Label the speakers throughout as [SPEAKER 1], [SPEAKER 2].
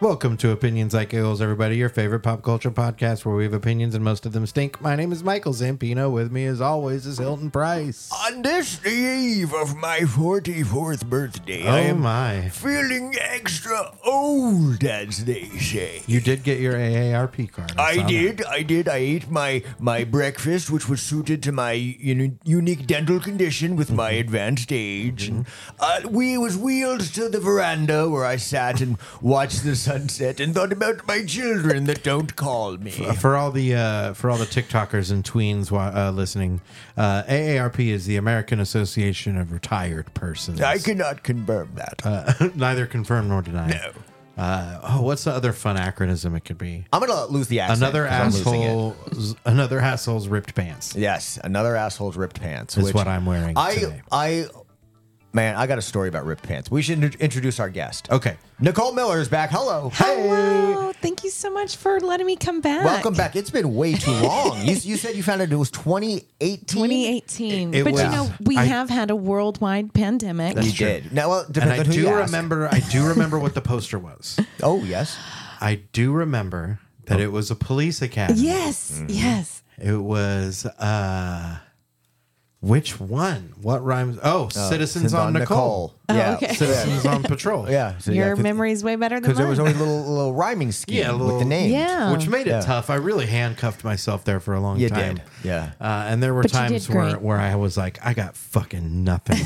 [SPEAKER 1] Welcome to Opinions Like Eels, everybody, your favorite pop culture podcast where we have opinions and most of them stink. My name is Michael Zampino. With me, as always, is Hilton Price.
[SPEAKER 2] On this eve of my 44th birthday, I
[SPEAKER 1] Oh,
[SPEAKER 2] am
[SPEAKER 1] my.
[SPEAKER 2] feeling extra old, as they say.
[SPEAKER 1] You did get your AARP card. saw
[SPEAKER 2] I
[SPEAKER 1] that.
[SPEAKER 2] did, I did. I ate my, my breakfast, which was suited to my uni- unique dental condition with my advanced age. And, uh, we was wheeled to the veranda where I sat and watched the sunset and thought about my children that don't call me.
[SPEAKER 1] Uh, For all the uh, for all the TikTokers and tweens wa- uh, listening, uh, AARP is the American Association of Retired Persons.
[SPEAKER 2] I cannot confirm that.
[SPEAKER 1] Uh, neither confirm nor deny.
[SPEAKER 2] No.
[SPEAKER 1] Uh, oh, what's the other fun acronym it could be?
[SPEAKER 2] I'm gonna lose the accent.
[SPEAKER 1] Another
[SPEAKER 2] 'cause I'm losing it.
[SPEAKER 1] asshole's another asshole's ripped pants.
[SPEAKER 2] Yes, another asshole's ripped pants.
[SPEAKER 1] Is
[SPEAKER 2] which
[SPEAKER 1] what I'm wearing
[SPEAKER 2] I,
[SPEAKER 1] today.
[SPEAKER 2] I, man, I got a story about ripped pants. We should in- introduce our guest. Oh,
[SPEAKER 1] Okay.
[SPEAKER 2] Nicole Miller is back. Hello.
[SPEAKER 3] Hello. Oh, Thank you so much for letting me come back.
[SPEAKER 2] Welcome back. It's been way too long. you, you said you found out it was 2018.
[SPEAKER 3] 2018.
[SPEAKER 1] It
[SPEAKER 3] but
[SPEAKER 1] was-
[SPEAKER 3] you know, we
[SPEAKER 1] I-
[SPEAKER 3] have had a worldwide pandemic.
[SPEAKER 2] You
[SPEAKER 1] That's true.
[SPEAKER 2] did. Now, well, it
[SPEAKER 1] And
[SPEAKER 2] depends
[SPEAKER 1] I
[SPEAKER 2] on who
[SPEAKER 1] do
[SPEAKER 2] you ask.
[SPEAKER 1] remember. I do remember what the poster was.
[SPEAKER 2] Oh, yes.
[SPEAKER 1] I do remember that it was a police academy. Mm-hmm.
[SPEAKER 3] Yes. Yes.
[SPEAKER 1] It was. uh Which one? What rhymes? Oh,
[SPEAKER 2] Uh,
[SPEAKER 1] citizens
[SPEAKER 2] Since
[SPEAKER 1] on Nicole.
[SPEAKER 2] yeah.
[SPEAKER 3] Oh, okay.
[SPEAKER 1] Citizens on patrol.
[SPEAKER 2] Yeah. So,
[SPEAKER 3] Your
[SPEAKER 2] yeah,
[SPEAKER 3] memory's way better than
[SPEAKER 2] Because
[SPEAKER 3] mine.
[SPEAKER 2] there was always a little, little rhyming scheme
[SPEAKER 1] Yeah, a
[SPEAKER 2] with the
[SPEAKER 1] little-
[SPEAKER 2] name.
[SPEAKER 3] Yeah.
[SPEAKER 1] Which made it
[SPEAKER 2] Yeah.
[SPEAKER 1] tough. I really handcuffed myself there for a long
[SPEAKER 2] You
[SPEAKER 1] time.
[SPEAKER 2] did. Yeah.
[SPEAKER 1] Uh, and there were
[SPEAKER 3] But you did
[SPEAKER 1] times where,
[SPEAKER 3] great.
[SPEAKER 1] where I was like, I got fucking nothing.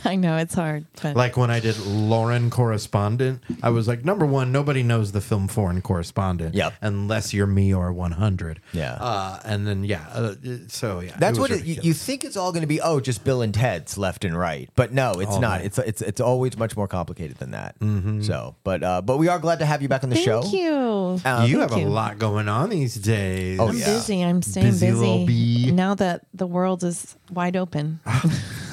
[SPEAKER 3] I know it's hard. But
[SPEAKER 1] like when I did Lauren Correspondent, I was like, number one, nobody knows the film Foreign Correspondent,
[SPEAKER 2] Yep.
[SPEAKER 1] unless you're me or 100.
[SPEAKER 2] Yeah.
[SPEAKER 1] uh, and then yeah, uh, so yeah,
[SPEAKER 2] That's
[SPEAKER 1] it was
[SPEAKER 2] what it, you,
[SPEAKER 1] ridiculous.
[SPEAKER 2] you think it's all going to be. Oh, just Bill and Ted's left and right, but no, it's
[SPEAKER 1] Oh,
[SPEAKER 2] not. It's it's it's always much more complicated than that.
[SPEAKER 1] Mm-hmm.
[SPEAKER 2] So, but uh, but we are glad to have you back on the
[SPEAKER 3] thank
[SPEAKER 2] show.
[SPEAKER 3] you.
[SPEAKER 2] Uh,
[SPEAKER 1] You
[SPEAKER 3] thank
[SPEAKER 1] have a
[SPEAKER 3] you.
[SPEAKER 1] lot going on these days.
[SPEAKER 2] Oh,
[SPEAKER 3] I'm
[SPEAKER 2] yeah.
[SPEAKER 3] busy. I'm staying
[SPEAKER 1] Busy
[SPEAKER 3] busy.
[SPEAKER 1] little bee.
[SPEAKER 3] Now that the world is wide open,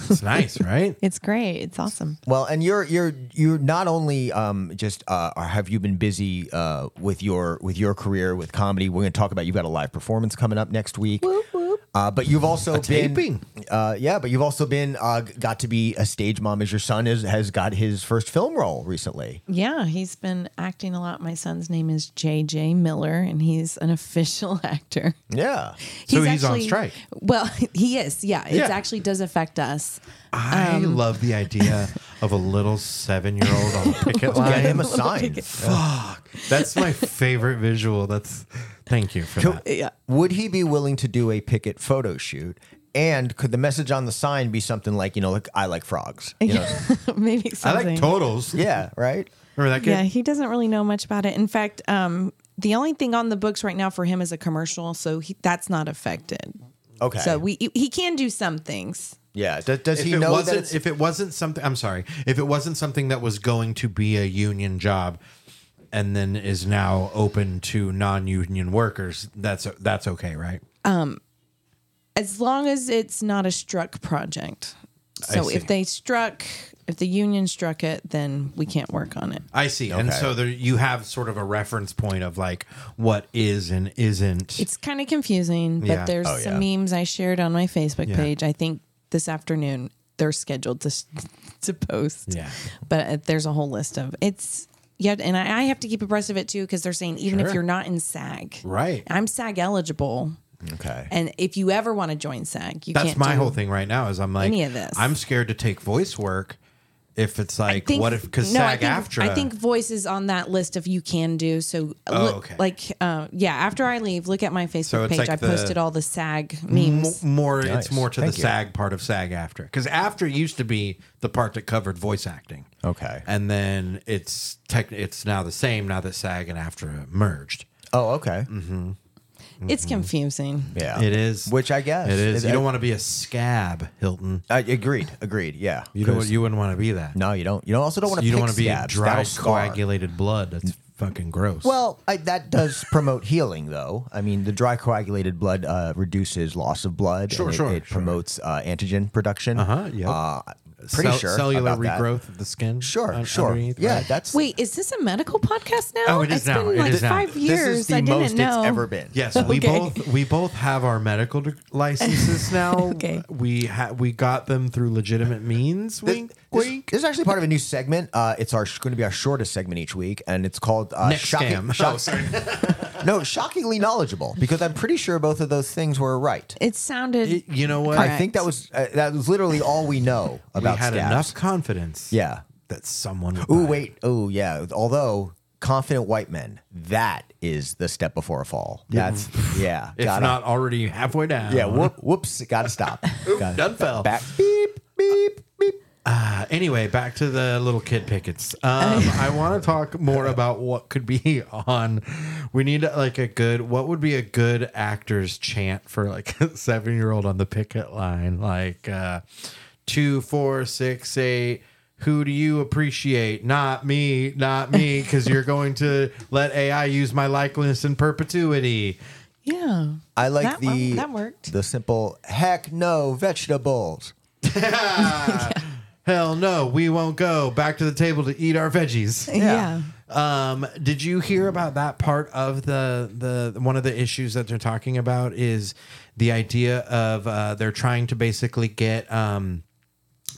[SPEAKER 1] it's nice, right?
[SPEAKER 3] it's great. It's awesome.
[SPEAKER 2] Well, and you're you're you're not only um, just uh, are- have you been busy uh, with your with your career with comedy. We're going to talk about you've got a live performance coming up next week.
[SPEAKER 3] Whoop, whoop.
[SPEAKER 2] Uh, but you've also been
[SPEAKER 1] taping.
[SPEAKER 2] Uh, yeah, but you've also been uh, g- got to be a stage mom as your son is, has got his first film role recently.
[SPEAKER 3] Yeah, he's been acting a lot. My son's name is JJ Miller, and he's an official actor.
[SPEAKER 2] Yeah.
[SPEAKER 1] So he's on strike.
[SPEAKER 3] Well, he is. Yeah, it
[SPEAKER 1] Yeah.
[SPEAKER 3] actually does affect us.
[SPEAKER 1] I
[SPEAKER 2] Um,
[SPEAKER 1] love the idea of a little seven-year-old on a picket
[SPEAKER 2] Get him
[SPEAKER 1] line.
[SPEAKER 2] a sign.
[SPEAKER 1] Fuck, that's my favorite visual. That's thank you for that.
[SPEAKER 3] Yeah.
[SPEAKER 2] Would he be willing to do a picket photo shoot? And could the message on the sign be something like, you know, like I like frogs? You know?
[SPEAKER 3] Maybe
[SPEAKER 1] I
[SPEAKER 3] something.
[SPEAKER 1] like totals.
[SPEAKER 2] yeah, right?
[SPEAKER 1] Remember that kid?
[SPEAKER 3] yeah, he doesn't really know much about it. In fact, um, the only thing on the books right now for him is a commercial, so he, that's not affected.
[SPEAKER 2] Okay.
[SPEAKER 3] So we he can do some things.
[SPEAKER 2] yeah. Does, does
[SPEAKER 1] if
[SPEAKER 2] he
[SPEAKER 1] it
[SPEAKER 2] know that
[SPEAKER 1] wasn't
[SPEAKER 2] it's,
[SPEAKER 1] if it wasn't something I'm sorry, if it wasn't something that was going to be a union job and then is now open to non-union workers, that's that's okay, right?
[SPEAKER 3] as long as it's not a struck project.
[SPEAKER 1] I
[SPEAKER 3] So
[SPEAKER 1] see.
[SPEAKER 3] if they struck, if the union struck it, then we can't work on it.
[SPEAKER 1] I see. And
[SPEAKER 2] Okay.
[SPEAKER 1] so there you have sort of a reference point of like what is and isn't.
[SPEAKER 3] It's kind of confusing, but
[SPEAKER 1] Yeah.
[SPEAKER 3] there's
[SPEAKER 2] Oh,
[SPEAKER 3] some
[SPEAKER 2] yeah.
[SPEAKER 3] memes I shared on my Facebook
[SPEAKER 1] Yeah.
[SPEAKER 3] page. I think this afternoon they're scheduled to s- to post.
[SPEAKER 1] Yeah.
[SPEAKER 3] But uh, there's a whole list of it's yeah, and I, I have to keep abreast of it too because they're saying even
[SPEAKER 1] Sure.
[SPEAKER 3] if you're not in SAG,
[SPEAKER 1] Right.
[SPEAKER 3] I'm SAG eligible,
[SPEAKER 2] okay.
[SPEAKER 3] and if you ever want to join SAG, you
[SPEAKER 1] that's
[SPEAKER 3] can't
[SPEAKER 1] my
[SPEAKER 3] do-
[SPEAKER 1] whole thing right now is I'm like
[SPEAKER 3] any of this.
[SPEAKER 1] I'm scared to take voice work if it's like what if cuz
[SPEAKER 3] no, I
[SPEAKER 1] SAG
[SPEAKER 3] think,
[SPEAKER 1] after
[SPEAKER 3] I think voice is on that list of you can do. So,
[SPEAKER 1] Oh,
[SPEAKER 3] look-
[SPEAKER 1] okay.
[SPEAKER 3] like, uh, yeah, after I leave, look at my Facebook
[SPEAKER 1] So it's
[SPEAKER 3] page.
[SPEAKER 1] like
[SPEAKER 3] I
[SPEAKER 1] the-
[SPEAKER 3] posted all the SAG memes.
[SPEAKER 1] more
[SPEAKER 2] Nice.
[SPEAKER 1] it's more to
[SPEAKER 2] Thank
[SPEAKER 1] the
[SPEAKER 2] you.
[SPEAKER 1] SAG part of SAG after because after used to be the part that covered voice acting.
[SPEAKER 2] Okay.
[SPEAKER 1] and then it's tech. It's now the same now that SAG and after merged.
[SPEAKER 2] oh, okay.
[SPEAKER 1] Mm-hmm.
[SPEAKER 3] It's confusing.
[SPEAKER 2] Yeah.
[SPEAKER 1] It is
[SPEAKER 2] Which I guess.
[SPEAKER 1] it is.
[SPEAKER 2] It-
[SPEAKER 1] you
[SPEAKER 2] I-
[SPEAKER 1] don't want to be a scab, Hilton.
[SPEAKER 2] I, agreed. Agreed. Yeah.
[SPEAKER 1] You don't.
[SPEAKER 2] 'Cause-
[SPEAKER 1] You wouldn't want to be that.
[SPEAKER 2] no, you don't. You don't also don't want to
[SPEAKER 1] you don't
[SPEAKER 2] want
[SPEAKER 1] want to be dry coagulated blood. That's fucking gross.
[SPEAKER 2] Well, I, that does promote healing, though. I mean, the dry coagulated blood uh, reduces loss of blood.
[SPEAKER 1] Sure,
[SPEAKER 2] and it,
[SPEAKER 1] sure,
[SPEAKER 2] It
[SPEAKER 1] sure.
[SPEAKER 2] promotes uh, antigen production.
[SPEAKER 1] Uh-huh, yep.
[SPEAKER 2] Uh,
[SPEAKER 1] cell-
[SPEAKER 2] sure
[SPEAKER 1] cellular
[SPEAKER 2] about that.
[SPEAKER 1] regrowth of the skin.
[SPEAKER 2] Sure,
[SPEAKER 1] un-
[SPEAKER 2] sure.
[SPEAKER 1] underneath,
[SPEAKER 2] yeah,
[SPEAKER 1] right?
[SPEAKER 2] that's
[SPEAKER 3] Wait, is this a medical podcast now?
[SPEAKER 1] Oh, it is
[SPEAKER 3] It's
[SPEAKER 1] now.
[SPEAKER 3] been
[SPEAKER 1] It
[SPEAKER 3] like
[SPEAKER 1] is now.
[SPEAKER 3] five
[SPEAKER 1] This
[SPEAKER 3] years.
[SPEAKER 2] This is the
[SPEAKER 3] I didn't
[SPEAKER 2] most
[SPEAKER 3] know.
[SPEAKER 2] it's ever been.
[SPEAKER 1] Yes, we
[SPEAKER 3] Okay.
[SPEAKER 1] both we both have our medical de- licenses now.
[SPEAKER 3] Okay.
[SPEAKER 1] We ha- we got them through legitimate means.
[SPEAKER 2] This,
[SPEAKER 1] Wink,
[SPEAKER 2] this,
[SPEAKER 1] wink.
[SPEAKER 2] this is actually part of a new segment. Uh, it's our going to be our shortest segment each week, and it's called uh,
[SPEAKER 1] Next scam. Oh,
[SPEAKER 2] no, shockingly knowledgeable because I'm pretty sure both of those things were right.
[SPEAKER 3] It sounded.
[SPEAKER 1] Y- you know what?
[SPEAKER 2] I think that was uh, that was literally all we know
[SPEAKER 1] we
[SPEAKER 2] about
[SPEAKER 1] had
[SPEAKER 2] scabs.
[SPEAKER 1] enough confidence.
[SPEAKER 2] Yeah.
[SPEAKER 1] that someone. would
[SPEAKER 2] Ooh,
[SPEAKER 1] buy it.
[SPEAKER 2] wait. Oh, yeah. Although confident white men, that is the step before a fall. That's yeah.
[SPEAKER 1] If
[SPEAKER 2] gotta-
[SPEAKER 1] not already halfway down.
[SPEAKER 2] Yeah. Whoop, whoops. Gotta stop. Gotta-
[SPEAKER 1] Uh-huh. done fell.
[SPEAKER 2] Back. Beep. Beep. Beep.
[SPEAKER 1] Uh, anyway, back to the little kid pickets. Um, I want to talk more about what could be on. We need like a good. What would be a good actor's chant for like a seven year old on the picket line? Like uh, two, four, six, eight. Who do you appreciate? Not me, not me, because you're going to let AI use my likeness in perpetuity.
[SPEAKER 3] yeah.
[SPEAKER 2] I like
[SPEAKER 3] that
[SPEAKER 2] the
[SPEAKER 3] one- that worked.
[SPEAKER 2] The simple heck no vegetables.
[SPEAKER 1] Hell no, we won't go back to the table to eat our veggies.
[SPEAKER 3] yeah.
[SPEAKER 1] Um, did you hear about that part of the the one of the issues that they're talking about is the idea of uh, they're trying to basically get um,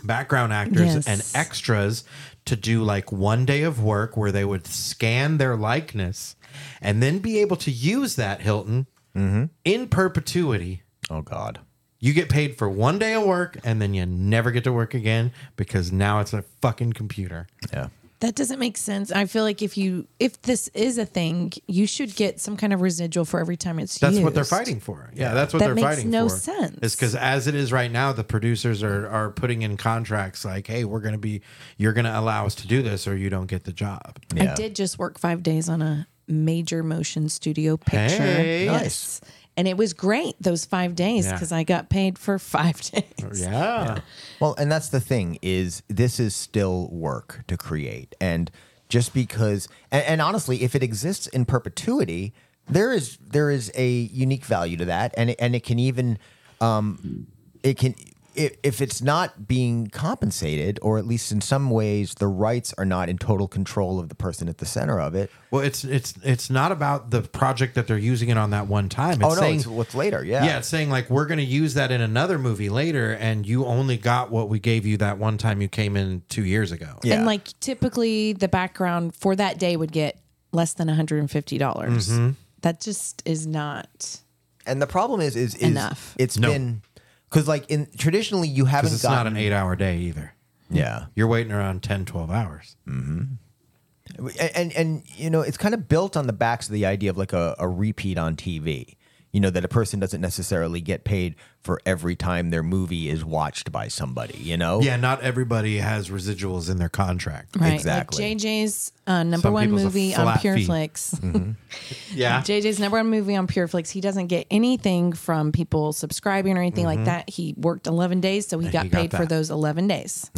[SPEAKER 1] background actors
[SPEAKER 3] Yes.
[SPEAKER 1] and extras to do like one day of work where they would scan their likeness and then be able to use that Hilton in perpetuity.
[SPEAKER 2] Oh God.
[SPEAKER 1] You get paid for one day of work and then you never get to work again because now it's a fucking computer.
[SPEAKER 2] Yeah.
[SPEAKER 3] That doesn't make sense. I feel like if you if this is a thing, you should get some kind of residual for every time it's
[SPEAKER 1] That's
[SPEAKER 3] used.
[SPEAKER 1] what they're fighting for. Yeah, that's what
[SPEAKER 3] That
[SPEAKER 1] they're
[SPEAKER 3] makes
[SPEAKER 1] fighting
[SPEAKER 3] no
[SPEAKER 1] for.
[SPEAKER 3] sense.
[SPEAKER 1] It's because as it is right now, the producers are are putting in contracts like, "Hey, we're gonna be, you're gonna allow us to do this, or you don't get the job."
[SPEAKER 2] Yeah.
[SPEAKER 3] I did just work five days on a major motion studio picture.
[SPEAKER 1] Hey.
[SPEAKER 3] Yes. And it was great those five days
[SPEAKER 1] Yeah.
[SPEAKER 3] because I got paid for five days.
[SPEAKER 1] Yeah,
[SPEAKER 2] Well, and that's the thing is this is still work to create, and just because, and, and honestly, if it exists in perpetuity, there is there is a unique value to that, and it, and it can even, um, it can if, if it's not being compensated, or at least in some ways, the rights are not in total control of the person at the center of it.
[SPEAKER 1] Well, it's it's it's not about the project that they're using it on that one time. It's
[SPEAKER 2] Oh no,
[SPEAKER 1] saying,
[SPEAKER 2] it's what's later, yeah,
[SPEAKER 1] yeah, it's saying like we're gonna use that in another movie later, and you only got what we gave you that one time you came in two years ago.
[SPEAKER 2] Yeah.
[SPEAKER 3] And like typically the background for that day would get less than $150. dollars
[SPEAKER 1] Mm-hmm.
[SPEAKER 3] That just is not.
[SPEAKER 2] and the problem is is, is
[SPEAKER 3] Enough.
[SPEAKER 2] It's
[SPEAKER 1] No.
[SPEAKER 2] been because like in traditionally you haven't
[SPEAKER 1] because it's not
[SPEAKER 2] gotten
[SPEAKER 1] an eight-hour day either.
[SPEAKER 2] yeah
[SPEAKER 1] You're waiting around 10, 12 hours.
[SPEAKER 2] and and- and you know it's kind of built on the backs of the idea of like a, a repeat on TV. You know that a person doesn't necessarily get paid for every time their movie is watched by somebody. You know,
[SPEAKER 1] Yeah, not everybody has residuals in their contract.
[SPEAKER 3] Right.
[SPEAKER 2] Exactly.
[SPEAKER 3] Like JJ's uh, number
[SPEAKER 1] Some
[SPEAKER 3] one
[SPEAKER 1] people's a
[SPEAKER 3] movie on
[SPEAKER 1] flat fee. Mm-hmm.
[SPEAKER 3] PureFlix.
[SPEAKER 1] Yeah.
[SPEAKER 3] JJ's number one movie on PureFlix. He doesn't get anything from people subscribing or anything like that. He worked 11 days, so he
[SPEAKER 1] Mm-hmm.
[SPEAKER 3] got
[SPEAKER 1] he got
[SPEAKER 3] paid for
[SPEAKER 1] that.
[SPEAKER 3] those 11 days.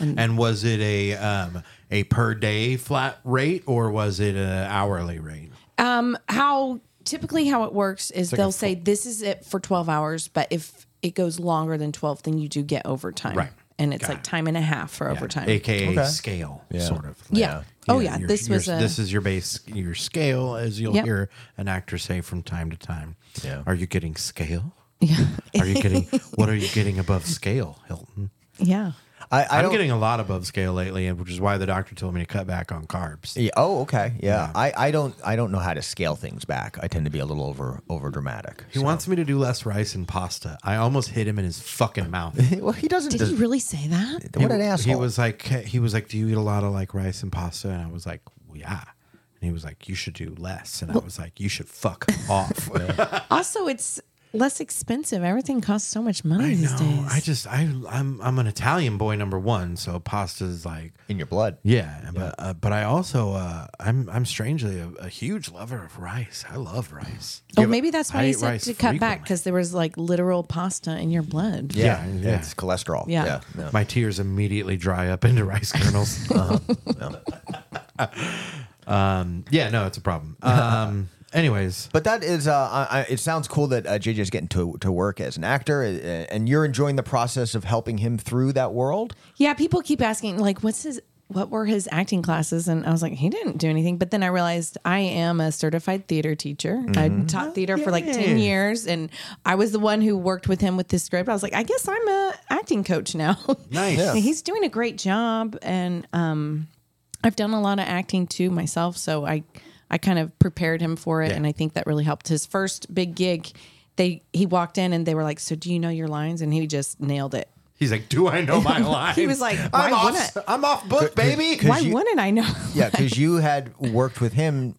[SPEAKER 1] And was it a um, a per day flat rate or was it an hourly rate?
[SPEAKER 3] How typically how it works is they'll say this is it for 12 hours, but if it goes longer than 12, then you do get overtime.
[SPEAKER 1] Right.
[SPEAKER 3] And it's
[SPEAKER 1] Got
[SPEAKER 3] like
[SPEAKER 1] it.
[SPEAKER 3] time and a half for overtime.
[SPEAKER 1] AKA
[SPEAKER 2] Okay.
[SPEAKER 1] scale, sort of.
[SPEAKER 3] yeah. Oh yeah,
[SPEAKER 1] your-
[SPEAKER 3] this
[SPEAKER 1] your-
[SPEAKER 3] was a
[SPEAKER 1] this is your base your scale as you'll
[SPEAKER 3] Yep.
[SPEAKER 1] hear an actor say from time to time.
[SPEAKER 2] Yeah.
[SPEAKER 1] Are you getting scale?
[SPEAKER 3] yeah.
[SPEAKER 1] Are you getting what are you getting above scale, Hilton?
[SPEAKER 3] yeah.
[SPEAKER 2] I, I
[SPEAKER 1] I'm
[SPEAKER 2] don't.
[SPEAKER 1] getting a lot above scale lately, and which is why the doctor told me to cut back on carbs.
[SPEAKER 2] yeah, oh, okay. Yeah, I, I don't I don't know how to scale things back. I tend to be a little over over dramatic.
[SPEAKER 1] He wants me to do less rice and pasta. I almost hit him in his fucking mouth.
[SPEAKER 2] well, he doesn't.
[SPEAKER 3] Did he really say that?
[SPEAKER 2] what an
[SPEAKER 1] He-
[SPEAKER 2] asshole.
[SPEAKER 1] He was like, he was like, do you eat a lot of like rice and pasta? And I was like, yeah. And he was like, you should do less. And I was like, you should fuck off.
[SPEAKER 3] Also, it's less expensive. Everything costs so much money these
[SPEAKER 1] no,
[SPEAKER 3] days.
[SPEAKER 1] I just, I, I'm, I'm an Italian boy number one, so pasta is like,
[SPEAKER 2] in your blood.
[SPEAKER 1] yeah. But, uh, but I also, uh, I'm, I'm strangely a, a huge lover of rice. I love rice.
[SPEAKER 3] Oh, maybe that's why
[SPEAKER 1] I
[SPEAKER 3] he
[SPEAKER 1] eat
[SPEAKER 3] said
[SPEAKER 1] rice
[SPEAKER 3] to cut back
[SPEAKER 1] frequently.
[SPEAKER 3] because there was like literal pasta in your blood.
[SPEAKER 2] Yeah,
[SPEAKER 1] Yeah, yeah.
[SPEAKER 2] it's cholesterol.
[SPEAKER 3] Yeah.
[SPEAKER 2] yeah. no.
[SPEAKER 1] My tears immediately dry up into rice
[SPEAKER 2] Uh-huh.
[SPEAKER 1] kernels. um, yeah, no, it's a problem. Um, Anyways,
[SPEAKER 2] But that is, uh, I, I- it sounds cool that uh, JJ's getting to, to work as an actor, uh, and you're enjoying the process of helping him through that world.
[SPEAKER 3] Yeah, people keep asking like, what's his, what were his acting classes? And I was like, he didn't do anything. But then I realized I am a certified theater teacher. I taught theater for like ten years, and I was the one who worked with him with the script. I was like, I guess I'm a acting coach now.
[SPEAKER 1] Nice.
[SPEAKER 2] Yeah.
[SPEAKER 3] And He's doing a great job, and um, I've done a lot of acting too myself. So I, I kind of prepared him for it, and I think that really helped. His first big gig, they he walked in and they were like, "So do you know your lines?" And he just nailed it.
[SPEAKER 1] he's like, "Do I know my lines?"
[SPEAKER 3] He was like,
[SPEAKER 1] "I'm
[SPEAKER 3] "Why
[SPEAKER 1] off,
[SPEAKER 3] wouldn't
[SPEAKER 1] I'm off book, baby."
[SPEAKER 3] Why
[SPEAKER 2] you-
[SPEAKER 3] wouldn't I know?
[SPEAKER 2] Yeah, because you had worked with him,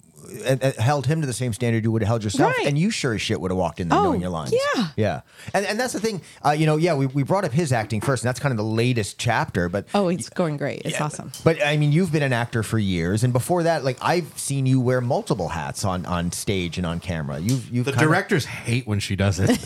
[SPEAKER 2] and, and held him to the same standard you would have held yourself,
[SPEAKER 3] Right.
[SPEAKER 2] and you sure as shit would have walked in there
[SPEAKER 3] Oh,
[SPEAKER 2] knowing your lines.
[SPEAKER 3] yeah.
[SPEAKER 2] yeah, and and that's the thing. Uh, you know, yeah, we, we brought up his acting first, and that's kind of the latest chapter. But
[SPEAKER 3] Oh, it's going great. It's awesome.
[SPEAKER 2] But I mean, you've been an actor for years, and before that, like I've seen you wear multiple hats on on stage and on camera. You've you've
[SPEAKER 1] The
[SPEAKER 2] kind of-
[SPEAKER 1] directors hate when she does it.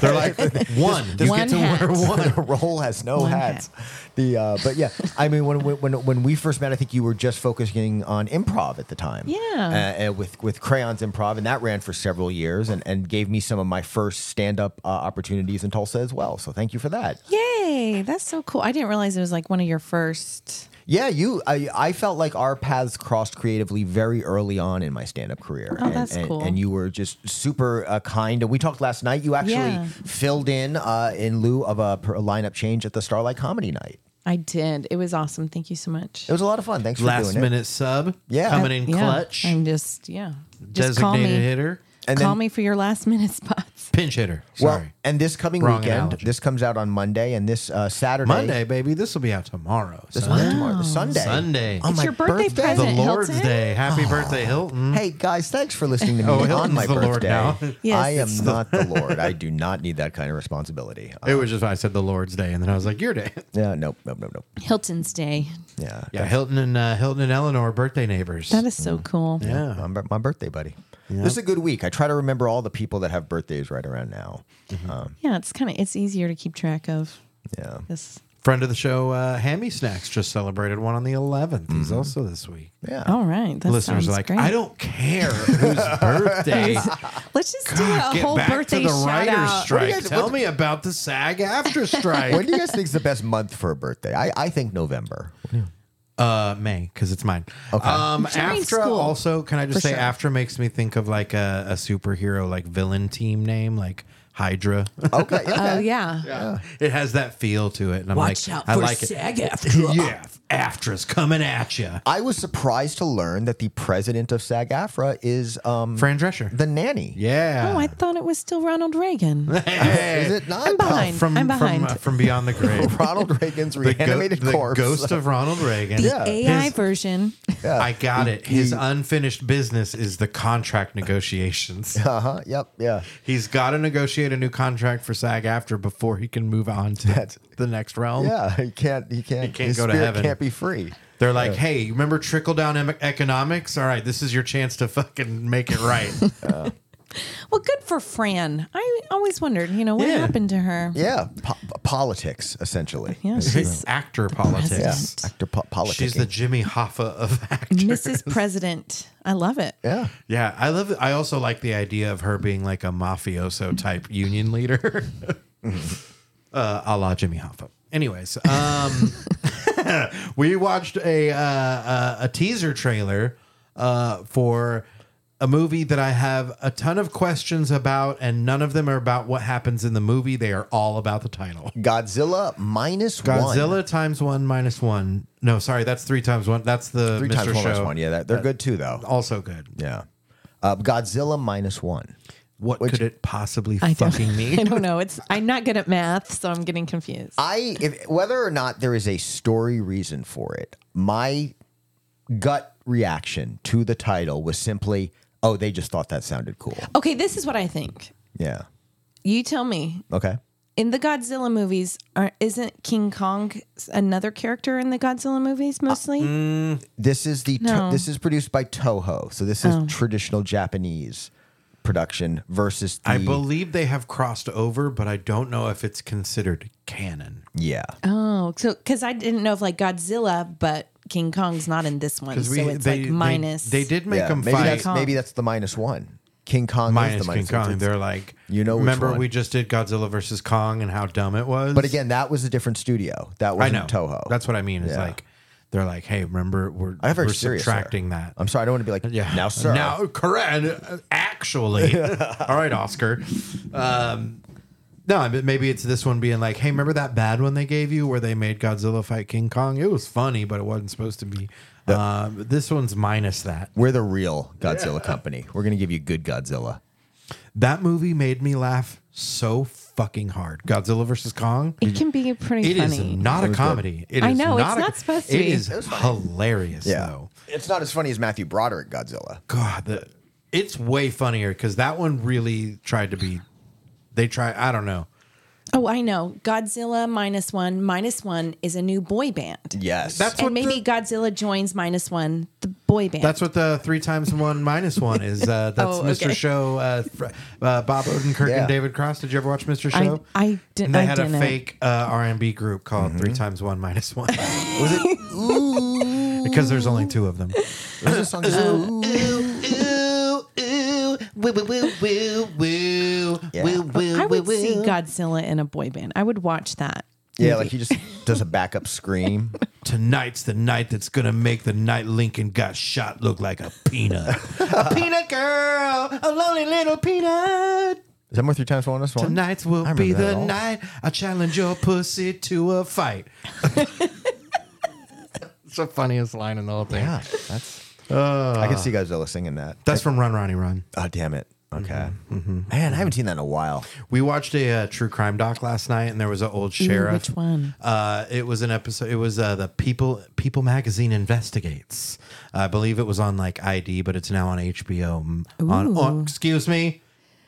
[SPEAKER 1] They're like, "One, you
[SPEAKER 3] One
[SPEAKER 1] get to wear
[SPEAKER 3] hat.
[SPEAKER 1] one."
[SPEAKER 2] the role has no
[SPEAKER 3] One
[SPEAKER 2] hats. The uh, but yeah, I mean when when when we first met, I think you were just focusing on improv at the time.
[SPEAKER 3] Yeah.
[SPEAKER 2] uh, uh, with with crayons improv, and that ran for several years, and and gave me some of my first stand up uh, opportunities in Tulsa as well. So thank you for that.
[SPEAKER 3] Yay. That's so cool. I didn't realize it was like one of your first.
[SPEAKER 2] Yeah, you. I, I felt like our paths crossed creatively very early on in my stand up career.
[SPEAKER 3] Oh,
[SPEAKER 2] and,
[SPEAKER 3] that's
[SPEAKER 2] and,
[SPEAKER 3] cool.
[SPEAKER 2] And you were just super uh, kind. And we talked last night. You actually
[SPEAKER 3] Yeah.
[SPEAKER 2] filled in uh, in lieu of a, per- a lineup change at the Starlight Comedy Night.
[SPEAKER 3] I did. It was awesome. Thank you so much.
[SPEAKER 2] It was a lot of fun. Thanks for
[SPEAKER 1] Last
[SPEAKER 2] doing it.
[SPEAKER 1] minute sub,
[SPEAKER 2] Yeah.
[SPEAKER 1] coming in
[SPEAKER 3] Yeah.
[SPEAKER 1] clutch,
[SPEAKER 3] I'm just, yeah. Just call
[SPEAKER 1] designated
[SPEAKER 3] me.
[SPEAKER 1] hitter,
[SPEAKER 2] And
[SPEAKER 3] call
[SPEAKER 2] then-
[SPEAKER 3] me for your last minute spots.
[SPEAKER 1] pinch hitter.
[SPEAKER 2] Well,
[SPEAKER 1] Sorry,
[SPEAKER 2] and this coming
[SPEAKER 1] Wrong
[SPEAKER 2] weekend,
[SPEAKER 1] analogy.
[SPEAKER 2] this comes out on Monday, and this uh, Saturday,
[SPEAKER 1] Monday, baby. This will be out tomorrow.
[SPEAKER 2] this
[SPEAKER 1] son.
[SPEAKER 2] Monday, tomorrow, this Sunday,
[SPEAKER 1] Sunday.
[SPEAKER 2] on
[SPEAKER 1] It's
[SPEAKER 2] my
[SPEAKER 3] your birthday
[SPEAKER 1] Oh, the
[SPEAKER 3] present. Isn't it
[SPEAKER 1] Lord's
[SPEAKER 3] Hilton?
[SPEAKER 1] Day.
[SPEAKER 2] Oh.
[SPEAKER 1] Happy birthday, Hilton.
[SPEAKER 2] Hey guys, thanks for listening to me
[SPEAKER 1] Oh,
[SPEAKER 2] on
[SPEAKER 1] Hilton's
[SPEAKER 2] my
[SPEAKER 1] the
[SPEAKER 2] birthday.
[SPEAKER 1] Lord now.
[SPEAKER 3] Yes,
[SPEAKER 2] I am
[SPEAKER 3] it's
[SPEAKER 2] not the Lord. I do not need that kind of responsibility. Uh,
[SPEAKER 1] It was just I said the Lord's Day, and then I was like, "Your day."
[SPEAKER 2] yeah, nope, nope, nope, nope.
[SPEAKER 3] Hilton's Day.
[SPEAKER 2] Yeah,
[SPEAKER 1] Yeah, Hilton and uh, Hilton and Eleanor are birthday neighbors.
[SPEAKER 3] That is so cool.
[SPEAKER 1] Mm. yeah.
[SPEAKER 2] my, bir- my birthday, buddy. This is a good week. I try to remember all the people that have birthdays right around now. Um,
[SPEAKER 3] Yeah, it's kind of it's easier to keep track of
[SPEAKER 2] yeah.
[SPEAKER 3] this.
[SPEAKER 1] Friend of the show, uh, Hammy Snacks just celebrated one on the 11th. He's also this week.
[SPEAKER 2] Yeah.
[SPEAKER 3] All right, that
[SPEAKER 1] Listeners are
[SPEAKER 3] sounds
[SPEAKER 1] like,
[SPEAKER 3] great.
[SPEAKER 1] I don't care whose birthday.
[SPEAKER 3] Let's just do a
[SPEAKER 1] Get
[SPEAKER 3] whole
[SPEAKER 1] back
[SPEAKER 3] birthday
[SPEAKER 1] to the
[SPEAKER 3] shout
[SPEAKER 1] writer's
[SPEAKER 3] out.
[SPEAKER 1] strike.
[SPEAKER 2] guys-
[SPEAKER 1] Tell me about the SAG after
[SPEAKER 2] When
[SPEAKER 1] strike.
[SPEAKER 2] do you guys think is the best month for a birthday? I, I think November.
[SPEAKER 1] uh, May, because it's mine. Okay. Um,
[SPEAKER 3] During
[SPEAKER 1] Aftra
[SPEAKER 3] school.
[SPEAKER 1] also, can I just
[SPEAKER 3] For
[SPEAKER 1] say,
[SPEAKER 3] sure.
[SPEAKER 1] After makes me think of like a, a superhero, like villain team name, like Hydra.
[SPEAKER 2] Okay. okay.
[SPEAKER 3] Oh yeah.
[SPEAKER 1] it has that feel to it. And I'm like, I like it.
[SPEAKER 3] after.
[SPEAKER 1] Yeah, Aftra's coming at you.
[SPEAKER 2] I was surprised to learn that the president of SAG-AFTRA is um,
[SPEAKER 1] Fran Drescher.
[SPEAKER 2] the nanny.
[SPEAKER 1] yeah.
[SPEAKER 3] Oh, I thought it was still Ronald Reagan.
[SPEAKER 2] Is it not? Oh,
[SPEAKER 3] I'm behind.
[SPEAKER 1] from
[SPEAKER 3] I'm behind.
[SPEAKER 1] From, uh, from beyond the grave.
[SPEAKER 2] Ronald Reagan's
[SPEAKER 1] the, go-
[SPEAKER 2] reanimated
[SPEAKER 1] the
[SPEAKER 2] corpse.
[SPEAKER 1] ghost of Ronald Reagan.
[SPEAKER 2] Yeah.
[SPEAKER 3] AI
[SPEAKER 1] His-
[SPEAKER 3] version.
[SPEAKER 1] I got it. His unfinished business is the contract negotiations.
[SPEAKER 2] Uh-huh. Yep. Yeah.
[SPEAKER 1] He's got to negotiate a new contract for SAG after before he can move on to the next realm.
[SPEAKER 2] Yeah. He can't. He can't. He
[SPEAKER 1] can't
[SPEAKER 2] his
[SPEAKER 1] go to
[SPEAKER 2] spirit
[SPEAKER 1] heaven.
[SPEAKER 2] Can't be free.
[SPEAKER 1] They're like, hey, you remember trickle down em- economics? All right, this is your chance to fucking make it right.
[SPEAKER 3] Well, good for Fran. I always wondered, you know, what
[SPEAKER 1] Yeah.
[SPEAKER 3] happened to her?
[SPEAKER 2] Yeah. Po- politics, essentially.
[SPEAKER 3] Yeah, she's
[SPEAKER 1] Actor politics.
[SPEAKER 2] Yeah.
[SPEAKER 3] President.
[SPEAKER 2] Actor po- politics.
[SPEAKER 1] She's the Jimmy Hoffa of actors.
[SPEAKER 3] Mrs. President. I love it.
[SPEAKER 2] yeah.
[SPEAKER 1] Yeah, I love. I also like the idea of her being like a mafioso type union leader, uh, a la Jimmy Hoffa. Anyways, um, we watched a uh, a, a teaser trailer uh, for a movie that I have a ton of questions about, and none of them are about what happens in the movie. They are all about the title.
[SPEAKER 2] Godzilla minus one.
[SPEAKER 1] Godzilla times one minus one. No, sorry, that's three times one. That's the
[SPEAKER 2] Three
[SPEAKER 1] Mr.
[SPEAKER 2] times
[SPEAKER 1] show.
[SPEAKER 2] one minus one. Yeah, that, they're good too, though.
[SPEAKER 1] Also good.
[SPEAKER 2] Yeah. Uh, Godzilla minus one.
[SPEAKER 1] What could it possibly
[SPEAKER 3] I don't,
[SPEAKER 1] fucking mean?
[SPEAKER 3] I don't know. It's I'm not good at math, so I'm getting confused.
[SPEAKER 2] I if, whether or not there is a story reason for it, my gut reaction to the title was simply, "Oh, they just thought that sounded cool."
[SPEAKER 3] Okay, this is what I think.
[SPEAKER 2] Yeah.
[SPEAKER 3] You tell me.
[SPEAKER 2] Okay.
[SPEAKER 3] In the Godzilla movies, are, isn't King Kong another character in the Godzilla movies mostly?
[SPEAKER 1] Mm.
[SPEAKER 2] This is the
[SPEAKER 3] No.
[SPEAKER 2] this is produced by Toho, so this
[SPEAKER 1] Oh.
[SPEAKER 2] is traditional Japanese production versus the
[SPEAKER 1] I believe they have crossed over, but I don't know if it's considered canon.
[SPEAKER 2] yeah.
[SPEAKER 3] Oh, so because I didn't know if like Godzilla, but King Kong's not in this one, so it's like minus.
[SPEAKER 1] They, did make
[SPEAKER 2] Yeah,
[SPEAKER 1] them
[SPEAKER 2] maybe
[SPEAKER 1] fight.
[SPEAKER 2] that's maybe that's the minus one. King Kong is
[SPEAKER 1] minus
[SPEAKER 2] the
[SPEAKER 1] King
[SPEAKER 2] minus
[SPEAKER 1] Kong.
[SPEAKER 2] sentence.
[SPEAKER 1] They're like,
[SPEAKER 2] You know which
[SPEAKER 1] Remember
[SPEAKER 2] one.
[SPEAKER 1] we just did Godzilla versus Kong and how dumb it was.
[SPEAKER 2] But again, that was a different studio. That
[SPEAKER 1] I
[SPEAKER 2] wasn't
[SPEAKER 1] know
[SPEAKER 2] Toho.
[SPEAKER 1] That's what I mean. Is
[SPEAKER 2] Yeah.
[SPEAKER 1] like they're like, hey, remember we're
[SPEAKER 2] I got very
[SPEAKER 1] we're
[SPEAKER 2] serious there.
[SPEAKER 1] subtracting that.
[SPEAKER 2] I'm sorry, I don't want to be like,
[SPEAKER 1] Yeah.
[SPEAKER 2] now, sir.
[SPEAKER 1] Now, correct. uh, Actually, all right, Oscar. Um, no, but maybe it's this one being like, hey, remember that bad one they gave you where they made Godzilla fight King Kong? It was funny, but it wasn't supposed to be. Um, this one's minus that.
[SPEAKER 2] We're the real Godzilla company. We're going to give you good Godzilla.
[SPEAKER 1] That movie made me laugh so fucking hard. Godzilla versus Kong.
[SPEAKER 3] It can be pretty
[SPEAKER 1] It is
[SPEAKER 3] funny.
[SPEAKER 1] not a comedy. It is
[SPEAKER 3] I know, it's
[SPEAKER 1] a-
[SPEAKER 3] not supposed to be.
[SPEAKER 1] It is hilarious though.
[SPEAKER 2] It's not as funny as Matthew Broderick Godzilla.
[SPEAKER 1] God, the, it's way funnier because that one really tried to be. They try. I don't know.
[SPEAKER 3] oh, I know. Godzilla minus one minus one is a new boy band.
[SPEAKER 2] Yes.
[SPEAKER 1] That's
[SPEAKER 3] and
[SPEAKER 1] what
[SPEAKER 3] maybe
[SPEAKER 1] the-
[SPEAKER 3] Godzilla joins minus one the boy band.
[SPEAKER 1] That's what the three times one minus one is. Uh, that's
[SPEAKER 3] Oh,
[SPEAKER 1] Mr.
[SPEAKER 3] okay.
[SPEAKER 1] Show. Uh, fr- uh, Bob Odenkirk
[SPEAKER 2] Yeah.
[SPEAKER 1] and David Cross. Did you ever watch Mr.
[SPEAKER 3] I-
[SPEAKER 1] Show?
[SPEAKER 3] I didn't-
[SPEAKER 1] And they
[SPEAKER 3] I
[SPEAKER 1] had a
[SPEAKER 3] didn't.
[SPEAKER 1] fake uh, R and B group called Three Times One Minus One
[SPEAKER 2] was it? Ooh.
[SPEAKER 1] because there's only two of them.
[SPEAKER 2] Was this
[SPEAKER 1] uh,
[SPEAKER 2] song? Ooh.
[SPEAKER 1] ooh, ooh, woo, woo, woo, woo, woo,
[SPEAKER 2] Yeah.
[SPEAKER 1] woo, woo,
[SPEAKER 3] I would
[SPEAKER 1] woo,
[SPEAKER 3] see
[SPEAKER 1] woo.
[SPEAKER 3] Godzilla in a boy band. I would watch that.
[SPEAKER 2] Yeah, like he just does a backup scream.
[SPEAKER 1] Tonight's the night that's gonna make the night Lincoln got shot look like a peanut. a peanut girl, a lonely little peanut.
[SPEAKER 2] Is that more three times one? That's one.
[SPEAKER 1] Tonight's
[SPEAKER 2] I
[SPEAKER 1] will
[SPEAKER 2] remember
[SPEAKER 1] be
[SPEAKER 2] that
[SPEAKER 1] the
[SPEAKER 2] all.
[SPEAKER 1] night I challenge your pussy to a fight. it's the funniest line in the whole thing.
[SPEAKER 2] Yeah, Ah, that's.
[SPEAKER 1] Ah.
[SPEAKER 2] I can see Godzilla singing that.
[SPEAKER 1] That's from Run Ronnie Run.
[SPEAKER 2] Oh damn it! Okay,
[SPEAKER 1] Mm-hmm,
[SPEAKER 2] man, I haven't seen that in a while.
[SPEAKER 1] We watched a uh, true crime doc last night, and there was an old
[SPEAKER 3] Ooh,
[SPEAKER 1] sheriff.
[SPEAKER 3] which one?
[SPEAKER 1] Uh, it was an episode. It was uh, the People People Magazine investigates. I believe it was on like ID, but it's now on HBO. M- On, on- excuse me,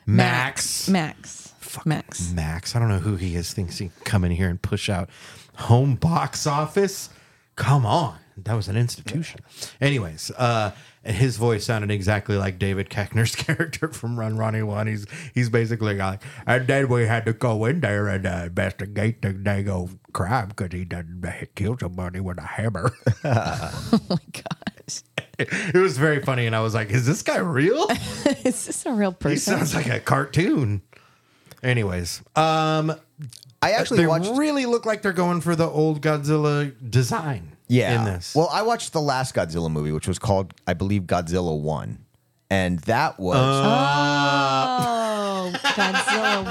[SPEAKER 1] Max.
[SPEAKER 3] Max. Max.
[SPEAKER 1] Max. I don't know who he is. Thinks he can come in here and push out home box office. Come on, that was an institution. Anyways, uh, and his voice sounded exactly like David Keckner's character from Run Ronnie One. He's he's basically like, and then we had to go in there and uh, investigate the dang old crime because he done killed somebody with a hammer.
[SPEAKER 3] Oh my gosh.
[SPEAKER 1] it was very funny, and I was like, is this guy real?
[SPEAKER 3] Is this a real
[SPEAKER 1] he
[SPEAKER 3] person?
[SPEAKER 1] sounds like a cartoon. Anyways, um,
[SPEAKER 2] I actually
[SPEAKER 1] they
[SPEAKER 2] watched.
[SPEAKER 1] really look like they're going for the old Godzilla design.
[SPEAKER 2] yeah.
[SPEAKER 1] in this.
[SPEAKER 2] Well, I watched the last Godzilla movie, which was called, I believe, Godzilla One, and that was
[SPEAKER 3] Oh, Godzilla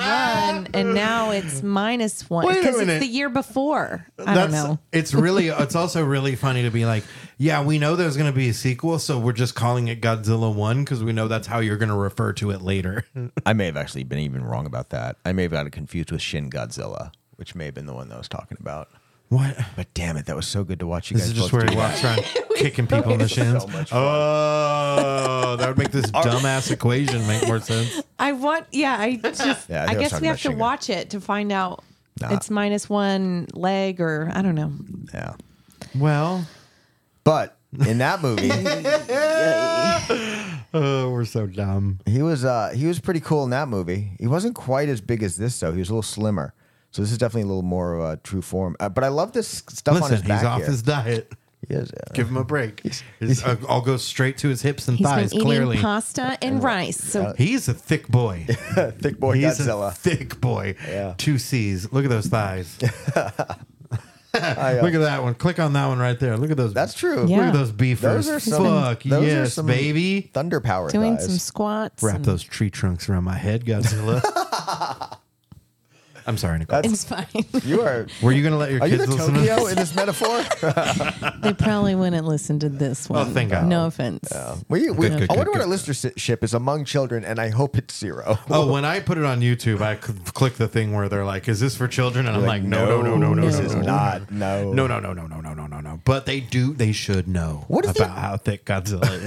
[SPEAKER 3] one, and now it's minus one
[SPEAKER 1] Wait a
[SPEAKER 3] because
[SPEAKER 1] minute.
[SPEAKER 3] it's the year before. I don't know.
[SPEAKER 1] It's really. It's also really funny to be like, yeah, we know there's going to be a sequel, so we're just calling it Godzilla One because we know that's how you're going to refer to it later.
[SPEAKER 2] I may have actually been even wrong about that. I may have gotten confused with Shin Godzilla, which may have been the one that I was talking about.
[SPEAKER 1] What?
[SPEAKER 2] But damn it, that was so good to watch. You
[SPEAKER 1] This
[SPEAKER 2] guys
[SPEAKER 1] is just
[SPEAKER 2] both
[SPEAKER 1] where
[SPEAKER 2] do
[SPEAKER 1] he
[SPEAKER 2] that.
[SPEAKER 1] walks around kicking people in the shins.
[SPEAKER 2] much fun.
[SPEAKER 1] oh, that would make this dumbass equation make more sense.
[SPEAKER 3] I want. Yeah, I just.
[SPEAKER 2] Yeah, I think
[SPEAKER 3] I,
[SPEAKER 2] I was
[SPEAKER 3] guess
[SPEAKER 2] talking
[SPEAKER 3] we
[SPEAKER 2] about
[SPEAKER 3] have to
[SPEAKER 2] Shingo.
[SPEAKER 3] watch it to find out. It's minus one leg, or I don't know.
[SPEAKER 2] Yeah,
[SPEAKER 1] Well,
[SPEAKER 2] but in that movie,
[SPEAKER 1] oh, we're so dumb.
[SPEAKER 2] he was uh, he was pretty cool in that movie. He wasn't quite as big as this though. He was a little slimmer. So this is definitely a little more of a true form. Uh, but I love this stuff on
[SPEAKER 1] Listen,
[SPEAKER 2] his back
[SPEAKER 1] he's off
[SPEAKER 2] here.
[SPEAKER 1] his diet.
[SPEAKER 2] He is, uh, yeah.
[SPEAKER 1] Give him a break. His- uh, I'll go straight to his hips and
[SPEAKER 3] He's
[SPEAKER 1] thighs.
[SPEAKER 3] been eating
[SPEAKER 1] Clearly,
[SPEAKER 3] pasta and rice. So
[SPEAKER 1] He's a thick boy.
[SPEAKER 2] thick boy
[SPEAKER 1] He's a
[SPEAKER 2] Godzilla.
[SPEAKER 1] thick boy.
[SPEAKER 2] Yeah.
[SPEAKER 1] Two C's. Look at those thighs.
[SPEAKER 2] I, uh,
[SPEAKER 1] Look at that one. Click on that one right there. Look at those.
[SPEAKER 2] that's true.
[SPEAKER 1] Look
[SPEAKER 3] Yeah.
[SPEAKER 1] at those beefers.
[SPEAKER 2] Those are some-
[SPEAKER 1] Fuck
[SPEAKER 2] those are
[SPEAKER 1] yes,
[SPEAKER 2] some-
[SPEAKER 1] baby.
[SPEAKER 2] Thunder power
[SPEAKER 3] doing
[SPEAKER 2] thighs.
[SPEAKER 3] some squats.
[SPEAKER 1] Wrap
[SPEAKER 3] and-
[SPEAKER 1] those tree trunks around my head, Godzilla. I'm sorry, Nicole.
[SPEAKER 2] That's-
[SPEAKER 3] It's fine.
[SPEAKER 2] You are.
[SPEAKER 1] Were you gonna let your
[SPEAKER 2] Are you
[SPEAKER 1] kids
[SPEAKER 2] the
[SPEAKER 1] listen? to this?
[SPEAKER 2] Tokyo in this metaphor?
[SPEAKER 3] they probably wouldn't listen to this one.
[SPEAKER 1] thank God.
[SPEAKER 3] No offense.
[SPEAKER 2] We, we,
[SPEAKER 1] Good, good,
[SPEAKER 2] I wonder
[SPEAKER 1] good,
[SPEAKER 2] what our
[SPEAKER 1] good.
[SPEAKER 2] listenership is among children, and I hope it's zero.
[SPEAKER 1] Oh, when I put it on YouTube, I c- click the thing where they're like, "Is this for children?" And I'm like, "No, no, no, no, no,
[SPEAKER 2] this
[SPEAKER 1] no,
[SPEAKER 2] is
[SPEAKER 1] no,
[SPEAKER 2] not. No,
[SPEAKER 1] No, no, no, no, no, no, no, no, no. But they do. They should know
[SPEAKER 2] What if they-
[SPEAKER 1] about how thick Godzilla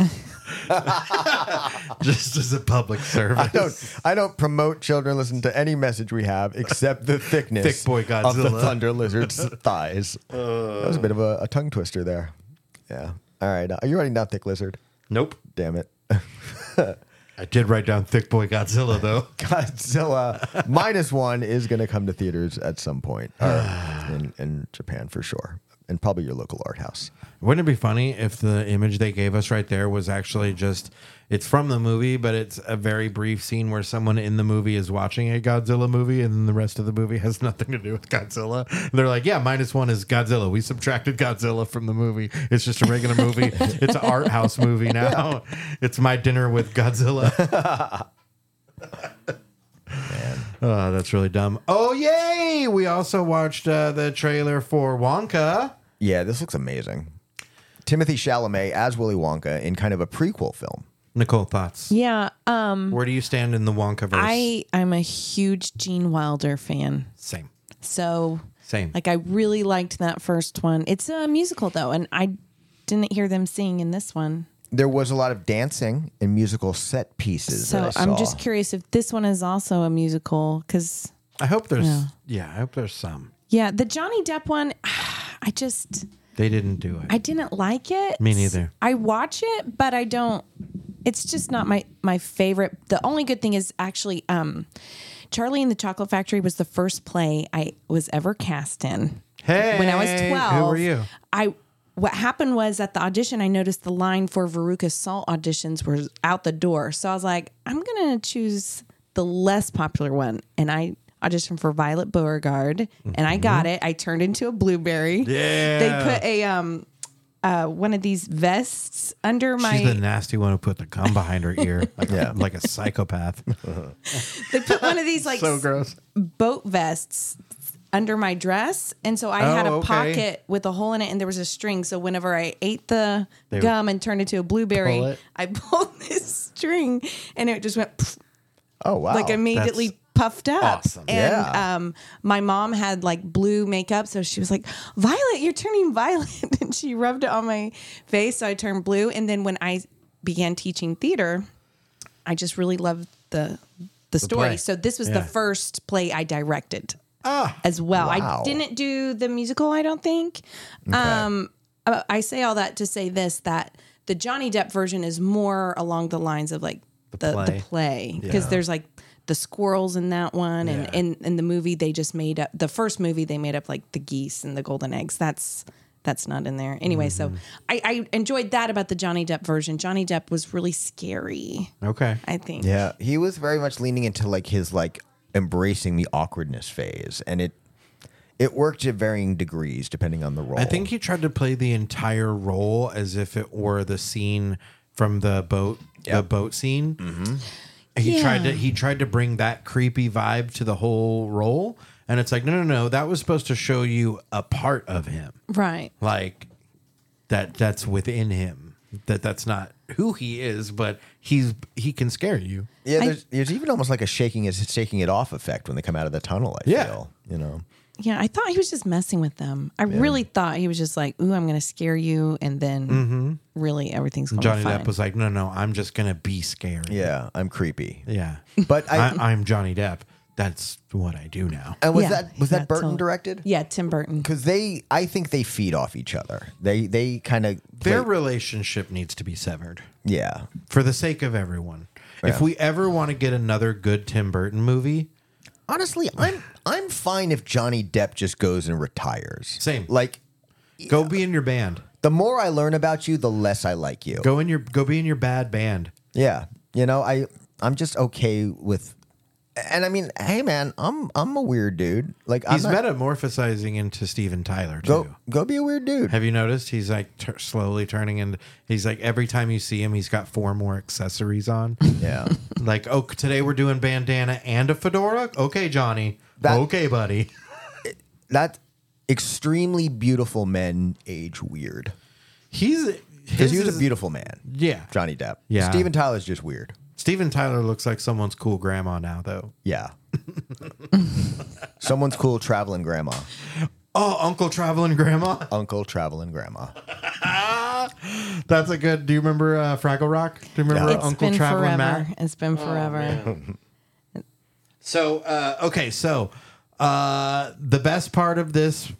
[SPEAKER 1] is. Just as a public service.
[SPEAKER 2] I don't. I don't promote children listen to any message we have except the thickness
[SPEAKER 1] Thick boy
[SPEAKER 2] of the
[SPEAKER 1] Godzilla.
[SPEAKER 2] thunder lizard's thighs. that was a bit of a, a tongue twister there. Yeah. All right. Are you writing down thick lizard?
[SPEAKER 1] Nope.
[SPEAKER 2] Damn it.
[SPEAKER 1] I did write down thick boy Godzilla though.
[SPEAKER 2] Godzilla minus one is going to come to theaters at some point or in, in Japan for sure. and probably your local art house.
[SPEAKER 1] Wouldn't it be funny if the image they gave us right there was actually just it's from the movie, but it's a very brief scene where someone in the movie is watching a Godzilla movie and then the rest of the movie has nothing to do with Godzilla. And they're like, Yeah, minus one is Godzilla. We subtracted Godzilla from the movie. It's just a regular movie. It's an art house movie now. It's my dinner with Godzilla. Oh, that's really dumb. Oh yay! We also watched uh, the trailer for Wonka.
[SPEAKER 2] Yeah, this looks amazing. Timothy Chalamet as Willy Wonka in kind of a prequel film.
[SPEAKER 1] Nicole, thoughts?
[SPEAKER 3] Yeah. Um,
[SPEAKER 1] Where do you stand in the Wonka verse?
[SPEAKER 3] I I'm a huge Gene Wilder fan.
[SPEAKER 1] Same.
[SPEAKER 3] So
[SPEAKER 1] Same.
[SPEAKER 3] Like I really liked that first one. It's a musical though, and I didn't hear them sing in this one.
[SPEAKER 2] There was a lot of dancing and musical set pieces.
[SPEAKER 3] So
[SPEAKER 2] that I
[SPEAKER 3] I'm
[SPEAKER 2] saw.
[SPEAKER 3] just curious if this one is also a musical because
[SPEAKER 1] I hope there's yeah. I hope there's some.
[SPEAKER 3] yeah, the Johnny Depp one, I just
[SPEAKER 1] They didn't do it.
[SPEAKER 3] I didn't like it.
[SPEAKER 1] Me neither.
[SPEAKER 3] I watch it, but I don't. It's just not my my favorite. The only good thing is actually, um, Charlie and the Chocolate Factory was the first play I was ever cast in.
[SPEAKER 1] hey,
[SPEAKER 3] when I was twelve,
[SPEAKER 1] who were you?
[SPEAKER 3] I what happened was at the audition, I noticed the line for Veruca Salt auditions was out the door. So I was like, I'm gonna choose the less popular one, and I auditioned for Violet Beauregard, and I got it. I turned into a blueberry.
[SPEAKER 1] Mm-hmm. Yeah.
[SPEAKER 3] they put a um. Uh, one of these vests under my
[SPEAKER 1] She's the nasty one who put the gum behind her ear, like, a, like a psychopath.
[SPEAKER 3] they put one of these like
[SPEAKER 1] gross.
[SPEAKER 3] boat vests under my dress and so i had a
[SPEAKER 1] Oh, okay.
[SPEAKER 3] pocket with a hole in it and there was a string so whenever i ate the
[SPEAKER 1] They
[SPEAKER 3] gum and turned into a blueberry
[SPEAKER 1] Pull it.
[SPEAKER 3] i pulled this string and it just went pff,
[SPEAKER 2] oh wow,
[SPEAKER 3] like immediately puffed up
[SPEAKER 1] awesome.
[SPEAKER 3] and
[SPEAKER 2] Yeah.
[SPEAKER 3] um, my mom had like blue makeup so she was like violet you're turning violet and she rubbed it on my face so i turned blue and then when i began teaching theater i just really loved the the story
[SPEAKER 1] play.
[SPEAKER 3] so this was the
[SPEAKER 1] Yeah.
[SPEAKER 3] first play i directed as well
[SPEAKER 2] wow.
[SPEAKER 3] i didn't do the musical i don't think um, uh, i say all that to say this that the johnny depp version is more along the lines of like the, the
[SPEAKER 1] play.
[SPEAKER 3] play play because there's like the squirrels in that one and
[SPEAKER 1] Yeah.
[SPEAKER 3] in, in the movie they just made up the first movie they made up like the geese and the golden eggs that's that's not in there anyway
[SPEAKER 1] Mm-hmm.
[SPEAKER 3] so I, I enjoyed that about the johnny depp version johnny depp was really scary
[SPEAKER 1] Okay.
[SPEAKER 3] i think
[SPEAKER 2] Yeah, he was very much leaning into like his like embracing the awkwardness phase, and it it worked at varying degrees depending on the role.
[SPEAKER 1] I think he tried to play the entire role as if it were the scene from the boat, the boat scene. He
[SPEAKER 3] Mm-hmm. Yeah.
[SPEAKER 1] tried to he tried to bring that creepy vibe to the whole role, and it's like no, no, no. That was supposed to show you a part of him,
[SPEAKER 3] right
[SPEAKER 1] like that. That's within him. That that's not who he is, but he's he can scare you.
[SPEAKER 2] yeah,
[SPEAKER 3] I-
[SPEAKER 2] there's, there's even almost like a shaking is shaking it off effect when they come out of the tunnel. I
[SPEAKER 1] Yeah.
[SPEAKER 2] feel you know.
[SPEAKER 3] yeah i thought he was just messing with them i really thought he was just like ooh i'm gonna scare you and then really everything's going
[SPEAKER 1] Mm-hmm. Johnny
[SPEAKER 3] to fine.
[SPEAKER 1] Depp was like, no, no, I'm just gonna be scary.
[SPEAKER 2] Oh, Yeah, I'm creepy.
[SPEAKER 1] yeah.
[SPEAKER 2] But I,
[SPEAKER 1] I, I'm Johnny Depp. That's what I do now.
[SPEAKER 2] and was
[SPEAKER 3] Yeah,
[SPEAKER 2] that was
[SPEAKER 3] yeah,
[SPEAKER 2] that Burton
[SPEAKER 3] totally.
[SPEAKER 2] directed?
[SPEAKER 3] yeah tim burton
[SPEAKER 2] Because they, I think they feed off each other. They they kind of
[SPEAKER 1] Their relationship needs to be severed.
[SPEAKER 2] yeah.
[SPEAKER 1] for the sake of everyone. If
[SPEAKER 2] Yeah.
[SPEAKER 1] we ever want to get another good Tim Burton movie,
[SPEAKER 2] Honestly, I'm I'm fine if Johnny Depp just goes and retires.
[SPEAKER 1] Same.
[SPEAKER 2] Like
[SPEAKER 1] go be in your band.
[SPEAKER 2] the more I learn about you, the less I like you.
[SPEAKER 1] Go in your go be in your bad band.
[SPEAKER 2] Yeah. You know, I I'm just okay with and I mean, hey man, I'm I'm a weird dude. Like I'm
[SPEAKER 1] He's
[SPEAKER 2] not,
[SPEAKER 1] metamorphosizing into Steven Tyler too.
[SPEAKER 2] go go be a weird dude.
[SPEAKER 1] Have you noticed he's like tur slowly turning into he's like every time you see him he's got four more accessories on.
[SPEAKER 2] Yeah.
[SPEAKER 1] like, "Oh, today we're doing bandana and a fedora?" Okay, Johnny.
[SPEAKER 2] That-
[SPEAKER 1] okay, buddy.
[SPEAKER 2] that extremely beautiful men age weird.
[SPEAKER 1] He's
[SPEAKER 2] Cuz
[SPEAKER 1] his
[SPEAKER 2] he was
[SPEAKER 1] is-
[SPEAKER 2] a beautiful man.
[SPEAKER 1] Yeah.
[SPEAKER 2] Johnny Depp.
[SPEAKER 1] Yeah.
[SPEAKER 2] Steven Tyler's just weird.
[SPEAKER 1] Steven Tyler looks like someone's cool grandma now though.
[SPEAKER 2] Yeah. Someone's cool traveling grandma.
[SPEAKER 1] Oh, Uncle Traveling Grandma.
[SPEAKER 2] Uncle traveling grandma.
[SPEAKER 1] That's a good. Do you remember uh, Fraggle Rock? Do you remember
[SPEAKER 3] It's
[SPEAKER 1] Uncle
[SPEAKER 3] been
[SPEAKER 1] Traveling
[SPEAKER 3] forever
[SPEAKER 1] Matt?
[SPEAKER 3] it's been forever
[SPEAKER 1] So uh, okay, so uh, the best part of this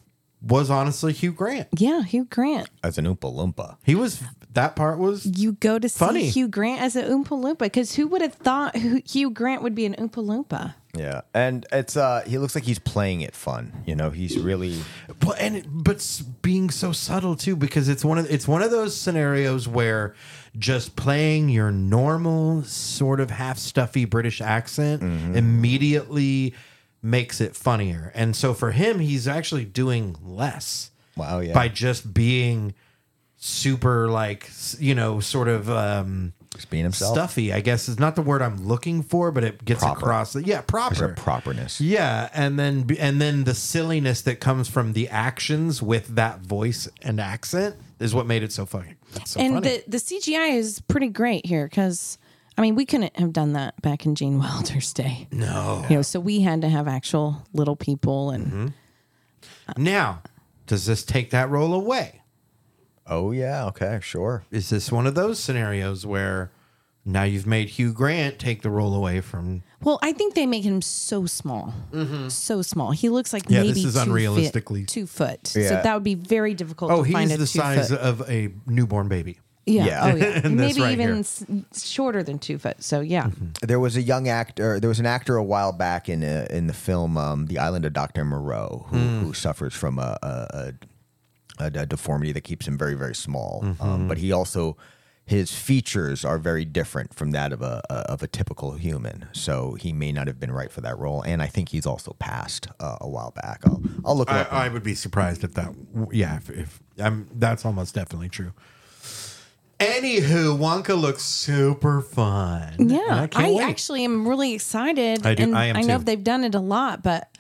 [SPEAKER 1] was honestly Hugh Grant.
[SPEAKER 3] yeah hugh grant
[SPEAKER 2] As an Oompa Loompa.
[SPEAKER 1] He was that part was
[SPEAKER 3] you go to
[SPEAKER 1] Funny.
[SPEAKER 3] see Hugh Grant as an Oompa Loompa because who would have thought who, Hugh Grant would be an Oompa Loompa?
[SPEAKER 2] Yeah, and it's uh, he looks like he's playing it fun. You know, he's really
[SPEAKER 1] Well, and it, but s- being so subtle too, because it's one of it's one of those scenarios where just playing your normal sort of half stuffy British accent
[SPEAKER 2] Mm-hmm.
[SPEAKER 1] immediately makes it funnier. And so for him, he's actually doing less.
[SPEAKER 2] Wow, yeah.
[SPEAKER 1] By just being super like s- you know sort of um
[SPEAKER 2] just being himself.
[SPEAKER 1] stuffy i guess is not the word i'm looking for but it gets
[SPEAKER 2] Proper.
[SPEAKER 1] across that yeah
[SPEAKER 2] There's a
[SPEAKER 1] proper
[SPEAKER 2] properness.
[SPEAKER 1] yeah, and then and then the silliness that comes from the actions with that voice and accent is what made it so fucking so
[SPEAKER 3] and
[SPEAKER 1] funny.
[SPEAKER 3] the, the CGI is pretty great here because I mean we couldn't have done that back in Gene Wilder's day. No, you know, so we had to have actual little people, and
[SPEAKER 1] Mm-hmm. now, does this take that role away?
[SPEAKER 2] Oh yeah, okay, sure.
[SPEAKER 1] Is this one of those scenarios where now you've made Hugh Grant take the role away from?
[SPEAKER 3] well, I think they make him so small, so small. He looks like
[SPEAKER 1] Yeah,
[SPEAKER 3] maybe
[SPEAKER 1] this is
[SPEAKER 3] two
[SPEAKER 1] unrealistically-
[SPEAKER 3] feet, two foot.
[SPEAKER 2] Yeah.
[SPEAKER 3] So that would be very difficult.
[SPEAKER 1] Oh,
[SPEAKER 3] to find
[SPEAKER 1] he's
[SPEAKER 3] a
[SPEAKER 1] the
[SPEAKER 3] two
[SPEAKER 1] size
[SPEAKER 3] Foot.
[SPEAKER 1] of a newborn baby.
[SPEAKER 3] Yeah.
[SPEAKER 2] Yeah.
[SPEAKER 3] Oh, yeah.
[SPEAKER 1] And this
[SPEAKER 3] Maybe
[SPEAKER 1] right
[SPEAKER 3] even
[SPEAKER 1] here. Mm-hmm.
[SPEAKER 3] s- shorter than two foot. So yeah.
[SPEAKER 2] There was a young actor. There was an actor a while back in uh, in the film um, "The Island of Doctor Moreau," who, who suffers from a a, a, a a deformity that keeps him very very small. Um, but he also his features are very different from that of a a- of a typical human, so he may not have been right for that role. And I think he's also passed uh, a while back. I'll, I'll look it up.
[SPEAKER 1] I, I would be surprised if that. Yeah, if, if I'm, that's almost definitely true. Anywho, Wonka looks super fun. And
[SPEAKER 3] Yeah,
[SPEAKER 1] can't
[SPEAKER 3] I,
[SPEAKER 1] wait.
[SPEAKER 3] actually am really excited.
[SPEAKER 1] I do-
[SPEAKER 3] And
[SPEAKER 1] I am
[SPEAKER 3] know
[SPEAKER 1] too.
[SPEAKER 3] they've done it a lot, but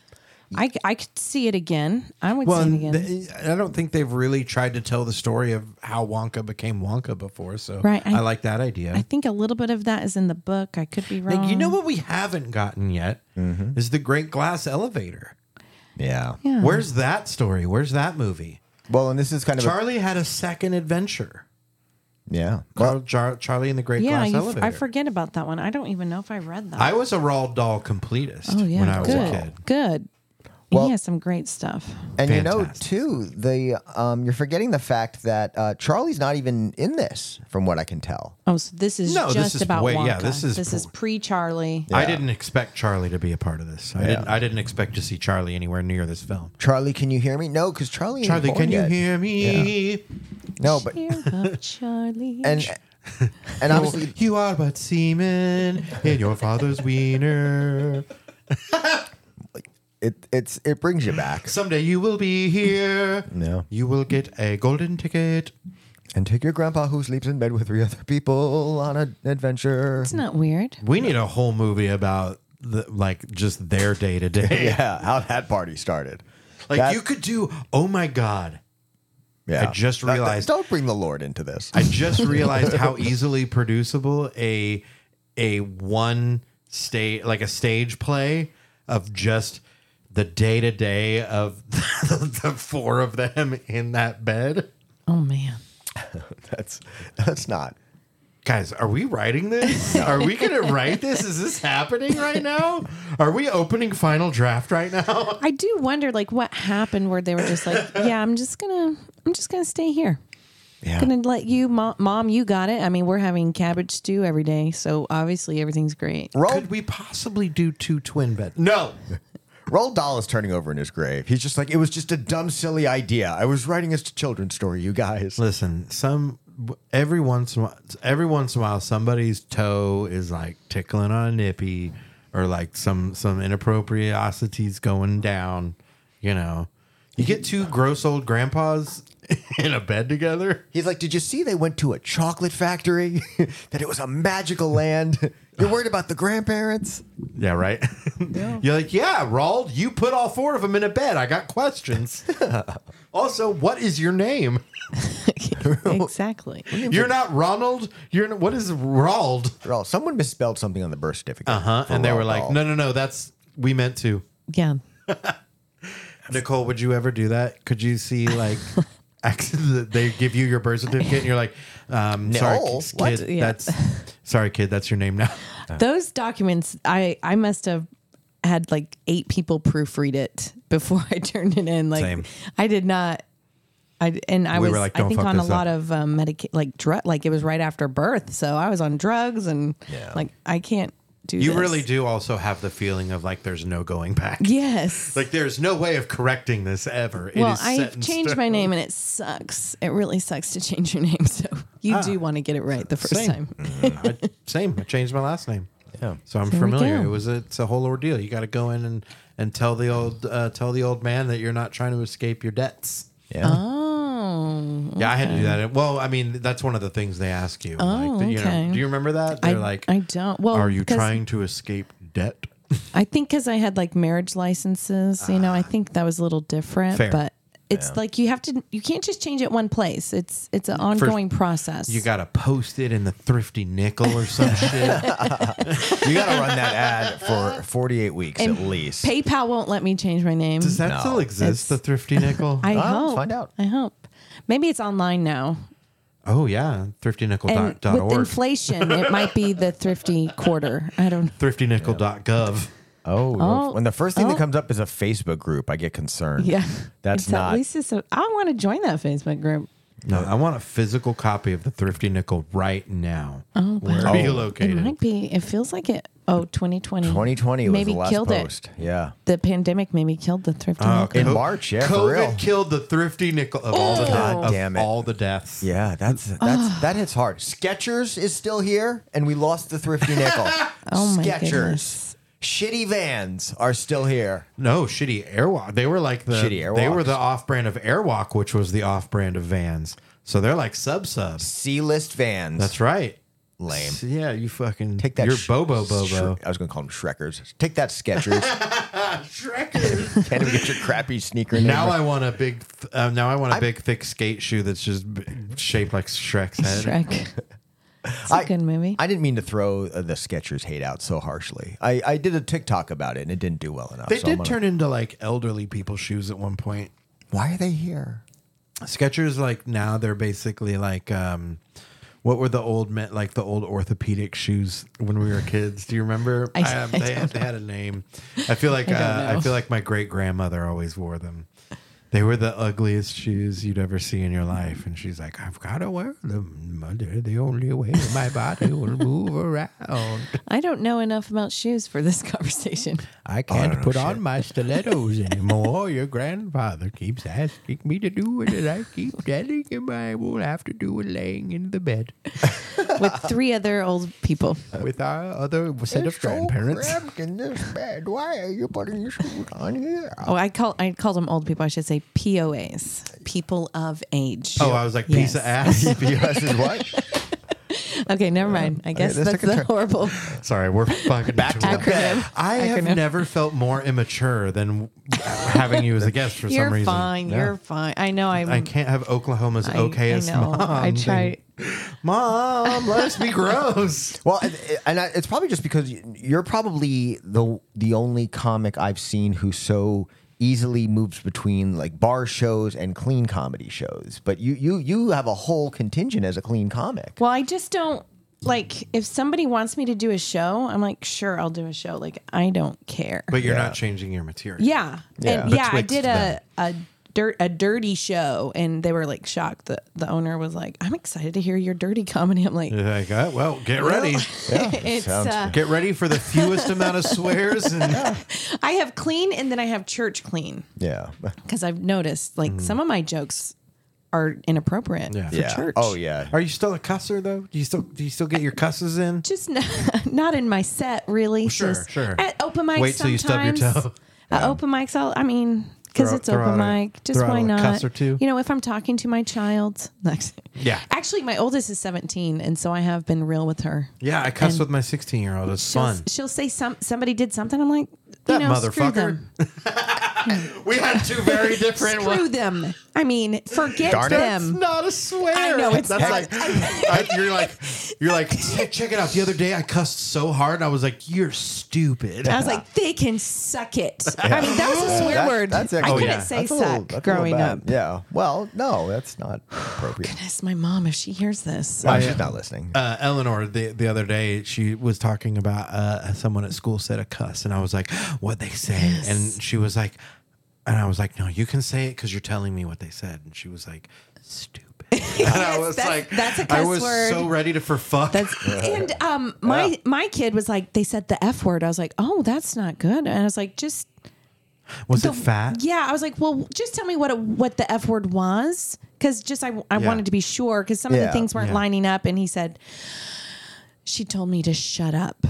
[SPEAKER 3] I, c- I could see it again. I would
[SPEAKER 1] Well,
[SPEAKER 3] see it
[SPEAKER 1] and
[SPEAKER 3] again.
[SPEAKER 1] th- I don't think they've really tried to tell the story of how Wonka became Wonka before, so
[SPEAKER 3] Right,
[SPEAKER 1] I,
[SPEAKER 3] I-
[SPEAKER 1] like that idea.
[SPEAKER 3] I think a little bit of that is in the book. I could be wrong.
[SPEAKER 1] Like, you know what we haven't gotten yet
[SPEAKER 2] Mm-hmm.
[SPEAKER 1] is the Great Glass Elevator.
[SPEAKER 2] yeah.
[SPEAKER 3] Yeah.
[SPEAKER 1] Where's that story? Where's that movie?
[SPEAKER 2] Well, and this is kind of a-
[SPEAKER 1] Charlie had a second adventure.
[SPEAKER 2] yeah.
[SPEAKER 1] Carl, Jar- Charlie and the Great
[SPEAKER 3] Yeah,
[SPEAKER 1] Glass
[SPEAKER 3] you f-
[SPEAKER 1] Elevator.
[SPEAKER 3] I forget about that one. I don't even know if I read that.
[SPEAKER 1] I was a Roald Dahl completist
[SPEAKER 3] oh yeah,
[SPEAKER 1] when I was
[SPEAKER 3] good,
[SPEAKER 1] a kid.
[SPEAKER 3] good.
[SPEAKER 2] Well-
[SPEAKER 3] he has some great stuff.
[SPEAKER 1] Fantastic.
[SPEAKER 2] And you know, too, the um, you're forgetting the fact that uh, Charlie's not even in this, from what I can tell.
[SPEAKER 3] Oh, so this is
[SPEAKER 1] No, this
[SPEAKER 3] just
[SPEAKER 1] is
[SPEAKER 3] about
[SPEAKER 1] way-
[SPEAKER 3] Wonka.
[SPEAKER 1] yeah, this is
[SPEAKER 3] this is
[SPEAKER 1] pr-
[SPEAKER 3] pre Charlie.
[SPEAKER 1] I didn't expect Charlie to be a part of this. I didn't. I didn't expect to see Charlie anywhere near this film.
[SPEAKER 2] Charlie, can you hear me? No, because Charlie. ain't
[SPEAKER 1] Charlie,
[SPEAKER 2] born
[SPEAKER 1] can you
[SPEAKER 2] yet.
[SPEAKER 1] hear me?
[SPEAKER 2] No, but
[SPEAKER 3] Cheer up, Charlie.
[SPEAKER 2] and and obviously,
[SPEAKER 1] You are but semen in your father's wiener.
[SPEAKER 2] it it's it brings you back.
[SPEAKER 1] Someday you will be here.
[SPEAKER 2] Yeah.
[SPEAKER 1] You will get a golden ticket.
[SPEAKER 2] And take your grandpa who sleeps in bed with three other people on an adventure.
[SPEAKER 3] it's not weird.
[SPEAKER 1] We need a whole movie about the, like just their day to day.
[SPEAKER 2] Yeah, how that party started.
[SPEAKER 1] Like
[SPEAKER 2] That-
[SPEAKER 1] you could do. Oh my god!
[SPEAKER 2] Yeah,
[SPEAKER 1] I just
[SPEAKER 2] Don't- don't-
[SPEAKER 1] realized-
[SPEAKER 2] Don't bring the Lord into this.
[SPEAKER 1] I just realized how easily producible a a one stage like a stage play of just the day to day of the four of them in that bed.
[SPEAKER 3] Oh man.
[SPEAKER 2] that's that's not.
[SPEAKER 1] Guys, are we writing this? Are we going to write this? Is this happening right now? Are we opening final draft right now?
[SPEAKER 3] I do wonder like what happened where they were just like, yeah, I'm just gonna I'm just gonna stay here.
[SPEAKER 2] Yeah.
[SPEAKER 3] Gonna let you mom, mom, you got it. I mean, we're having cabbage stew every day, so obviously everything's great.
[SPEAKER 2] Roll
[SPEAKER 1] Could we possibly do two twin beds? No.
[SPEAKER 2] Roald Dahl is turning over in his grave. He's just like, it was just a dumb, silly idea. I was writing a children's story, you guys.
[SPEAKER 1] Listen, some every once in a while, every once in a while somebody's toe is like tickling on a nippy or like some some inappropriosities going down, you know. You get two gross old grandpas in a bed together.
[SPEAKER 2] He's like, Did you see they went to a chocolate factory? that it was a magical land? You're worried about the grandparents?
[SPEAKER 1] Yeah, right. You're like, yeah, Rauld, you put all four of them in a bed. I got questions. also, what is your name?
[SPEAKER 3] exactly.
[SPEAKER 1] You're not Ronald. You're not, what is Rauld?
[SPEAKER 2] They're all- Someone misspelled something on the birth certificate.
[SPEAKER 1] Uh huh.
[SPEAKER 2] for
[SPEAKER 1] And they
[SPEAKER 2] Roald
[SPEAKER 1] were like,
[SPEAKER 2] Dahl.
[SPEAKER 1] no, no, no. That's we meant to.
[SPEAKER 3] Yeah.
[SPEAKER 1] Nicole, would you ever do that? Could you see like? accident- They give you your birth certificate, and you're like, um, "Sorry,
[SPEAKER 2] Nicole?
[SPEAKER 1] kid,
[SPEAKER 3] What? Yeah.
[SPEAKER 1] that's sorry, kid, that's your name now."
[SPEAKER 3] Those documents I I must have had like eight people proofread it before I turned it in. Like
[SPEAKER 1] Same.
[SPEAKER 3] I did not I, and I
[SPEAKER 1] We were
[SPEAKER 3] was
[SPEAKER 1] like,
[SPEAKER 3] I
[SPEAKER 1] "Don't
[SPEAKER 3] think
[SPEAKER 1] fuck
[SPEAKER 3] on a
[SPEAKER 1] this
[SPEAKER 3] lot
[SPEAKER 1] up."
[SPEAKER 3] of um, medica- like drug like it was right after birth, so I was on drugs and like I can't do
[SPEAKER 1] You
[SPEAKER 3] this.
[SPEAKER 1] really do also have the feeling of like there's no going back.
[SPEAKER 3] Yes.
[SPEAKER 1] Like there's no way of correcting this ever. It
[SPEAKER 3] well,
[SPEAKER 1] is set
[SPEAKER 3] I've
[SPEAKER 1] in
[SPEAKER 3] changed
[SPEAKER 1] stone.
[SPEAKER 3] my name and it sucks. It really sucks to change your name. So you do want to get it right the first
[SPEAKER 1] Ah. Same. Mm-hmm.
[SPEAKER 3] time.
[SPEAKER 1] I, same. I changed my last name. Yeah. So I'm
[SPEAKER 3] There we
[SPEAKER 1] familiar.
[SPEAKER 3] go.
[SPEAKER 1] It was a, it's a whole ordeal. You got to go in and and tell the old uh, tell the old man that you're not trying to escape your debts.
[SPEAKER 2] Yeah.
[SPEAKER 3] Oh.
[SPEAKER 1] Yeah, I had to do that. Well, I mean, that's one of the things they ask you.
[SPEAKER 3] Oh,
[SPEAKER 1] like, you
[SPEAKER 3] okay.
[SPEAKER 1] know, do you remember that?
[SPEAKER 3] I,
[SPEAKER 1] They're like,
[SPEAKER 3] I don't. Well,
[SPEAKER 1] are you
[SPEAKER 3] 'cause
[SPEAKER 1] trying to escape debt?
[SPEAKER 3] I think because I had like marriage licenses, you know, I think that was a little different.
[SPEAKER 1] Ah. Fair.
[SPEAKER 3] But it's like you have to, you can't just change it one place. It's it's an ongoing process.
[SPEAKER 1] You got to post it in the thrifty nickel or some shit.
[SPEAKER 2] You got to run that ad for 48 weeks at least.
[SPEAKER 3] PayPal won't let me change my name.
[SPEAKER 1] Does that Oh,
[SPEAKER 2] No.
[SPEAKER 1] still exist?
[SPEAKER 3] That's-
[SPEAKER 1] The thrifty nickel?
[SPEAKER 3] I
[SPEAKER 2] Well,
[SPEAKER 3] hope.
[SPEAKER 2] let's find out.
[SPEAKER 3] I hope. Maybe it's online now.
[SPEAKER 1] oh, yeah.
[SPEAKER 3] And
[SPEAKER 1] Thriftynickel.org.
[SPEAKER 3] with inflation, it might be the thrifty quarter. I don't.
[SPEAKER 1] thriftynickel.gov.
[SPEAKER 2] Oh,
[SPEAKER 3] Oh.
[SPEAKER 2] when the first thing
[SPEAKER 3] Oh.
[SPEAKER 2] that comes up is a Facebook group, I get concerned.
[SPEAKER 3] Yeah,
[SPEAKER 2] That's
[SPEAKER 3] It's
[SPEAKER 2] not-
[SPEAKER 3] At least it's a, I want to join that Facebook group.
[SPEAKER 1] No, I want a physical copy of the thrifty nickel right now. Oh, Where
[SPEAKER 2] wow.
[SPEAKER 1] are you
[SPEAKER 2] Oh.
[SPEAKER 1] located?
[SPEAKER 3] It might be. It feels like it. Oh, 2020.
[SPEAKER 2] 2020 was
[SPEAKER 3] maybe
[SPEAKER 2] the last
[SPEAKER 3] killed
[SPEAKER 2] post. Ah, Yeah.
[SPEAKER 3] it. The pandemic maybe killed the thrifty.
[SPEAKER 1] Oh,
[SPEAKER 3] nickel.
[SPEAKER 1] okay.
[SPEAKER 2] In
[SPEAKER 1] Co-
[SPEAKER 2] March, yeah, for
[SPEAKER 1] COVID
[SPEAKER 2] real.
[SPEAKER 1] killed the thrifty nickel of all the
[SPEAKER 2] God
[SPEAKER 1] of
[SPEAKER 2] damn it.
[SPEAKER 1] all the deaths.
[SPEAKER 2] Yeah, that's that's that hits hard. Skechers is still here, and we lost the thrifty nickel.
[SPEAKER 3] Oh my
[SPEAKER 2] Skechers,
[SPEAKER 3] goodness.
[SPEAKER 2] shitty Vans are still here.
[SPEAKER 1] No, shitty Airwalk. They were like the
[SPEAKER 2] Shitty Airwalks.
[SPEAKER 1] they were the off brand of Airwalk, which was the off brand of Vans. So they're like sub subs.
[SPEAKER 2] C list Vans.
[SPEAKER 1] That's right.
[SPEAKER 2] lame.
[SPEAKER 1] So, yeah, you fucking
[SPEAKER 2] Take that.
[SPEAKER 1] You're
[SPEAKER 2] Sh-
[SPEAKER 1] Bobo
[SPEAKER 2] Sh-
[SPEAKER 1] Bobo.
[SPEAKER 2] I was gonna call them Shrekers. Take that, Skechers. Shrekers. Can't even get your crappy sneaker. name
[SPEAKER 1] Now
[SPEAKER 2] right.
[SPEAKER 1] I want a big. th- Uh, now I want a big thick skate shoe that's just b- shaped like Shrek's head.
[SPEAKER 3] Shrek. It's a
[SPEAKER 2] I-
[SPEAKER 3] good movie.
[SPEAKER 2] I didn't mean to throw uh, the Skechers hate out so harshly. I, I did a TikTok about it and it didn't do well enough.
[SPEAKER 1] They
[SPEAKER 2] so I'm
[SPEAKER 1] did
[SPEAKER 2] gonna-
[SPEAKER 1] turn into like elderly people's shoes at one point.
[SPEAKER 2] Why are they here?
[SPEAKER 1] Skechers like now they're basically like um what were the old men like the old orthopedic shoes when we were kids? Do you remember? Um,
[SPEAKER 3] I- I
[SPEAKER 1] they, had, they had a name. I feel like uh, I
[SPEAKER 3] know.
[SPEAKER 1] feel like my great grandmother always wore them. They were the ugliest shoes you'd ever see in your life, and she's like, "I've got to wear them. Mother, the only way my body will move around.
[SPEAKER 3] I don't know enough about shoes for this conversation.
[SPEAKER 1] I can't
[SPEAKER 2] know
[SPEAKER 1] put
[SPEAKER 2] shit.
[SPEAKER 1] on my stilettos anymore. Your grandfather keeps asking me to do it, and I keep telling him I will have to do it laying in the bed."
[SPEAKER 3] With three other old people.
[SPEAKER 1] with our other set of
[SPEAKER 2] It's so
[SPEAKER 1] grandparents.
[SPEAKER 2] cramped in this bed. Why are you putting your shoes on here?
[SPEAKER 3] Oh, I call I called them old people. I should say POAs, people of age.
[SPEAKER 1] Oh, I was like, piece of ass.
[SPEAKER 2] Yes, is what?
[SPEAKER 3] Okay, never mind. I guess
[SPEAKER 2] this
[SPEAKER 3] that's
[SPEAKER 2] took a
[SPEAKER 3] the
[SPEAKER 2] turn.
[SPEAKER 3] horrible
[SPEAKER 1] Sorry, we're fucking back
[SPEAKER 2] to the-
[SPEAKER 3] acronym.
[SPEAKER 1] I have
[SPEAKER 3] acronym.
[SPEAKER 1] never felt more immature than having you as a guest for
[SPEAKER 3] You're
[SPEAKER 1] some reason.
[SPEAKER 3] fine. You're fine. I know. I'm.
[SPEAKER 1] I can't have Oklahoma's
[SPEAKER 3] I-
[SPEAKER 1] okay
[SPEAKER 3] I
[SPEAKER 1] as
[SPEAKER 3] know.
[SPEAKER 1] mom.
[SPEAKER 3] I try.
[SPEAKER 1] thing. Mom, let's be gross.
[SPEAKER 2] Well, and- and I, it's probably just because you- you're probably the the only comic I've seen who so easily moves between like bar shows and clean comedy shows. But you you you have a whole contingent as a clean comic.
[SPEAKER 3] Well, I just don't like if somebody wants me to do a show. I'm like, sure, I'll do a show. Like, I don't care.
[SPEAKER 1] But you're not changing your material.
[SPEAKER 3] Yeah.
[SPEAKER 2] Yeah.
[SPEAKER 3] And yeah, I
[SPEAKER 1] Betwixt
[SPEAKER 3] did
[SPEAKER 1] them.
[SPEAKER 3] a, a dirt a dirty show and they were like shocked that the owner was like, I'm excited to hear your dirty comedy. I'm like,
[SPEAKER 1] You're like, "Oh, well, get ready.
[SPEAKER 3] it's
[SPEAKER 2] sounds
[SPEAKER 3] uh,
[SPEAKER 1] Get ready for the fewest amount of swears. And
[SPEAKER 3] I have clean and then I have church clean.
[SPEAKER 2] Yeah.
[SPEAKER 3] Because I've noticed like some of my jokes are inappropriate
[SPEAKER 1] Mm. Yeah.
[SPEAKER 3] for
[SPEAKER 2] yeah.
[SPEAKER 3] church.
[SPEAKER 2] Oh yeah.
[SPEAKER 1] Are you still a cusser though? Do you still do you still get your cusses in?
[SPEAKER 3] Just not, not in my set, really.
[SPEAKER 1] sure,
[SPEAKER 3] Just
[SPEAKER 1] sure.
[SPEAKER 3] At open mics,
[SPEAKER 1] Wait till you stub your
[SPEAKER 3] sometimes.
[SPEAKER 1] toe.
[SPEAKER 3] At open mics, I'll, I mean, because
[SPEAKER 1] Throw-
[SPEAKER 3] it's
[SPEAKER 1] throw
[SPEAKER 3] open
[SPEAKER 1] out a-
[SPEAKER 3] mic. Just
[SPEAKER 1] throw out
[SPEAKER 3] why
[SPEAKER 1] a
[SPEAKER 3] not?
[SPEAKER 1] cuss or two.
[SPEAKER 3] You know, if I'm talking to my child.
[SPEAKER 1] Yeah.
[SPEAKER 3] Actually, my oldest is 17, and so I have been real with her.
[SPEAKER 1] Yeah, I cuss
[SPEAKER 3] And-
[SPEAKER 1] with my 16 year old. It's
[SPEAKER 3] She'll,
[SPEAKER 1] fun.
[SPEAKER 3] she'll say some somebody did something. I'm like, you
[SPEAKER 1] That
[SPEAKER 3] know, screw
[SPEAKER 1] motherfucker.
[SPEAKER 3] them.
[SPEAKER 1] We had two very different
[SPEAKER 3] Screw them. I mean, forget
[SPEAKER 2] Darn it.
[SPEAKER 3] them.
[SPEAKER 1] not a swear.
[SPEAKER 3] I know, it's
[SPEAKER 1] That's
[SPEAKER 3] not.
[SPEAKER 1] like I- you're like you're like "Hey, check it out. The other day I cussed so hard and I was like, "You're stupid."
[SPEAKER 3] I was like, they can suck it. I mean, that was a swear
[SPEAKER 2] That-
[SPEAKER 3] word.
[SPEAKER 2] That's
[SPEAKER 3] I
[SPEAKER 2] actually-
[SPEAKER 3] couldn't
[SPEAKER 1] yeah.
[SPEAKER 3] say
[SPEAKER 2] That's a little-
[SPEAKER 3] suck
[SPEAKER 2] that's a little
[SPEAKER 3] growing
[SPEAKER 2] bad.
[SPEAKER 3] up.
[SPEAKER 2] Yeah. Well, no, that's not appropriate.
[SPEAKER 3] Goodness, my mom, if she hears this.
[SPEAKER 2] Why she's not listening.
[SPEAKER 1] uh, Eleanor the, the other day she was talking about uh, someone at school said a cuss and I was like, "What they say?" And she was like, And I was like, no, you can say it because you're telling me what they said. And she was like, stupid. and I
[SPEAKER 3] Yes,
[SPEAKER 1] was
[SPEAKER 3] that's-
[SPEAKER 1] like,
[SPEAKER 3] that's a
[SPEAKER 1] I
[SPEAKER 3] cuss
[SPEAKER 1] was
[SPEAKER 3] word.
[SPEAKER 1] so ready to for fuck.
[SPEAKER 3] That's and um my my kid was like they said the f word. I was like, oh, that's not good. And I was like, just
[SPEAKER 1] was
[SPEAKER 3] the-
[SPEAKER 1] it fat?
[SPEAKER 3] Yeah, I was like, well, just tell me what it, what the f word was, because just I I
[SPEAKER 1] Yeah.
[SPEAKER 3] wanted to be sure because some of
[SPEAKER 2] Yeah,
[SPEAKER 3] the things weren't
[SPEAKER 1] yeah.
[SPEAKER 3] lining up. And he said, she told me to shut up.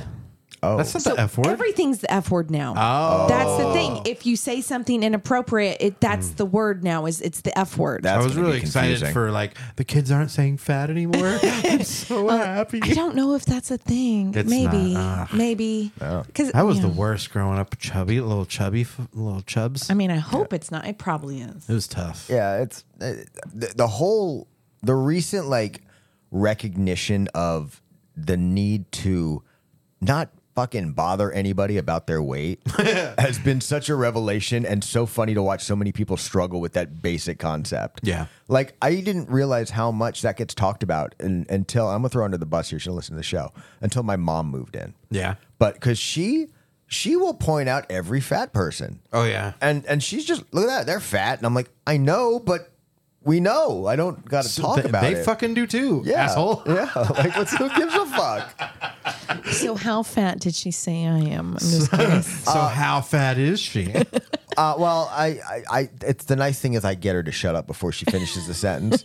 [SPEAKER 3] Oh.
[SPEAKER 1] That's not the F word.
[SPEAKER 3] Everything's the F word now. Oh. That's the thing. If you say something inappropriate, it that's
[SPEAKER 1] Mm.
[SPEAKER 3] the word now is it's the F word.
[SPEAKER 2] That's
[SPEAKER 1] I was
[SPEAKER 2] gonna be
[SPEAKER 1] really excited
[SPEAKER 2] confusing.
[SPEAKER 1] for like the kids aren't saying fat anymore. I'm so
[SPEAKER 2] Uh,
[SPEAKER 1] happy.
[SPEAKER 3] I don't know if that's a thing.
[SPEAKER 1] It's
[SPEAKER 3] maybe.
[SPEAKER 1] not.
[SPEAKER 3] maybe. Because
[SPEAKER 1] That was the worst growing up. Chubby, little chubby, f- little chubs.
[SPEAKER 3] I mean, I hope it's not. It probably is.
[SPEAKER 1] it was tough.
[SPEAKER 2] Yeah, it's uh, the, the whole the recent like recognition of the need to not fucking bother anybody about their weight has been such a revelation and so funny to watch so many people struggle with that basic concept.
[SPEAKER 1] Yeah.
[SPEAKER 2] Like I didn't realize how much that gets talked about and, until I'm gonna throw under the bus here, she'll listen to the show. Until my mom moved in.
[SPEAKER 1] Yeah.
[SPEAKER 2] But cause she she will point out every fat person.
[SPEAKER 1] Oh yeah.
[SPEAKER 2] And and she's just look at that, they're fat, and I'm like, I know, but we know. I don't got to talk
[SPEAKER 1] they,
[SPEAKER 2] about
[SPEAKER 1] they
[SPEAKER 2] it.
[SPEAKER 1] fucking do too.
[SPEAKER 2] yeah, Uh,
[SPEAKER 1] Asshole.
[SPEAKER 2] Yeah, like what's, who gives a fuck?
[SPEAKER 3] So how fat did she say I am? I'm just curious.
[SPEAKER 1] So how fat is she?
[SPEAKER 2] Uh, well, I, I, I, it's the nice thing is I get her to shut up before she finishes the sentence.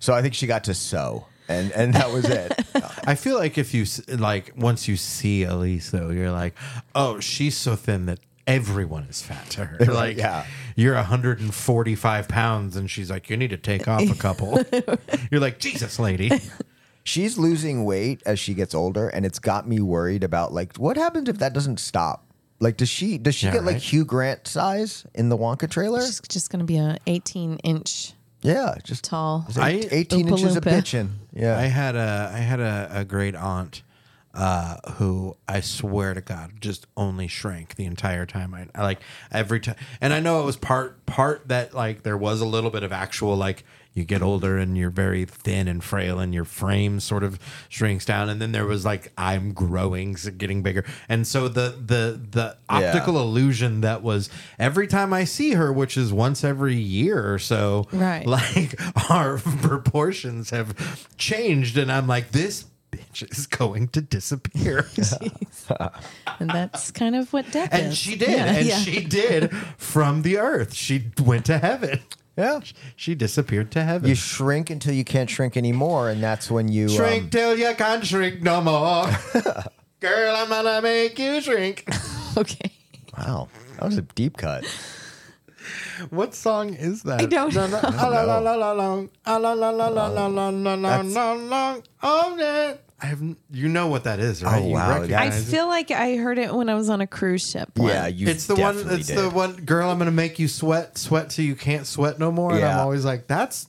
[SPEAKER 2] So I think she got to sew, and and that was it.
[SPEAKER 1] I feel like if you s- like once you see Elise though, you're like, oh, she's so thin that everyone is fat to her. Like,
[SPEAKER 2] yeah.
[SPEAKER 1] you're 145 pounds, and she's like, you need to take off a couple. you're like, Jesus, lady.
[SPEAKER 2] She's losing weight as she gets older, and it's got me worried about like what happens if that doesn't stop. Like, does she does she
[SPEAKER 1] Yeah,
[SPEAKER 2] get like
[SPEAKER 1] right.
[SPEAKER 2] Hugh Grant size in the Wonka trailer?
[SPEAKER 3] She's just going to be a 18 inch
[SPEAKER 2] yeah, just
[SPEAKER 3] tall.
[SPEAKER 1] I-
[SPEAKER 2] eighteen inches of
[SPEAKER 3] Oompa Loompa.
[SPEAKER 2] bitchin'. Yeah,
[SPEAKER 1] I had a I had a, a great aunt uh, who I swear to God just only shrank the entire time. I, I like every time, and I know it was part part that like there was a little bit of actual like you get older and you're very thin and frail and your frame sort of shrinks down, and then there was like I'm growing, so getting bigger, and so the the the
[SPEAKER 2] Yeah.
[SPEAKER 1] optical illusion that was every time I see her, which is once every year or so,
[SPEAKER 3] Right.
[SPEAKER 1] Like our proportions have changed, and I'm like, this bitch is going to disappear.
[SPEAKER 3] And that's kind of what death
[SPEAKER 1] and
[SPEAKER 3] is.
[SPEAKER 1] she did,
[SPEAKER 3] Yeah,
[SPEAKER 1] and
[SPEAKER 3] yeah.
[SPEAKER 1] she did from the earth. She went to heaven.
[SPEAKER 2] yeah.
[SPEAKER 1] She disappeared to heaven.
[SPEAKER 2] You shrink until you can't shrink anymore, and that's when you
[SPEAKER 1] shrink
[SPEAKER 2] um,
[SPEAKER 1] till you can't shrink no more. Girl, I'm gonna make you shrink.
[SPEAKER 3] Okay.
[SPEAKER 2] wow, that was a deep cut.
[SPEAKER 1] What song is that?
[SPEAKER 3] I don't
[SPEAKER 1] No, no, ah, la, la, la, la, long. Ah, la, la, la, la, la, la, la, la,
[SPEAKER 2] That's-
[SPEAKER 1] la, long. Oh, yeah. I haven't. You know what that is, right?
[SPEAKER 2] Oh,
[SPEAKER 1] You
[SPEAKER 2] wow, that-
[SPEAKER 3] I
[SPEAKER 1] recognize it.
[SPEAKER 3] feel like I heard it when I was on a cruise ship. once.
[SPEAKER 2] Yeah, Uh, you.
[SPEAKER 1] it's the one.
[SPEAKER 2] definitely
[SPEAKER 1] It's
[SPEAKER 2] did.
[SPEAKER 1] the one. Girl, I'm gonna make you sweat, sweat till you can't sweat no more. And I'm
[SPEAKER 2] Yeah.
[SPEAKER 1] always like, that's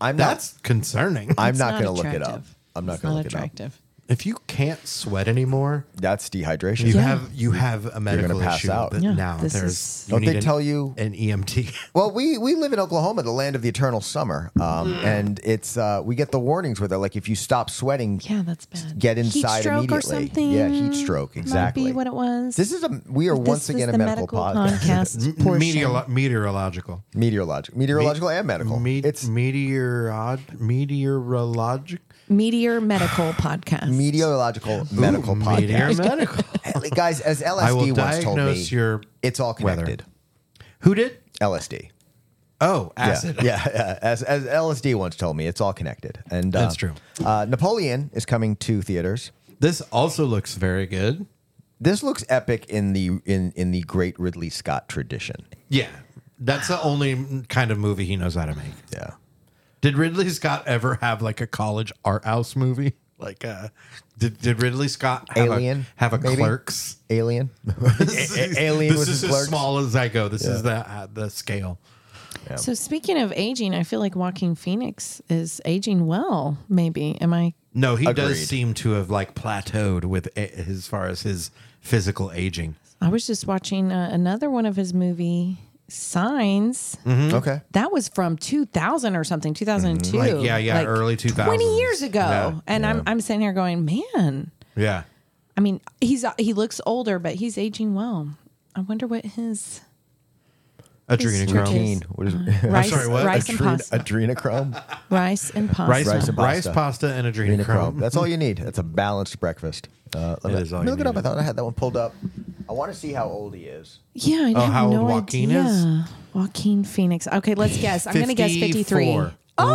[SPEAKER 2] I'm not.
[SPEAKER 1] that's concerning.
[SPEAKER 2] I'm
[SPEAKER 3] It's
[SPEAKER 2] not, gonna look it up.
[SPEAKER 3] attractive.
[SPEAKER 2] I'm not
[SPEAKER 3] It's
[SPEAKER 2] gonna look it
[SPEAKER 3] attractive.
[SPEAKER 1] if you can't sweat anymore,
[SPEAKER 2] up. That's dehydration.
[SPEAKER 1] you
[SPEAKER 3] Yeah.
[SPEAKER 1] have you have a medical
[SPEAKER 2] pass
[SPEAKER 1] issue.
[SPEAKER 2] out.
[SPEAKER 1] That
[SPEAKER 3] Yeah,
[SPEAKER 1] now
[SPEAKER 3] this
[SPEAKER 1] there's.
[SPEAKER 3] is-
[SPEAKER 1] you
[SPEAKER 2] Don't
[SPEAKER 1] need
[SPEAKER 2] they
[SPEAKER 1] an-
[SPEAKER 2] tell you-
[SPEAKER 1] an E EMT?
[SPEAKER 2] Well, we we live in Oklahoma, the land of the eternal summer, um,
[SPEAKER 3] Mm.
[SPEAKER 2] and it's uh, we get the warnings with it. Like if you stop sweating,
[SPEAKER 3] Yeah, that's bad.
[SPEAKER 2] get inside
[SPEAKER 3] heat stroke
[SPEAKER 2] immediately.
[SPEAKER 3] or something.
[SPEAKER 2] Yeah, heat stroke.
[SPEAKER 3] Might
[SPEAKER 2] Exactly.
[SPEAKER 3] be what it was.
[SPEAKER 2] This is a we are
[SPEAKER 3] This
[SPEAKER 2] once
[SPEAKER 3] is
[SPEAKER 2] again
[SPEAKER 3] the
[SPEAKER 2] a medical, podcast.
[SPEAKER 3] podcast portion.
[SPEAKER 1] Meteorolo- meteorological.
[SPEAKER 2] meteorological, meteorological and medical.
[SPEAKER 1] Me-
[SPEAKER 2] it's
[SPEAKER 1] meteorod meteorologic.
[SPEAKER 3] Meteor medical podcast.
[SPEAKER 2] meteorological medical podcast.
[SPEAKER 1] Meteor medical.
[SPEAKER 2] Guys, as
[SPEAKER 1] I will
[SPEAKER 2] LSD once told me,
[SPEAKER 1] diagnose your.
[SPEAKER 2] it's all
[SPEAKER 1] weather.
[SPEAKER 2] connected.
[SPEAKER 1] Who did?
[SPEAKER 2] LSD.
[SPEAKER 1] Oh,
[SPEAKER 2] Yeah,
[SPEAKER 1] acid.
[SPEAKER 2] yeah, yeah. As, as LSD once told me, it's all connected. And uh,
[SPEAKER 1] That's true.
[SPEAKER 2] Uh, Napoleon is coming to theaters.
[SPEAKER 1] This also looks very good.
[SPEAKER 2] This looks epic in the in in the great Ridley Scott tradition.
[SPEAKER 1] Yeah, that's the only kind of movie he knows how to make.
[SPEAKER 2] Yeah.
[SPEAKER 1] Did Ridley Scott ever have like a college art house movie? Like, uh, did did Ridley Scott have
[SPEAKER 2] Alien,
[SPEAKER 1] a, have a
[SPEAKER 2] maybe?
[SPEAKER 1] Clerks?
[SPEAKER 2] Alien. A- Alien
[SPEAKER 1] This
[SPEAKER 2] was
[SPEAKER 1] is
[SPEAKER 2] his
[SPEAKER 1] as
[SPEAKER 2] Clerks.
[SPEAKER 1] small as I go. This is the uh, the scale.
[SPEAKER 3] So speaking of aging, I feel like Walking Phoenix is aging well. Maybe am I?
[SPEAKER 1] No, he does
[SPEAKER 2] Agreed.
[SPEAKER 1] seem to have like plateaued with a- as far as his physical aging.
[SPEAKER 3] I was just watching uh, another one of his movie Signs.
[SPEAKER 1] Mm-hmm.
[SPEAKER 2] Mm-hmm. Okay.
[SPEAKER 3] That was from 2000 or something, 2002.
[SPEAKER 1] Mm-hmm. Like, yeah, yeah, early 2000s.
[SPEAKER 3] 20 years ago.
[SPEAKER 1] Yeah.
[SPEAKER 3] and I'm I'm sitting here going, man.
[SPEAKER 1] Yeah,
[SPEAKER 3] I mean, uh, he's he looks older, but he's aging well. I wonder what his
[SPEAKER 1] Adrenochrome.
[SPEAKER 2] Teen, What is it?
[SPEAKER 3] Rice,
[SPEAKER 1] sorry, what?
[SPEAKER 3] rice and
[SPEAKER 2] Adren-
[SPEAKER 3] pasta.
[SPEAKER 2] Adrenochrome.
[SPEAKER 3] rice and pasta.
[SPEAKER 1] Rice,
[SPEAKER 2] Rice
[SPEAKER 1] rice,
[SPEAKER 2] and
[SPEAKER 1] rice
[SPEAKER 2] pasta.
[SPEAKER 1] pasta, and
[SPEAKER 2] Adrenochrome.
[SPEAKER 1] adrenochrome.
[SPEAKER 2] That's all you need. That's a balanced breakfast. Uh, let
[SPEAKER 1] It
[SPEAKER 2] me,
[SPEAKER 1] is all
[SPEAKER 2] let
[SPEAKER 1] you
[SPEAKER 2] me look it up.
[SPEAKER 1] need.
[SPEAKER 2] I thought I had that one pulled up. I want to see how old he is.
[SPEAKER 3] Yeah, I have
[SPEAKER 1] Oh, how old
[SPEAKER 3] no
[SPEAKER 1] Joaquin
[SPEAKER 3] idea.
[SPEAKER 1] is?
[SPEAKER 3] Joaquin Phoenix. Okay, let's guess. I'm going to guess 53.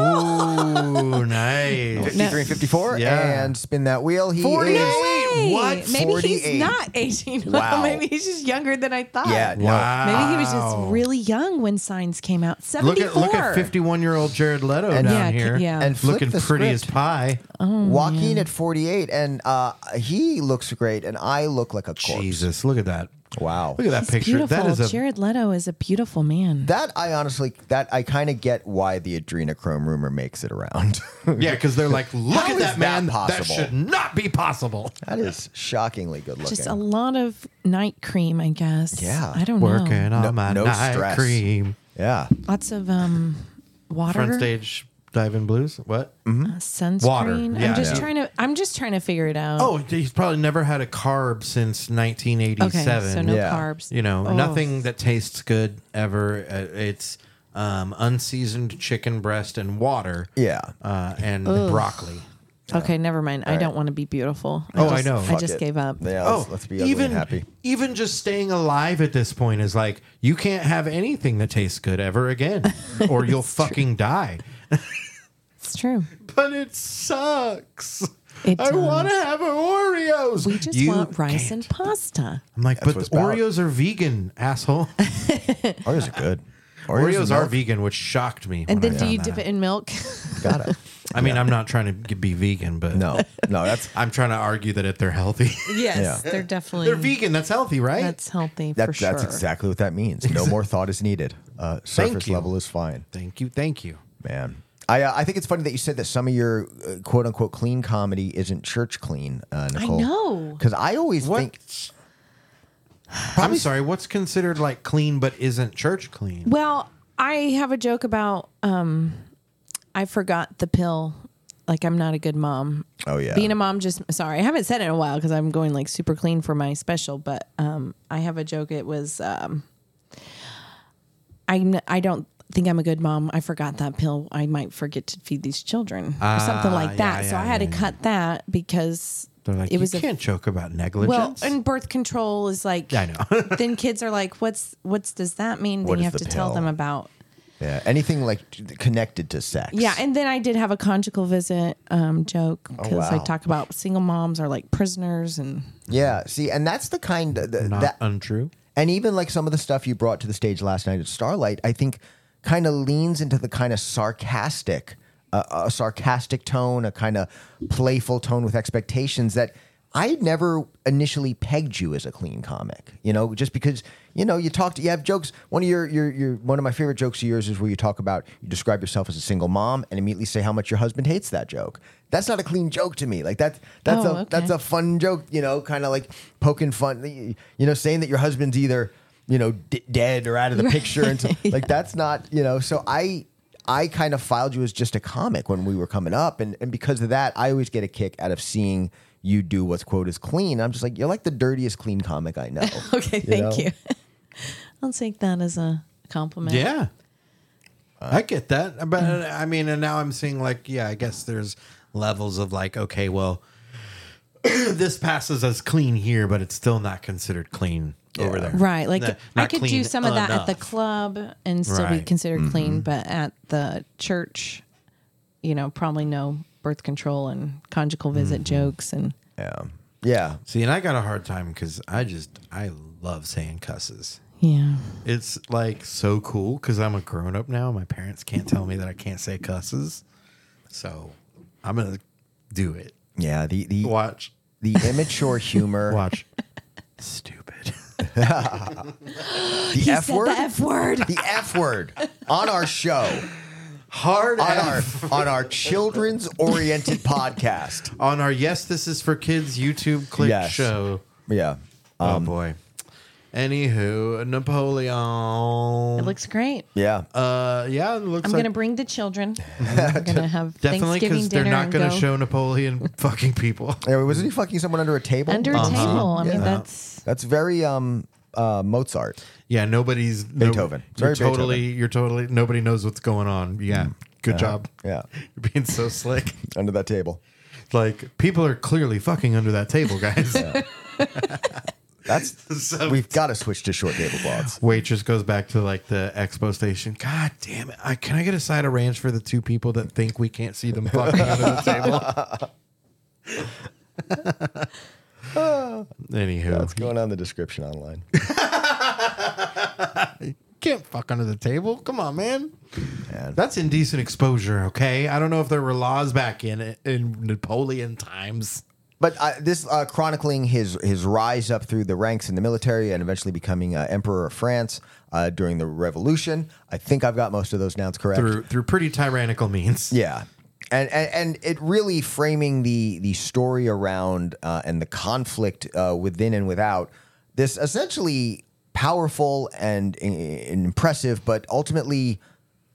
[SPEAKER 1] Oh, nice.
[SPEAKER 2] 53 and 54.
[SPEAKER 1] Yeah.
[SPEAKER 2] And spin that wheel. He
[SPEAKER 1] 48.
[SPEAKER 2] is-
[SPEAKER 1] Wait, what?
[SPEAKER 3] Maybe
[SPEAKER 2] 48.
[SPEAKER 3] he's not 18.
[SPEAKER 2] Wow.
[SPEAKER 3] Maybe he's just younger than I thought.
[SPEAKER 2] Yeah. no.
[SPEAKER 1] Wow.
[SPEAKER 3] Maybe he was just really young when Signs came out. 74.
[SPEAKER 1] Look at look at fifty one year old Jared Leto down
[SPEAKER 3] yeah,
[SPEAKER 1] here,
[SPEAKER 3] c- yeah.
[SPEAKER 2] And flip
[SPEAKER 1] looking
[SPEAKER 2] the
[SPEAKER 1] pretty as Oh,
[SPEAKER 2] script.
[SPEAKER 1] pie.
[SPEAKER 2] Joaquin at 48. And uh, he looks great. And I look like a corpse.
[SPEAKER 1] Jesus, look at that!
[SPEAKER 2] Wow.
[SPEAKER 1] Look at that
[SPEAKER 3] He's
[SPEAKER 1] picture.
[SPEAKER 3] beautiful.
[SPEAKER 1] That is a
[SPEAKER 3] Jared Leto is a beautiful man.
[SPEAKER 2] That I honestly, that I kind of get why the adrenochrome rumor makes it around.
[SPEAKER 1] yeah, because they're like, look
[SPEAKER 2] How
[SPEAKER 1] at
[SPEAKER 2] is
[SPEAKER 1] that
[SPEAKER 2] that
[SPEAKER 1] man. That
[SPEAKER 2] possible?
[SPEAKER 1] should not be possible.
[SPEAKER 2] that is shockingly good looking.
[SPEAKER 3] just a lot of night cream, I guess.
[SPEAKER 2] Yeah.
[SPEAKER 3] I don't
[SPEAKER 1] Working
[SPEAKER 3] know.
[SPEAKER 1] on
[SPEAKER 2] No-
[SPEAKER 1] my
[SPEAKER 2] no
[SPEAKER 1] night
[SPEAKER 2] stress.
[SPEAKER 1] cream.
[SPEAKER 2] yeah,
[SPEAKER 3] Lots of um, water.
[SPEAKER 1] Front stage diving blues. What?
[SPEAKER 2] Mm-hmm.
[SPEAKER 3] sunscreen.
[SPEAKER 1] Water. Yeah,
[SPEAKER 3] I'm just
[SPEAKER 1] yeah.
[SPEAKER 3] trying to. I'm just trying to figure it out.
[SPEAKER 1] Oh, he's probably never had a carb since nineteen eighty
[SPEAKER 3] okay.
[SPEAKER 1] seven.
[SPEAKER 3] So no
[SPEAKER 2] Yeah.
[SPEAKER 3] carbs.
[SPEAKER 1] You know,
[SPEAKER 3] Oh.
[SPEAKER 1] nothing that tastes good ever. Uh, It's um, unseasoned chicken breast and water.
[SPEAKER 2] yeah.
[SPEAKER 1] Uh, and broccoli.
[SPEAKER 3] Okay, never mind. I don't want to be beautiful. I
[SPEAKER 1] Oh, I
[SPEAKER 3] just,
[SPEAKER 1] know.
[SPEAKER 3] I
[SPEAKER 1] Fuck
[SPEAKER 3] just
[SPEAKER 2] it.
[SPEAKER 3] gave up.
[SPEAKER 2] Yeah,
[SPEAKER 1] Oh,
[SPEAKER 2] let's, let's be ugly
[SPEAKER 1] even
[SPEAKER 2] and happy.
[SPEAKER 1] even just staying alive at this point is like you can't have anything that tastes good ever again, or you'll fucking die.
[SPEAKER 3] It's true.
[SPEAKER 1] But it sucks.
[SPEAKER 3] It
[SPEAKER 1] I
[SPEAKER 3] does.
[SPEAKER 1] want to have Oreos.
[SPEAKER 3] We just
[SPEAKER 1] You
[SPEAKER 3] want rice
[SPEAKER 1] can't.
[SPEAKER 3] and pasta.
[SPEAKER 1] I'm like, but
[SPEAKER 2] what it's
[SPEAKER 1] the Oreos are vegan, asshole.
[SPEAKER 2] Oreos are good.
[SPEAKER 1] Oreos
[SPEAKER 2] and
[SPEAKER 1] are
[SPEAKER 2] milk,
[SPEAKER 1] vegan, which shocked me.
[SPEAKER 3] And
[SPEAKER 1] when
[SPEAKER 3] then
[SPEAKER 1] I
[SPEAKER 3] do you
[SPEAKER 1] found
[SPEAKER 3] dip
[SPEAKER 1] that
[SPEAKER 3] it in milk?
[SPEAKER 2] Gotta.
[SPEAKER 1] out. I mean, I'm not trying to g- be vegan, but
[SPEAKER 2] No, no, that's
[SPEAKER 1] I'm trying to argue that if they're healthy,
[SPEAKER 3] yes,
[SPEAKER 2] Yeah.
[SPEAKER 3] they're definitely.
[SPEAKER 1] they're vegan. That's healthy, right?
[SPEAKER 3] That's healthy
[SPEAKER 2] that,
[SPEAKER 3] for sure.
[SPEAKER 2] that's exactly what that means. No more thought is needed. Uh, surface
[SPEAKER 1] you.
[SPEAKER 2] level is fine.
[SPEAKER 1] thank you, thank you.
[SPEAKER 2] Man. I, uh, I think it's funny that you said that some of your uh, quote unquote clean comedy isn't church clean, uh, Nicole.
[SPEAKER 3] know.
[SPEAKER 2] Because I always think.
[SPEAKER 1] What? I'm sorry. What's considered like clean but isn't church clean?
[SPEAKER 3] Well, I have a joke about um, I forgot the pill. Like I'm not a good mom.
[SPEAKER 2] Oh, yeah.
[SPEAKER 3] Being a mom just sorry, I haven't said it in a while because I'm going like super clean for my special. But um, I have a joke. It was um, I I don't think I'm a good mom. I forgot that pill. I might forget to feed these children or something
[SPEAKER 1] Ah,
[SPEAKER 3] like that.
[SPEAKER 1] yeah,
[SPEAKER 3] so
[SPEAKER 1] yeah,
[SPEAKER 3] I had
[SPEAKER 1] yeah,
[SPEAKER 3] to
[SPEAKER 1] yeah.
[SPEAKER 3] cut that because
[SPEAKER 1] They're like,
[SPEAKER 3] it was
[SPEAKER 1] you
[SPEAKER 3] a
[SPEAKER 1] can't joke about
[SPEAKER 3] well,
[SPEAKER 1] negligence.
[SPEAKER 3] and birth control is like
[SPEAKER 1] I know.
[SPEAKER 3] then kids are like, what's what's does that mean?
[SPEAKER 2] What
[SPEAKER 3] then you
[SPEAKER 2] is
[SPEAKER 3] have
[SPEAKER 2] the
[SPEAKER 3] to tell
[SPEAKER 2] pill?
[SPEAKER 3] them about.
[SPEAKER 2] Yeah, anything like t- connected to sex.
[SPEAKER 3] Yeah, and then I did have a conjugal visit um, joke
[SPEAKER 1] Oh,
[SPEAKER 3] because I
[SPEAKER 2] wow.
[SPEAKER 3] talk about single moms are like prisoners and
[SPEAKER 2] yeah. See, and that's the kind of the,
[SPEAKER 1] Not
[SPEAKER 2] that,
[SPEAKER 1] untrue.
[SPEAKER 2] and even like some of the stuff you brought to the stage last night at Starlight, I think kind of leans into the kind of sarcastic, uh, a sarcastic tone, a kind of playful tone with expectations that I never initially pegged you as a clean comic. You know, just because you know you talked, you have jokes. One of your your your one of my favorite jokes of yours is where you talk about you describe yourself as a single mom and immediately say how much your husband hates that joke. That's not a clean joke to me. Like that's that's
[SPEAKER 3] Oh,
[SPEAKER 2] a
[SPEAKER 3] okay.
[SPEAKER 2] that's a fun joke, you know, kind of like poking fun, you know, saying that your husband's either, you know, d- dead or out of the picture. And so, like, that's not, you know, so I, I kind of filed you as just a comic when we were coming up. And, and because of that, I always get a kick out of seeing you do what's quote is clean. I'm just like, you're like the dirtiest clean comic I know.
[SPEAKER 3] okay,
[SPEAKER 2] know?
[SPEAKER 3] thank you. I'll take that as a compliment.
[SPEAKER 1] Yeah.
[SPEAKER 3] Uh,
[SPEAKER 1] I get that. But
[SPEAKER 3] mm.
[SPEAKER 1] I mean, and now I'm seeing like, yeah, I guess there's levels of like, okay, well, this passes as clean here, but it's still not considered clean over there.
[SPEAKER 3] Right, like
[SPEAKER 1] Not-
[SPEAKER 3] I
[SPEAKER 1] not
[SPEAKER 3] could
[SPEAKER 1] clean
[SPEAKER 3] do some of that at the
[SPEAKER 1] enough.
[SPEAKER 3] club and still be
[SPEAKER 1] Right. Mm-hmm.
[SPEAKER 3] considered clean, but at the church, you know, probably no birth control and conjugal visit
[SPEAKER 1] Mm-hmm.
[SPEAKER 3] jokes and
[SPEAKER 2] Yeah. Yeah.
[SPEAKER 1] See, and I got a hard time because I just, I love saying cusses.
[SPEAKER 3] yeah.
[SPEAKER 1] It's like so cool because I'm a grown up now. My parents can't tell me that I can't say cusses. So I'm going to do it.
[SPEAKER 2] Yeah. The, the,
[SPEAKER 1] Watch.
[SPEAKER 2] the immature humor,
[SPEAKER 1] Watch. Stupid.
[SPEAKER 2] the F
[SPEAKER 3] said
[SPEAKER 2] word,
[SPEAKER 3] the F word.
[SPEAKER 2] the F word on our show.
[SPEAKER 1] Hard
[SPEAKER 2] on
[SPEAKER 1] F.
[SPEAKER 2] our on our children's oriented podcast.
[SPEAKER 1] on our Yes, This Is for Kids YouTube click
[SPEAKER 2] Yes.
[SPEAKER 1] show.
[SPEAKER 2] Yeah.
[SPEAKER 1] oh boy. Anywho, Napoleon.
[SPEAKER 3] It looks great.
[SPEAKER 2] Yeah.
[SPEAKER 1] uh, yeah, it looks
[SPEAKER 3] I'm
[SPEAKER 1] like
[SPEAKER 3] gonna bring the children. We're gonna have
[SPEAKER 1] definitely
[SPEAKER 3] Thanksgiving
[SPEAKER 1] because
[SPEAKER 3] dinner
[SPEAKER 1] they're not
[SPEAKER 3] and
[SPEAKER 1] going to
[SPEAKER 3] go
[SPEAKER 1] show Napoleon fucking people.
[SPEAKER 2] Anyway, wasn't
[SPEAKER 1] Uh-huh.
[SPEAKER 2] he fucking someone under a table? Uh-huh.
[SPEAKER 3] under a table. I mean, that's
[SPEAKER 2] That's very um uh Mozart.
[SPEAKER 1] yeah, nobody's
[SPEAKER 2] Beethoven.
[SPEAKER 1] No,
[SPEAKER 2] Very
[SPEAKER 1] you're totally, you're totally. Nobody knows what's going on. Yeah, good job.
[SPEAKER 2] yeah.
[SPEAKER 1] you're being so slick.
[SPEAKER 2] under that table.
[SPEAKER 1] Like people are clearly fucking under that table, guys.
[SPEAKER 2] That's
[SPEAKER 1] So-
[SPEAKER 2] we've got to switch to short tablecloths.
[SPEAKER 1] Waitress goes back to like the expo station. God damn it! I, can I get a side of ranch for the two people that think we can't see them fucking under the table? Anywho,
[SPEAKER 2] That's going on the description online.
[SPEAKER 1] can't fuck under the table. Come on, man.
[SPEAKER 2] Man.
[SPEAKER 1] That's indecent exposure, okay? I don't know if there were laws back in in Napoleon times.
[SPEAKER 2] But uh, this uh, chronicling his his rise up through the ranks in the military and eventually becoming uh, emperor of France uh, during the Revolution. I think I've got most of those nouns correct.
[SPEAKER 1] Through through pretty tyrannical means.
[SPEAKER 2] Yeah. And, and, and it really framing the the story around uh, and the conflict uh, within and without this essentially powerful and, i- impressive, but ultimately,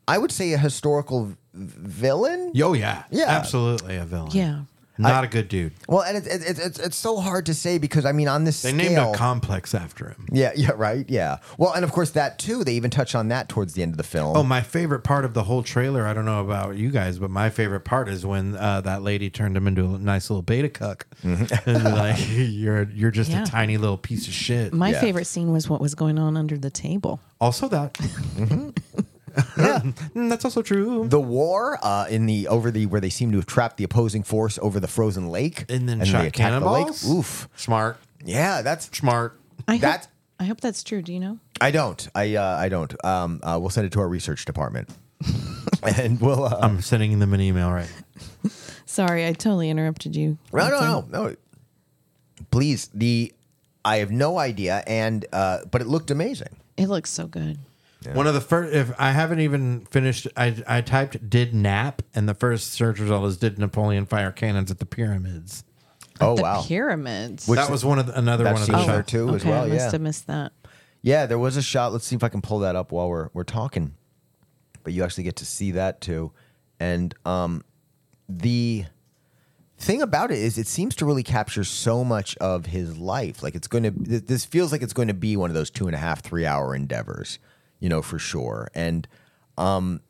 [SPEAKER 2] I would say a historical v- villain.
[SPEAKER 1] Yo, yeah.
[SPEAKER 2] Yeah.
[SPEAKER 1] Absolutely a villain.
[SPEAKER 3] Yeah.
[SPEAKER 1] Not a good dude.
[SPEAKER 2] Well, and it's it's it's it's so hard to say because I mean on this
[SPEAKER 1] They
[SPEAKER 2] scale,
[SPEAKER 1] named a complex after him.
[SPEAKER 2] yeah yeah right yeah well and of course that too they even touch on that towards the end of the film
[SPEAKER 1] Oh, my favorite part of the whole trailer, I don't know about you guys, but my favorite part is when uh, that lady turned him into a nice little beta cuck. and like, you're you're just
[SPEAKER 3] Yeah.
[SPEAKER 1] a tiny little piece of shit.
[SPEAKER 3] My
[SPEAKER 2] Yeah.
[SPEAKER 3] favorite scene was what was going on under the table.
[SPEAKER 1] also that. Mm, That's also true.
[SPEAKER 2] the war uh, in the over the where they seem to have trapped the opposing force over the frozen lake
[SPEAKER 1] and then
[SPEAKER 2] they
[SPEAKER 1] shot
[SPEAKER 2] attack the
[SPEAKER 1] cannonballs.
[SPEAKER 2] lake. Oof.
[SPEAKER 1] Smart.
[SPEAKER 2] Yeah, that's
[SPEAKER 1] Smart.
[SPEAKER 3] I
[SPEAKER 2] That-
[SPEAKER 3] hope, I hope that's true. Do you know?
[SPEAKER 2] I don't. I uh, I don't. Um, uh, we'll send it to our research department, and we'll. Uh,
[SPEAKER 1] I'm sending them an email right now.
[SPEAKER 3] Sorry, I totally interrupted you.
[SPEAKER 2] no, no, no, no. Please, the I have no idea, and uh, but it looked amazing.
[SPEAKER 3] It looks so good.
[SPEAKER 1] One of the first, if I haven't even finished, I, I typed did nap, and the first search result is did Napoleon fire cannons at the pyramids.
[SPEAKER 2] Oh
[SPEAKER 3] the
[SPEAKER 2] wow,
[SPEAKER 3] pyramids.
[SPEAKER 2] Which-
[SPEAKER 1] that was one of the, another
[SPEAKER 2] that
[SPEAKER 1] one of the
[SPEAKER 2] scene there
[SPEAKER 1] shots.
[SPEAKER 2] too as
[SPEAKER 3] okay,
[SPEAKER 2] well.
[SPEAKER 3] I must
[SPEAKER 2] Yeah,
[SPEAKER 3] have missed that.
[SPEAKER 2] yeah. There was a shot. Let's see if I can pull that up while we're we're talking. But you actually get to see that too, and um, the thing about it is it seems to really capture so much of his life like it's going to th- this feels like it's going to be one of those two and a half three hour endeavors you know for sure and um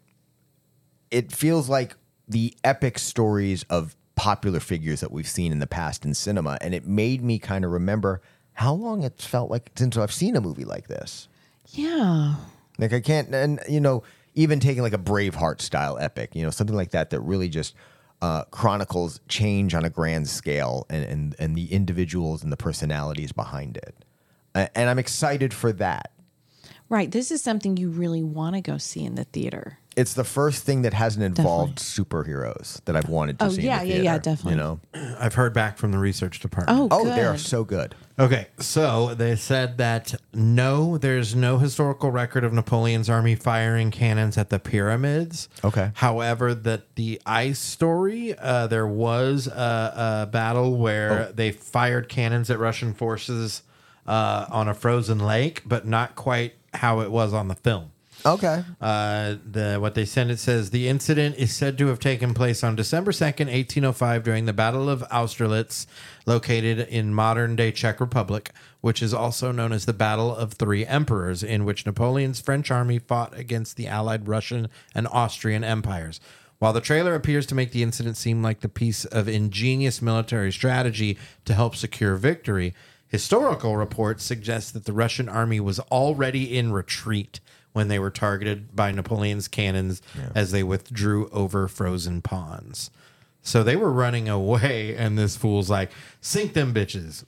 [SPEAKER 2] it feels like the epic stories of popular figures that we've seen in the past in cinema and it made me kind of remember how long it's felt like since i've seen a movie like this
[SPEAKER 3] Yeah.
[SPEAKER 2] like I can't, and you know, even taking like a Braveheart style epic, you know, something like that that really just uh, chronicles change on a grand scale and and and the individuals and the personalities behind it. A- And I'm excited for that.
[SPEAKER 3] Right. This is something you really want to go see in the theater.
[SPEAKER 2] It's the first thing that hasn't involved superheroes that I've wanted to
[SPEAKER 3] Oh,
[SPEAKER 2] see. in
[SPEAKER 3] yeah,
[SPEAKER 2] the
[SPEAKER 3] yeah, yeah,
[SPEAKER 2] theater,
[SPEAKER 3] definitely.
[SPEAKER 2] You know,
[SPEAKER 1] I've heard back from the research department.
[SPEAKER 3] Oh,
[SPEAKER 2] oh,
[SPEAKER 3] good.
[SPEAKER 2] they are so good.
[SPEAKER 1] Okay, so they said that no, there's no historical record of Napoleon's army firing cannons at the pyramids.
[SPEAKER 2] Okay.
[SPEAKER 1] However, that the ice story, uh, there was a, a battle where they fired cannons at Russian forces uh, on a frozen lake, but not quite how it was on the film.
[SPEAKER 2] Okay,
[SPEAKER 1] Uh, the what they sent it says the incident is said to have taken place on December second, eighteen oh five, during the Battle of Austerlitz, located in modern day Czech Republic, which is also known as the Battle of Three Emperors, in which Napoleon's French army fought against the Allied Russian and Austrian empires. While the trailer appears to make the incident seem like the piece of ingenious military strategy to help secure victory, historical reports suggest that the Russian army was already in retreat when they were targeted by Napoleon's cannons as they withdrew over frozen ponds. So they were running away, and this fool's like, "Sink them, bitches!"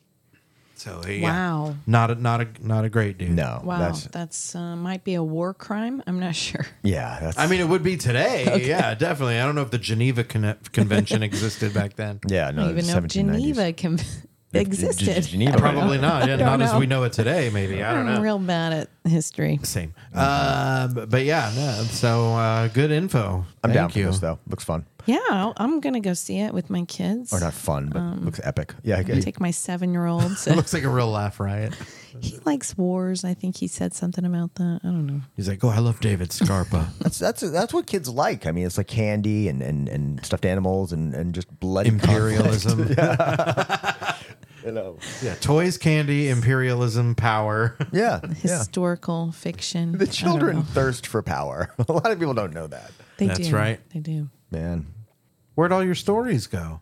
[SPEAKER 1] So yeah,
[SPEAKER 3] Wow.
[SPEAKER 1] not a, not a not a great dude.
[SPEAKER 2] no,
[SPEAKER 3] Wow.
[SPEAKER 2] that's
[SPEAKER 3] That's, uh, might be a war crime. I'm not sure.
[SPEAKER 2] yeah, that's
[SPEAKER 1] I mean, it would be today. Yeah, definitely. I don't know if the Geneva Con- Convention existed back then.
[SPEAKER 2] yeah, no,
[SPEAKER 3] I don't even
[SPEAKER 2] it's
[SPEAKER 3] know if
[SPEAKER 2] 1790s.
[SPEAKER 3] Geneva can existed.
[SPEAKER 2] Geneva, right?
[SPEAKER 1] Probably not. Yeah,
[SPEAKER 3] don't
[SPEAKER 1] not as
[SPEAKER 3] know. Mm,
[SPEAKER 1] we know it today. Maybe I don't
[SPEAKER 3] I'm
[SPEAKER 1] know.
[SPEAKER 3] real bad at history.
[SPEAKER 1] Same. Uh, but, but yeah, no. So uh, good info.
[SPEAKER 2] I'm
[SPEAKER 1] Thank
[SPEAKER 2] down for
[SPEAKER 1] you.
[SPEAKER 2] this though. Looks fun.
[SPEAKER 3] Yeah, I'll- I'm gonna go see it with my kids.
[SPEAKER 2] or not fun, but looks epic. Yeah, I get
[SPEAKER 3] Um, Take my seven year old.
[SPEAKER 1] Looks like a real laugh riot.
[SPEAKER 3] he likes wars. I think he said something about that. I don't know.
[SPEAKER 1] He's like, "Oh, I love David Scarpa."
[SPEAKER 2] that's that's that's what kids like. I mean, it's like candy and and, and stuffed animals and and just bloody conflict.
[SPEAKER 1] Imperialism.
[SPEAKER 2] you know.
[SPEAKER 1] Yeah, toys, candy, imperialism, power.
[SPEAKER 2] Yeah, yeah.
[SPEAKER 3] Historical fiction. I
[SPEAKER 2] The
[SPEAKER 3] don't
[SPEAKER 2] children
[SPEAKER 3] know.
[SPEAKER 2] thirst for power. A lot of people don't know that.
[SPEAKER 3] They
[SPEAKER 1] That's
[SPEAKER 3] do.
[SPEAKER 1] right.
[SPEAKER 3] They do.
[SPEAKER 2] Man,
[SPEAKER 1] Where'd all your stories go?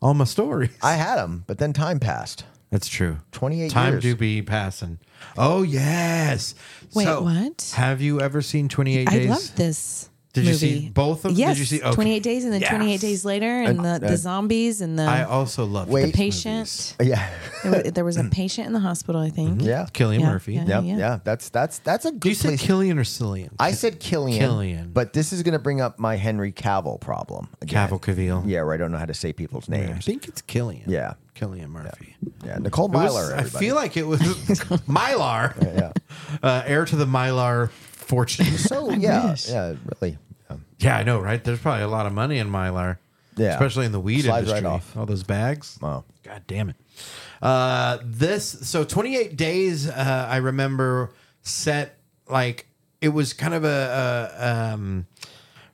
[SPEAKER 1] all my stories.
[SPEAKER 2] I had them, but then time passed.
[SPEAKER 1] That's true.
[SPEAKER 2] 28
[SPEAKER 1] Time
[SPEAKER 2] years.
[SPEAKER 1] do be passing. Oh yes.
[SPEAKER 3] Wait, what?
[SPEAKER 1] Have you ever seen Twenty Eight
[SPEAKER 3] I
[SPEAKER 1] Days?
[SPEAKER 3] love this.
[SPEAKER 1] Did
[SPEAKER 3] movie.
[SPEAKER 1] you see both of- did
[SPEAKER 3] Yes.
[SPEAKER 1] you see- okay.
[SPEAKER 3] 28 days and then
[SPEAKER 1] Yes.
[SPEAKER 3] 28 days later and
[SPEAKER 2] And-
[SPEAKER 3] the,
[SPEAKER 2] uh,
[SPEAKER 3] the zombies and the,
[SPEAKER 1] I also love
[SPEAKER 2] Wait.
[SPEAKER 3] the patient.
[SPEAKER 2] Yeah,
[SPEAKER 3] There was, there was a patient in the hospital, I think.
[SPEAKER 2] Mm-hmm. yeah,
[SPEAKER 1] Killian
[SPEAKER 3] Yeah,
[SPEAKER 1] Murphy.
[SPEAKER 3] yeah.
[SPEAKER 2] yep, yeah. That's that's that's a good
[SPEAKER 1] You said
[SPEAKER 2] place.
[SPEAKER 1] Killian or Cillian?
[SPEAKER 2] I said Killian,
[SPEAKER 1] Killian.
[SPEAKER 2] but this is going to bring up my Henry Cavill problem. Again.
[SPEAKER 1] Cavill Cavill.
[SPEAKER 2] Yeah, where I don't know how to say people's
[SPEAKER 1] I
[SPEAKER 2] names.
[SPEAKER 1] think it's Killian.
[SPEAKER 2] Yeah.
[SPEAKER 1] Killian Murphy.
[SPEAKER 2] Yeah, Nicole
[SPEAKER 1] It was-
[SPEAKER 2] Myler.
[SPEAKER 1] I
[SPEAKER 2] everybody.
[SPEAKER 1] feel like it was Mylar.
[SPEAKER 2] yeah.
[SPEAKER 1] Uh, heir to the Mylar fortune.
[SPEAKER 2] so. Yeah,
[SPEAKER 3] wish.
[SPEAKER 2] yeah, really. yeah.
[SPEAKER 1] yeah, I know, right? There's probably a lot of money in Mylar.
[SPEAKER 2] Yeah.
[SPEAKER 1] Especially in the weed
[SPEAKER 2] Slides right
[SPEAKER 1] industry.
[SPEAKER 2] off.
[SPEAKER 1] All those bags.
[SPEAKER 2] Wow.
[SPEAKER 1] God damn it. Uh, this, so 28 days, uh, I remember set like it was kind of a, a um,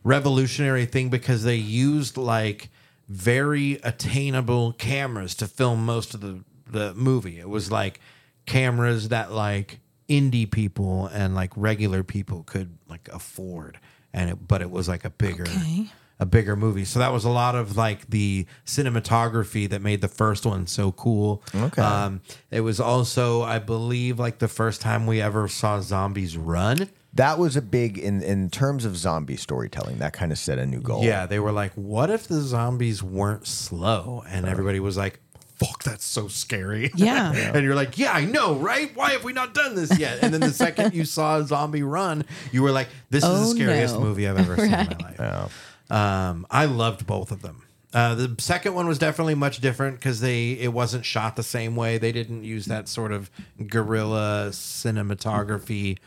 [SPEAKER 1] revolutionary thing because they used like very attainable cameras to film most of the, the movie. It was like cameras that like indie people and like regular people could like afford. And it, but it was like a bigger
[SPEAKER 3] Okay.
[SPEAKER 1] a bigger movie. So that was a lot of like the cinematography that made the first one so cool. Okay. Um, it was also, I believe, like the first time we ever saw zombies run.
[SPEAKER 2] That was a big in in terms of zombie storytelling. That kind of set a new goal.
[SPEAKER 1] Yeah, they were like, what if the zombies weren't slow? And everybody was like, fuck, that's so scary.
[SPEAKER 3] Yeah.
[SPEAKER 1] and you're like, yeah, I know, right? Why have we not done this yet? And then the second you saw a zombie run, you were like, this is
[SPEAKER 3] Oh,
[SPEAKER 1] the scariest
[SPEAKER 3] no.
[SPEAKER 1] movie I've ever seen in my life. Um, I loved both of them. Uh, the second one was definitely much different because they it wasn't shot the same way. They didn't use that sort of guerrilla cinematography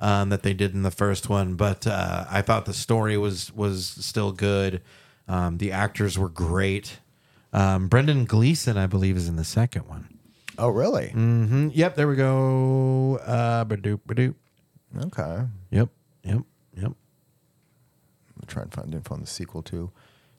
[SPEAKER 1] um, that they did in the first one. But uh, I thought the story was was still good. Um, the actors were great. Um, Brendan Gleeson, I believe, is in the second one.
[SPEAKER 2] Oh, really?
[SPEAKER 1] Mm, Yep, there we go. Uh, ba-doop, ba-doop.
[SPEAKER 2] Okay. I'm
[SPEAKER 1] Yep, yep, yep.
[SPEAKER 2] trying to find info on the sequel too.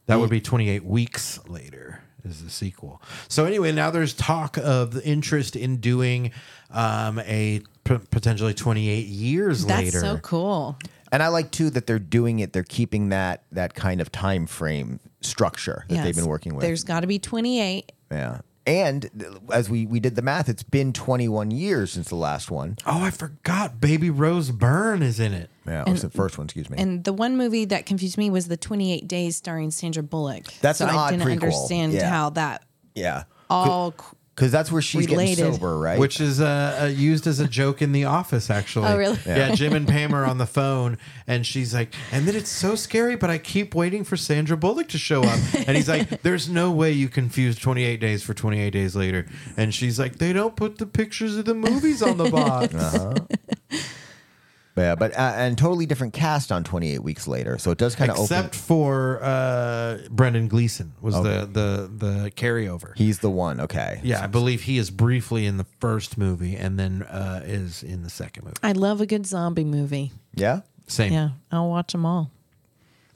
[SPEAKER 1] That would be 28 weeks later is the sequel. So anyway, now there's talk of the interest in doing um, a p- potentially 28 years
[SPEAKER 3] That's
[SPEAKER 1] later.
[SPEAKER 3] so cool.
[SPEAKER 2] And I like too that they're doing it. They're keeping that that kind of time frame structure that they've
[SPEAKER 3] Yes.
[SPEAKER 2] been working with.
[SPEAKER 3] There's got to be 28.
[SPEAKER 2] yeah. And th- as we we did the math, it's been 21 years since the last one.
[SPEAKER 1] Oh, I forgot. Baby Rose Byrne is in it.
[SPEAKER 2] Yeah, it was the first one. Excuse me.
[SPEAKER 3] And the one movie that confused me was the 28 Days starring Sandra Bullock.
[SPEAKER 2] That's
[SPEAKER 3] so
[SPEAKER 2] an
[SPEAKER 3] I
[SPEAKER 2] odd
[SPEAKER 3] didn't
[SPEAKER 2] prequel.
[SPEAKER 3] understand
[SPEAKER 2] Yeah.
[SPEAKER 3] how that
[SPEAKER 2] yeah,
[SPEAKER 3] all. c-
[SPEAKER 2] because that's where she's getting
[SPEAKER 3] Related.
[SPEAKER 2] sober, right?
[SPEAKER 1] Which is uh, uh, used as a joke in the office, actually.
[SPEAKER 3] Oh, really?
[SPEAKER 1] Yeah. Jim and Pam are on the phone, and she's like, and then it's so scary, but I keep waiting for Sandra Bullock to show up. And he's like, there's no way you confuse 28 days for 28 days later. And she's like, they don't put the pictures of the movies on the box.
[SPEAKER 2] Uh-huh. yeah, but uh, and totally different cast on 28 weeks later. So it does kind of open.
[SPEAKER 1] Except for uh, Brendan Gleeson was the, the, the carryover.
[SPEAKER 2] He's the one. Okay.
[SPEAKER 1] yeah, I believe he is briefly in the first movie and then uh, is in the second movie.
[SPEAKER 3] I love a good zombie movie.
[SPEAKER 2] Yeah.
[SPEAKER 1] Same.
[SPEAKER 3] Yeah, I'll watch them all.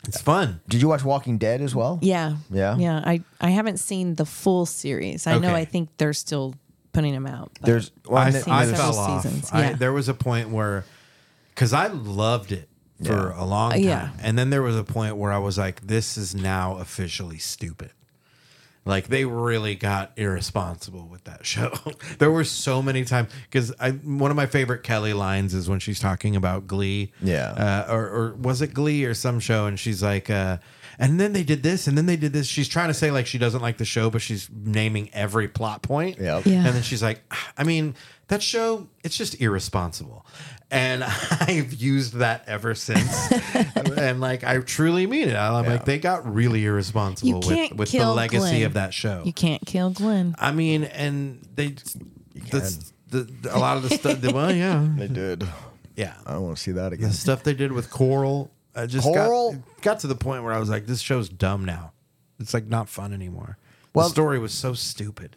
[SPEAKER 1] It's fun.
[SPEAKER 2] Did you watch Walking Dead as well?
[SPEAKER 3] Yeah.
[SPEAKER 2] Yeah?
[SPEAKER 3] Yeah. I, I haven't seen the full series. I know
[SPEAKER 1] Okay.
[SPEAKER 3] I think they're still putting them out. but-
[SPEAKER 2] There's well,
[SPEAKER 1] I,
[SPEAKER 2] and then-
[SPEAKER 3] seen
[SPEAKER 1] I
[SPEAKER 3] several
[SPEAKER 1] fell off.
[SPEAKER 3] seasons,
[SPEAKER 1] I,
[SPEAKER 3] yeah.
[SPEAKER 1] there was a point where, because I loved it for a long time,
[SPEAKER 3] yeah.
[SPEAKER 1] and then there was a point where I was like, "This is now officially stupid." Like they really got irresponsible with that show. there were so many times because I one of my favorite Kelly lines is when she's talking about Glee,
[SPEAKER 2] Yeah.
[SPEAKER 1] uh, or or was it Glee or some show, and she's like, uh, and then they did this, and then they did this. She's trying to say like she doesn't like the show, but she's naming every plot point.
[SPEAKER 2] Yep.
[SPEAKER 3] Yeah.
[SPEAKER 1] And then she's like, I mean, that show, it's just irresponsible. And I've used that ever since. and like, I truly mean it. I'm like, they got really irresponsible
[SPEAKER 3] You can't
[SPEAKER 1] with, with the
[SPEAKER 3] kill
[SPEAKER 1] legacy
[SPEAKER 3] Glenn.
[SPEAKER 1] of that show.
[SPEAKER 3] You can't kill Glenn.
[SPEAKER 1] I mean, and they, the, the, the- a lot of the stuff, well, yeah.
[SPEAKER 2] They did.
[SPEAKER 1] Yeah.
[SPEAKER 2] I don't want to see that again.
[SPEAKER 1] The stuff they did with Coral, I just
[SPEAKER 2] Coral?
[SPEAKER 1] Got, got to the point where I was like, this show's dumb now. It's like not fun anymore.
[SPEAKER 2] Well-
[SPEAKER 1] the story was so stupid.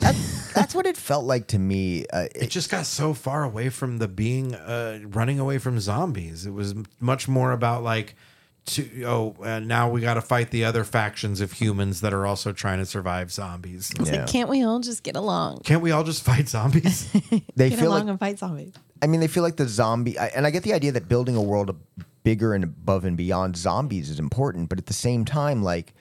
[SPEAKER 2] That, that's what it felt like to me. Uh, it-
[SPEAKER 1] it just got so far away from the being uh, running away from zombies. It was m- much more about like to oh uh, now we got to fight the other factions of humans that are also trying to survive zombies.
[SPEAKER 3] It's
[SPEAKER 2] Yeah.
[SPEAKER 3] like, can't we all just get along?
[SPEAKER 1] Can't we all just fight zombies?
[SPEAKER 2] They
[SPEAKER 3] get
[SPEAKER 2] feel
[SPEAKER 3] along
[SPEAKER 2] like
[SPEAKER 3] and fight zombies.
[SPEAKER 2] I mean, they feel like the zombie, I, and I get the idea that building a world ab- bigger and above and beyond zombies is important, but at the same time, like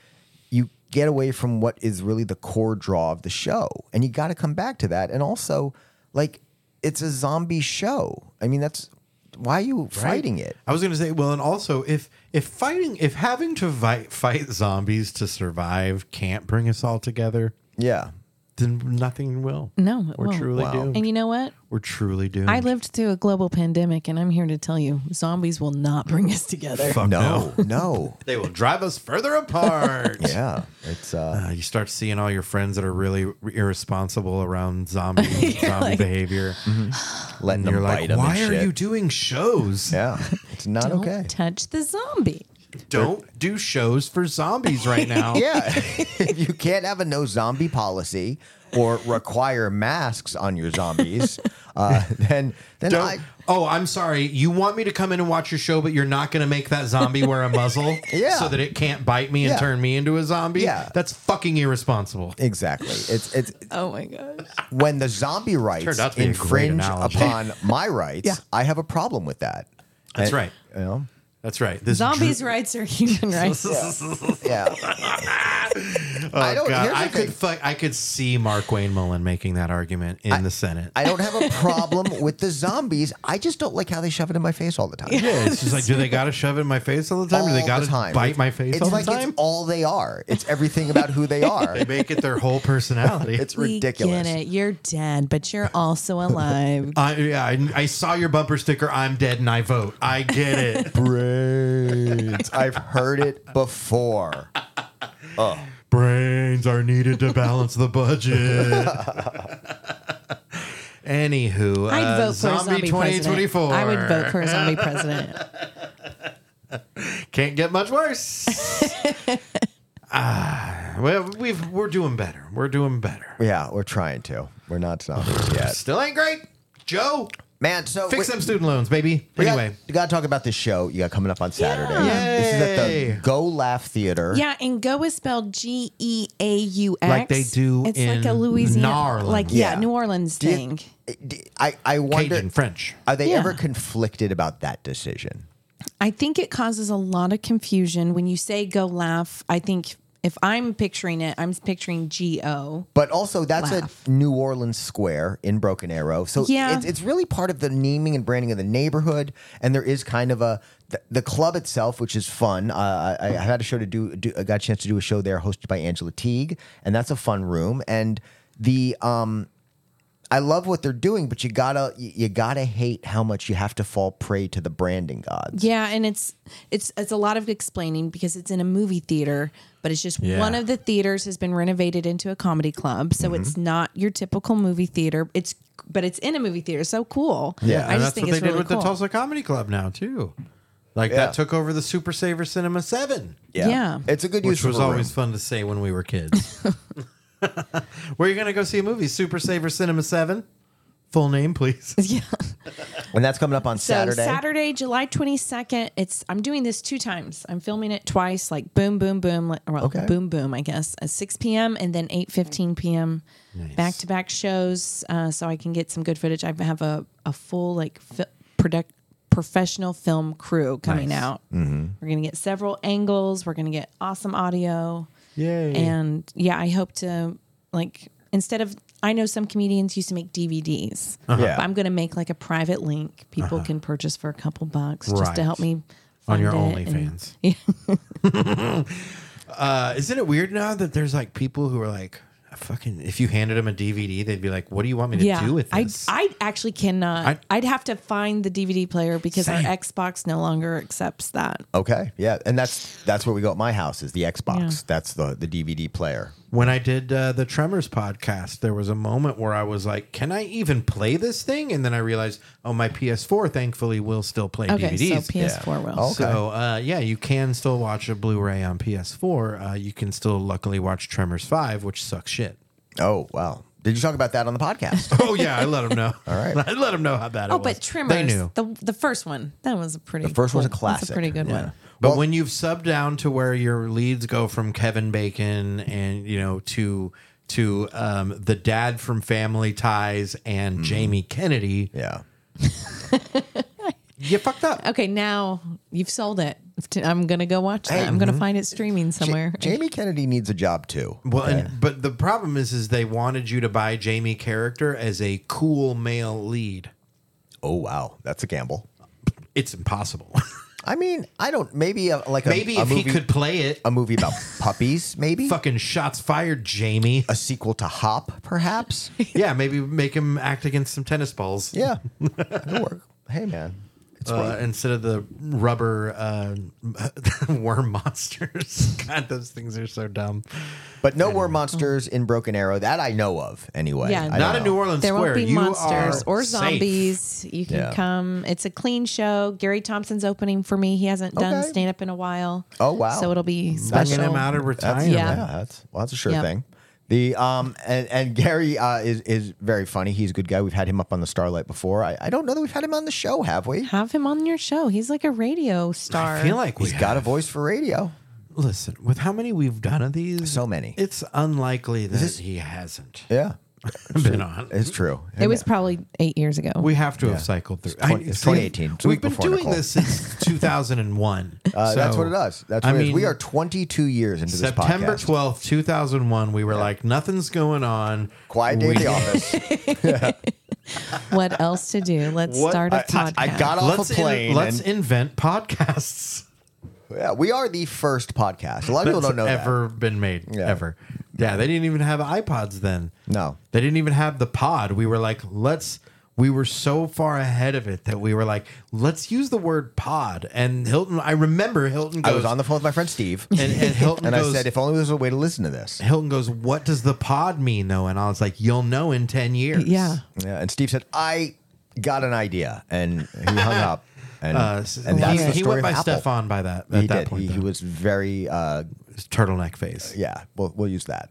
[SPEAKER 2] you get away from what is really the core draw of the show, and you got to come back to that. And also, like it's a zombie show. I mean, that's why are you fighting it.
[SPEAKER 1] I was going to say, well, and also if if fighting if having to fight fight zombies to survive can't bring us all together,
[SPEAKER 2] Yeah,
[SPEAKER 1] then nothing will.
[SPEAKER 3] No, it
[SPEAKER 1] we're
[SPEAKER 3] won't.
[SPEAKER 1] truly
[SPEAKER 2] Wow.
[SPEAKER 1] doomed.
[SPEAKER 3] And you know what?
[SPEAKER 1] we're truly doomed.
[SPEAKER 3] Mm.
[SPEAKER 2] Mm.
[SPEAKER 3] I lived through a global pandemic, and I'm here to tell you, zombies will not bring us together.
[SPEAKER 1] Fuck
[SPEAKER 2] no, no,
[SPEAKER 1] they will drive us further apart.
[SPEAKER 2] yeah, it's uh,
[SPEAKER 1] Uh, you start seeing all your friends that are really irresponsible around zombie zombie
[SPEAKER 3] like-
[SPEAKER 1] behavior.
[SPEAKER 2] letting
[SPEAKER 1] And
[SPEAKER 2] them
[SPEAKER 1] you're
[SPEAKER 2] bite
[SPEAKER 1] like,
[SPEAKER 2] them. and
[SPEAKER 1] why are
[SPEAKER 2] shit."
[SPEAKER 1] you doing shows?
[SPEAKER 2] Yeah, it's not
[SPEAKER 3] Don't
[SPEAKER 2] okay.
[SPEAKER 3] touch the zombie.
[SPEAKER 1] Don't do shows for zombies right now.
[SPEAKER 2] Yeah. if you can't have a no zombie policy or require masks on your zombies, uh, then then
[SPEAKER 1] Don't-
[SPEAKER 2] I,
[SPEAKER 1] oh, I'm sorry. You want me to come in and watch your show, but you're not going to make that zombie wear a muzzle
[SPEAKER 2] Yeah.
[SPEAKER 1] so that it can't bite me and
[SPEAKER 2] Yeah.
[SPEAKER 1] turn me into a zombie?
[SPEAKER 2] Yeah.
[SPEAKER 1] That's fucking irresponsible.
[SPEAKER 2] exactly. It's it's
[SPEAKER 3] Oh my gosh.
[SPEAKER 2] when the zombie rights
[SPEAKER 1] Turned out to be a great
[SPEAKER 2] infringe
[SPEAKER 1] analogy.
[SPEAKER 2] upon my rights,
[SPEAKER 3] Yeah.
[SPEAKER 2] I have a problem with that.
[SPEAKER 1] That's
[SPEAKER 2] And-
[SPEAKER 1] right.
[SPEAKER 2] You know?
[SPEAKER 1] That's right. This
[SPEAKER 3] Zombies'
[SPEAKER 1] dr-
[SPEAKER 3] rights are human rights.
[SPEAKER 2] Yeah. I don't.
[SPEAKER 1] Oh, God,
[SPEAKER 2] here's
[SPEAKER 1] I
[SPEAKER 2] the thing.
[SPEAKER 1] could fuck, I could see Mark Wayne Mullen making that argument in the Senate.
[SPEAKER 2] I don't have a problem with the zombies. I just don't like how they shove it in my face all the time.
[SPEAKER 1] Yeah, it's just like, do they got to shove it in my face all the time? do
[SPEAKER 2] All
[SPEAKER 1] they
[SPEAKER 2] the
[SPEAKER 1] got to
[SPEAKER 2] time.
[SPEAKER 1] bite my face
[SPEAKER 2] It's
[SPEAKER 1] all
[SPEAKER 2] like
[SPEAKER 1] the time?
[SPEAKER 2] it's all they are. It's everything about who they are.
[SPEAKER 1] they make it their whole personality.
[SPEAKER 2] It's
[SPEAKER 3] We
[SPEAKER 2] ridiculous.
[SPEAKER 3] get it. You're dead, but you're also alive.
[SPEAKER 1] I, yeah, I, I saw your bumper sticker. I'm dead and I vote. I get it.
[SPEAKER 2] Brains. I've heard it before.
[SPEAKER 1] Brains are needed to balance the budget. Anywho,
[SPEAKER 3] I'd
[SPEAKER 1] uh,
[SPEAKER 3] vote for
[SPEAKER 1] Zombie,
[SPEAKER 3] a zombie
[SPEAKER 1] 2024.
[SPEAKER 3] president. I would vote for a zombie president.
[SPEAKER 1] Can't get much worse. Ah, well, we've we're doing better. We're doing better.
[SPEAKER 2] Yeah, we're trying to. We're not zombies yet.
[SPEAKER 1] Still ain't great, Joe.
[SPEAKER 2] Man, so
[SPEAKER 1] Fix
[SPEAKER 2] wait,
[SPEAKER 1] them student loans, baby.
[SPEAKER 2] we got-
[SPEAKER 1] anyway,
[SPEAKER 2] you got to talk about this show you got coming up on Saturday.
[SPEAKER 1] Yeah.
[SPEAKER 2] This is at
[SPEAKER 1] Yay.
[SPEAKER 2] the Go Laugh Theater.
[SPEAKER 3] Yeah, and Go is spelled G E A U X.
[SPEAKER 1] Like they do
[SPEAKER 3] It's like a
[SPEAKER 1] in
[SPEAKER 3] Louisiana,
[SPEAKER 1] Narland.
[SPEAKER 3] like yeah,
[SPEAKER 2] Yeah.
[SPEAKER 3] New Orleans
[SPEAKER 2] Do you-
[SPEAKER 3] thing.
[SPEAKER 2] D- I, I wonder,
[SPEAKER 1] Cajun French.
[SPEAKER 2] are they
[SPEAKER 3] Yeah.
[SPEAKER 2] ever conflicted about that decision?
[SPEAKER 3] I think it causes a lot of confusion when you say Go Laugh. I think if I'm picturing it, I'm picturing G O.
[SPEAKER 2] But also, that's
[SPEAKER 3] Laugh.
[SPEAKER 2] a New Orleans square in Broken Arrow. So
[SPEAKER 3] Yeah.
[SPEAKER 2] it's, it's really part of the naming and branding of the neighborhood. And there is kind of a, the, the club itself, which is fun. Uh, I, I had a show to do, do, I got a chance to do a show there hosted by Angela Teague. And that's a fun room. And the, um, I love what they're doing, but you gotta you you gotta hate how much you have to fall prey to the branding gods.
[SPEAKER 3] Yeah, and it's it's it's a lot of explaining because it's in a movie theater, but it's just
[SPEAKER 1] Yeah.
[SPEAKER 3] one of the theaters has been renovated into a comedy club, so
[SPEAKER 1] Mm-hmm.
[SPEAKER 3] it's not your typical movie theater. It's but it's in a movie theater, so cool.
[SPEAKER 2] Yeah,
[SPEAKER 3] I
[SPEAKER 1] and that's
[SPEAKER 3] just think
[SPEAKER 1] what
[SPEAKER 3] it's
[SPEAKER 1] they
[SPEAKER 3] really
[SPEAKER 1] did with
[SPEAKER 3] cool.
[SPEAKER 1] the Tulsa Comedy Club now too. Like
[SPEAKER 2] Yeah.
[SPEAKER 1] that took over the Super Saver Cinema Seven,
[SPEAKER 3] Yeah.
[SPEAKER 2] it's a good use.
[SPEAKER 1] which
[SPEAKER 2] of
[SPEAKER 1] was
[SPEAKER 2] a room.
[SPEAKER 1] always fun to say when we were kids. Where are you going to go see a movie? Super Saver Cinema Seven. Full name, please.
[SPEAKER 2] and that's coming up on
[SPEAKER 3] So
[SPEAKER 2] Saturday.
[SPEAKER 3] Saturday, July twenty second. It's I'm doing this two times. I'm filming it twice, like boom, boom, boom, like, well,
[SPEAKER 2] Okay.
[SPEAKER 3] boom, boom. I guess at six p.m. and then eight fifteen p.m. Back to back shows, uh, so I can get some good footage. I have a a full like fi- product professional film crew coming out.
[SPEAKER 2] Mm-hmm.
[SPEAKER 3] We're gonna get several angles. We're gonna get awesome audio.
[SPEAKER 1] Yay.
[SPEAKER 3] And yeah, I hope to like instead of I know some comedians used to make DVDs.
[SPEAKER 1] Uh-huh.
[SPEAKER 2] Yeah.
[SPEAKER 3] But I'm going to make like a private link people can purchase for a couple bucks just
[SPEAKER 1] Right.
[SPEAKER 3] to help me
[SPEAKER 1] On
[SPEAKER 3] fund
[SPEAKER 1] your
[SPEAKER 3] it and-
[SPEAKER 1] OnlyFans. uh, isn't it weird now that there's like people who are like, fucking, if you handed them a DVD, they'd be like, what do you want me to
[SPEAKER 3] yeah,
[SPEAKER 1] do with
[SPEAKER 3] I
[SPEAKER 1] this?
[SPEAKER 3] I actually cannot.
[SPEAKER 1] I-
[SPEAKER 3] I, would have to find the DVD player because
[SPEAKER 1] Same.
[SPEAKER 3] our Xbox no longer accepts that.
[SPEAKER 2] Okay, yeah, and that's that's where we go at my house is the Xbox.
[SPEAKER 3] Yeah.
[SPEAKER 2] That's the the DVD player.
[SPEAKER 1] when I did uh, the Tremors podcast, there was a moment where I was like, "Can I even play this thing?" And then I realized, "Oh, my PS4, thankfully, will still play
[SPEAKER 3] Okay,
[SPEAKER 1] DVDs."
[SPEAKER 3] so PS4 will.
[SPEAKER 2] Oh.
[SPEAKER 1] So, uh, yeah, you can still watch a Blu-ray on PS4. Uh, you can still, luckily, watch Tremors Five, which sucks shit.
[SPEAKER 2] Oh wow, Did you talk about that on the podcast?
[SPEAKER 1] Oh yeah, I let him know. All
[SPEAKER 2] right.
[SPEAKER 1] I let him know how bad it
[SPEAKER 3] Oh,
[SPEAKER 1] was.
[SPEAKER 3] but Trimmers,
[SPEAKER 1] They knew.
[SPEAKER 3] the the first one, that was a pretty.
[SPEAKER 2] The first
[SPEAKER 3] cool,
[SPEAKER 2] one's a
[SPEAKER 3] That's
[SPEAKER 2] classic.
[SPEAKER 3] a pretty good one.
[SPEAKER 1] But when you've subbed down to where your leads go from Kevin Bacon and you know to to um, the dad from Family Ties and
[SPEAKER 2] Mm-hmm.
[SPEAKER 1] Jamie Kennedy,
[SPEAKER 2] yeah.
[SPEAKER 1] you fucked up.
[SPEAKER 3] Okay, now you've sold it. I'm gonna go watch that. I'm
[SPEAKER 1] mm-hmm.
[SPEAKER 3] gonna find it streaming somewhere.
[SPEAKER 2] Jamie Kennedy needs a job too.
[SPEAKER 1] Well, and, but the problem is, is they wanted you to buy Jamie character as a cool male lead.
[SPEAKER 2] Oh wow, that's a gamble.
[SPEAKER 1] It's impossible.
[SPEAKER 2] I mean, I don't. Maybe a, like a,
[SPEAKER 1] Maybe
[SPEAKER 2] a
[SPEAKER 1] if
[SPEAKER 2] movie,
[SPEAKER 1] he could play it,
[SPEAKER 2] a movie about puppies. Maybe
[SPEAKER 1] fucking shots fired, Jamie.
[SPEAKER 2] a sequel to Hop, perhaps.
[SPEAKER 1] Yeah, maybe make him act against some tennis balls.
[SPEAKER 2] yeah, it'll work. Hey man, it's
[SPEAKER 1] Uh, instead of the rubber uh, worm monsters. God, those things are so dumb.
[SPEAKER 2] But no more monsters in Broken Arrow that I know of, anyway.
[SPEAKER 3] Yeah.
[SPEAKER 2] I don't
[SPEAKER 1] Not in
[SPEAKER 2] know.
[SPEAKER 1] New Orleans
[SPEAKER 3] There
[SPEAKER 1] Square.
[SPEAKER 3] won't be
[SPEAKER 1] You
[SPEAKER 3] monsters
[SPEAKER 1] are
[SPEAKER 3] or
[SPEAKER 1] safe.
[SPEAKER 3] zombies. You can
[SPEAKER 2] Yeah.
[SPEAKER 3] come. It's a clean show. Gary Thompson's opening for me. He hasn't done
[SPEAKER 2] Okay.
[SPEAKER 3] stand up in a while.
[SPEAKER 2] Oh, wow.
[SPEAKER 3] So it'll be
[SPEAKER 1] Bringing
[SPEAKER 3] special.
[SPEAKER 1] him out of
[SPEAKER 2] That's,
[SPEAKER 1] retirement.
[SPEAKER 2] yeah.
[SPEAKER 3] Yeah.
[SPEAKER 2] that's well, that's a sure
[SPEAKER 3] Yep.
[SPEAKER 2] thing. The um and, and Gary uh, is is very funny. He's a good guy. We've had him up on the Starlight before. I, I don't know that we've had him on the show, have we?
[SPEAKER 3] Have him on your show. He's like a radio star.
[SPEAKER 1] I feel like we
[SPEAKER 2] He's got a voice for radio.
[SPEAKER 1] Listen, with how many we've done of these,
[SPEAKER 2] So many.
[SPEAKER 1] it's unlikely that he hasn't
[SPEAKER 2] Yeah,
[SPEAKER 1] been on.
[SPEAKER 2] it's true.
[SPEAKER 3] it was probably eight years ago.
[SPEAKER 1] We have to have cycled through. I-
[SPEAKER 2] twen- it's 2018. It's a
[SPEAKER 1] We've
[SPEAKER 2] week
[SPEAKER 1] been
[SPEAKER 2] before,
[SPEAKER 1] doing
[SPEAKER 2] Nicole.
[SPEAKER 1] this since 2001.
[SPEAKER 2] Uh, that's
[SPEAKER 1] So,
[SPEAKER 2] what it does. That's
[SPEAKER 1] I
[SPEAKER 2] what it is.
[SPEAKER 1] mean,
[SPEAKER 2] we are 22 years into
[SPEAKER 1] September
[SPEAKER 2] this podcast.
[SPEAKER 1] 12th, 2001, we were like, nothing's going on.
[SPEAKER 2] Quiet day at
[SPEAKER 1] We-
[SPEAKER 2] the office.
[SPEAKER 3] what else to do? Let's
[SPEAKER 2] What-
[SPEAKER 3] start a
[SPEAKER 2] I-
[SPEAKER 3] podcast.
[SPEAKER 2] I- I got off
[SPEAKER 1] Let's,
[SPEAKER 2] a
[SPEAKER 1] in-
[SPEAKER 2] plane.
[SPEAKER 1] let's
[SPEAKER 2] and-
[SPEAKER 1] invent podcasts
[SPEAKER 2] yeah, we are the first podcast. A lot of people
[SPEAKER 1] that's
[SPEAKER 2] don't know that.
[SPEAKER 1] ever been made.
[SPEAKER 2] Yeah.
[SPEAKER 1] Ever. Yeah, they didn't even have iPods then.
[SPEAKER 2] No.
[SPEAKER 1] They didn't even have the pod. We were like, let's. We were so far ahead of it that we were like, let's use the word pod. And Hilton, I remember Hilton
[SPEAKER 2] I
[SPEAKER 1] goes
[SPEAKER 2] was on the phone with my friend Steve,
[SPEAKER 1] and, and Hilton
[SPEAKER 2] and I
[SPEAKER 1] goes,
[SPEAKER 2] said, if only there was a way to listen to this.
[SPEAKER 1] Hilton goes, "What does the pod mean, though?" And I was like, "You'll know in ten years."
[SPEAKER 3] yeah.
[SPEAKER 2] Yeah, and Steve said, "I got an idea," and he hung up. And,
[SPEAKER 1] Uh, so
[SPEAKER 2] and that's
[SPEAKER 1] he,
[SPEAKER 2] the
[SPEAKER 1] he
[SPEAKER 2] story
[SPEAKER 1] went by
[SPEAKER 2] of Apple.
[SPEAKER 1] Stefan by that. At
[SPEAKER 2] He
[SPEAKER 1] that
[SPEAKER 2] did.
[SPEAKER 1] point,
[SPEAKER 2] he, he
[SPEAKER 1] though.
[SPEAKER 2] was very, uh,
[SPEAKER 1] His turtleneck face.
[SPEAKER 2] yeah. We'll, we'll use that.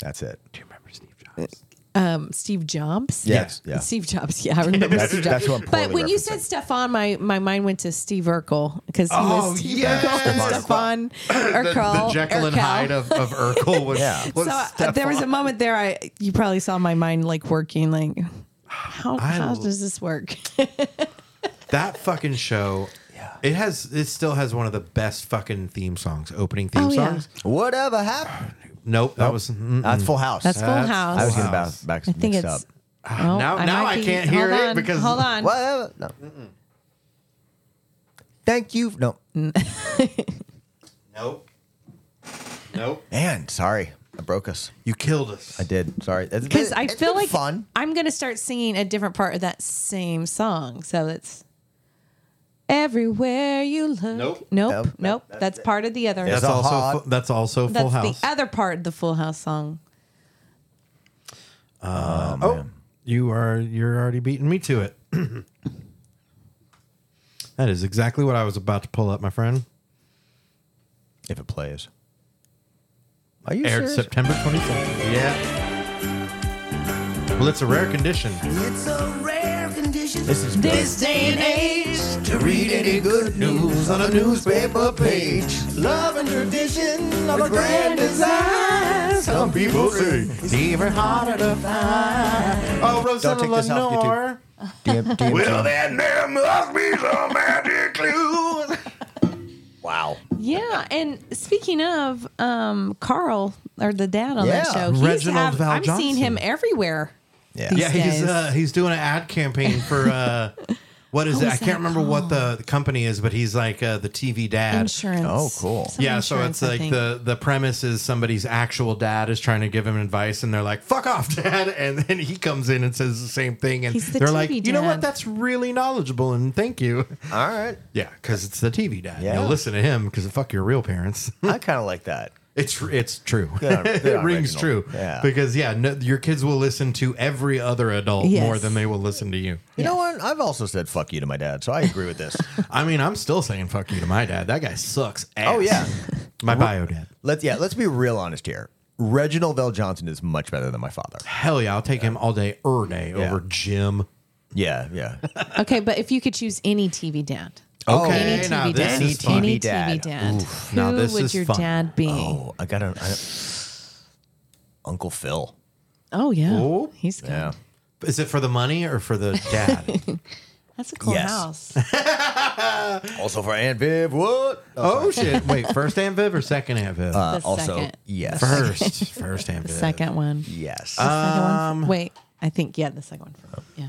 [SPEAKER 2] That's it.
[SPEAKER 1] Do you remember Steve Jobs?
[SPEAKER 3] Um, Steve Jobs.
[SPEAKER 2] Yes. Yeah.
[SPEAKER 3] Steve Jobs. Yeah, I remember
[SPEAKER 2] That's-
[SPEAKER 3] Steve Jobs.
[SPEAKER 2] that's what I'm
[SPEAKER 3] but
[SPEAKER 2] poorly
[SPEAKER 3] when you
[SPEAKER 2] referencing.
[SPEAKER 3] said Stefan, my, my mind went to Steve Urkel because he
[SPEAKER 1] Oh,
[SPEAKER 3] was Steve
[SPEAKER 1] yes.
[SPEAKER 3] Urkel and Stefan
[SPEAKER 1] The,
[SPEAKER 3] Urkel.
[SPEAKER 1] the Jekyll and
[SPEAKER 3] Urkel.
[SPEAKER 1] Hyde of, of Urkel was,
[SPEAKER 2] Yeah.
[SPEAKER 1] was
[SPEAKER 3] so uh,
[SPEAKER 1] Stefan.
[SPEAKER 3] there was a moment there. I you probably saw my mind like working like. How,
[SPEAKER 1] I
[SPEAKER 3] how
[SPEAKER 1] l-
[SPEAKER 3] does this work?
[SPEAKER 1] that fucking show.
[SPEAKER 2] Yeah.
[SPEAKER 1] It has. It still has one of the best fucking theme songs. Opening theme
[SPEAKER 3] Oh, yeah.
[SPEAKER 1] songs.
[SPEAKER 2] Whatever happened?
[SPEAKER 1] Nope, that was. mm,
[SPEAKER 2] That's Full House.
[SPEAKER 3] That's Full
[SPEAKER 1] That's
[SPEAKER 3] House.
[SPEAKER 2] I was
[SPEAKER 1] Full
[SPEAKER 2] getting back,
[SPEAKER 1] House.
[SPEAKER 2] back
[SPEAKER 3] I think
[SPEAKER 2] mixed
[SPEAKER 3] it's.
[SPEAKER 2] up.
[SPEAKER 3] oh,
[SPEAKER 1] Now- now
[SPEAKER 3] might
[SPEAKER 1] I
[SPEAKER 3] be-
[SPEAKER 1] can't hear
[SPEAKER 3] hold
[SPEAKER 1] it
[SPEAKER 3] on,
[SPEAKER 1] because-
[SPEAKER 3] hold on.
[SPEAKER 2] Whatever. No. Thank you. No.
[SPEAKER 1] Nope. Nope.
[SPEAKER 2] Man, sorry, I broke us.
[SPEAKER 1] You killed us.
[SPEAKER 2] I did. Sorry. It's
[SPEAKER 3] Because
[SPEAKER 2] been-
[SPEAKER 3] I
[SPEAKER 2] it's
[SPEAKER 3] feel
[SPEAKER 2] been
[SPEAKER 3] like
[SPEAKER 2] fun.
[SPEAKER 3] I'm gonna start singing a different part of that same song. So it's everywhere you look.
[SPEAKER 1] Nope.
[SPEAKER 2] Nope.
[SPEAKER 3] nope,
[SPEAKER 2] Nope.
[SPEAKER 3] nope. That's, part of the other.
[SPEAKER 1] That's
[SPEAKER 2] It's a
[SPEAKER 1] also.
[SPEAKER 2] hot-
[SPEAKER 1] fu- that's also Full
[SPEAKER 3] That's
[SPEAKER 1] House.
[SPEAKER 3] the other part of the Full House song.
[SPEAKER 1] Oh, you are you're already beating me to it. that is exactly what I was about to pull up, my friend.
[SPEAKER 2] If it plays. Are you
[SPEAKER 1] Aired
[SPEAKER 2] serious?
[SPEAKER 1] September 24th. Yeah. Well, it's a rare condition.
[SPEAKER 4] It's a rare condition
[SPEAKER 2] This is
[SPEAKER 4] this day and age
[SPEAKER 2] to read any good news on a newspaper page.
[SPEAKER 4] Love and tradition of a
[SPEAKER 2] grand
[SPEAKER 4] grand design.
[SPEAKER 2] Some people say
[SPEAKER 1] It's even harder to find. Oh, Rosanna
[SPEAKER 2] take this off
[SPEAKER 1] Lenore.
[SPEAKER 2] DM, DM,
[SPEAKER 4] that there must be some magic clue.
[SPEAKER 2] Wow.
[SPEAKER 3] Yeah, and speaking of um, Carl or the dad on that
[SPEAKER 2] Yeah,
[SPEAKER 3] show, he's
[SPEAKER 1] Reginald
[SPEAKER 3] have-
[SPEAKER 1] Val
[SPEAKER 3] I'm seeing him
[SPEAKER 1] Johnson.
[SPEAKER 3] everywhere.
[SPEAKER 2] Yeah.
[SPEAKER 3] These
[SPEAKER 1] Yeah, he's
[SPEAKER 3] days.
[SPEAKER 1] uh, he's doing an ad campaign for uh, what is
[SPEAKER 3] What
[SPEAKER 1] it?
[SPEAKER 3] was
[SPEAKER 1] I can't
[SPEAKER 3] that
[SPEAKER 1] remember what the, the company is, but he's like uh, the TV dad.
[SPEAKER 3] insurance.
[SPEAKER 2] Oh, cool.
[SPEAKER 3] Some
[SPEAKER 1] yeah, so
[SPEAKER 3] insurance,
[SPEAKER 1] it's
[SPEAKER 3] I
[SPEAKER 1] like
[SPEAKER 3] think.
[SPEAKER 1] the the premise is somebody's actual dad is trying to give him advice, and they're like, "Fuck off, dad!" And then he comes in and says the same thing, and
[SPEAKER 3] He's the
[SPEAKER 1] they're like,
[SPEAKER 3] TV
[SPEAKER 1] "You know what?
[SPEAKER 3] dad."
[SPEAKER 1] That's really knowledgeable, and thank you."
[SPEAKER 2] All right.
[SPEAKER 1] Yeah, because it's the TV dad.
[SPEAKER 2] Yeah.
[SPEAKER 1] Now listen to him, because fuck your real parents.
[SPEAKER 2] I kind of like that.
[SPEAKER 1] It's it's true.
[SPEAKER 2] They're not- they're
[SPEAKER 1] it
[SPEAKER 2] not
[SPEAKER 1] rings
[SPEAKER 2] original.
[SPEAKER 1] true.
[SPEAKER 2] Yeah.
[SPEAKER 1] Because yeah, no, your kids will listen to every other adult
[SPEAKER 3] Yes.
[SPEAKER 1] more than they will listen to you.
[SPEAKER 2] You know what? I've also said fuck you to my dad, so I agree with this.
[SPEAKER 1] I mean, I'm still saying fuck you to my dad. That guy sucks. Ass.
[SPEAKER 2] oh yeah.
[SPEAKER 1] my bio dad.
[SPEAKER 2] Let's yeah, let's be real honest here. Reginald Vell Johnson is much better than my father.
[SPEAKER 1] Hell yeah, I'll take him all day, er day over Jim.
[SPEAKER 2] Yeah, yeah.
[SPEAKER 3] Okay, but if you could choose any TV dad,
[SPEAKER 1] Okay,
[SPEAKER 3] any TV
[SPEAKER 1] now this
[SPEAKER 3] dad,
[SPEAKER 1] is fun.
[SPEAKER 3] any
[SPEAKER 2] Any dad.
[SPEAKER 3] TV dad,
[SPEAKER 1] Oof,
[SPEAKER 3] who
[SPEAKER 1] now this
[SPEAKER 3] would
[SPEAKER 1] is
[SPEAKER 3] your
[SPEAKER 1] fun.
[SPEAKER 3] dad be? Oh,
[SPEAKER 2] oh, I got an Uncle Phil.
[SPEAKER 3] yeah,
[SPEAKER 1] Oh.
[SPEAKER 3] he's good.
[SPEAKER 2] Yeah.
[SPEAKER 1] Is it for the money or for the dad?
[SPEAKER 3] That's a cool
[SPEAKER 2] Yes.
[SPEAKER 3] house.
[SPEAKER 2] Also for Aunt Viv. What?
[SPEAKER 1] oh shit! Wait, first Aunt Viv or second Aunt Viv?
[SPEAKER 2] Uh,
[SPEAKER 3] The
[SPEAKER 2] also,
[SPEAKER 3] second.
[SPEAKER 2] yes.
[SPEAKER 1] first, first Aunt
[SPEAKER 3] The
[SPEAKER 1] Viv.
[SPEAKER 3] second one.
[SPEAKER 2] Yes.
[SPEAKER 3] Second one
[SPEAKER 1] Um,
[SPEAKER 3] for- wait, I think yeah, the second one. For, yeah.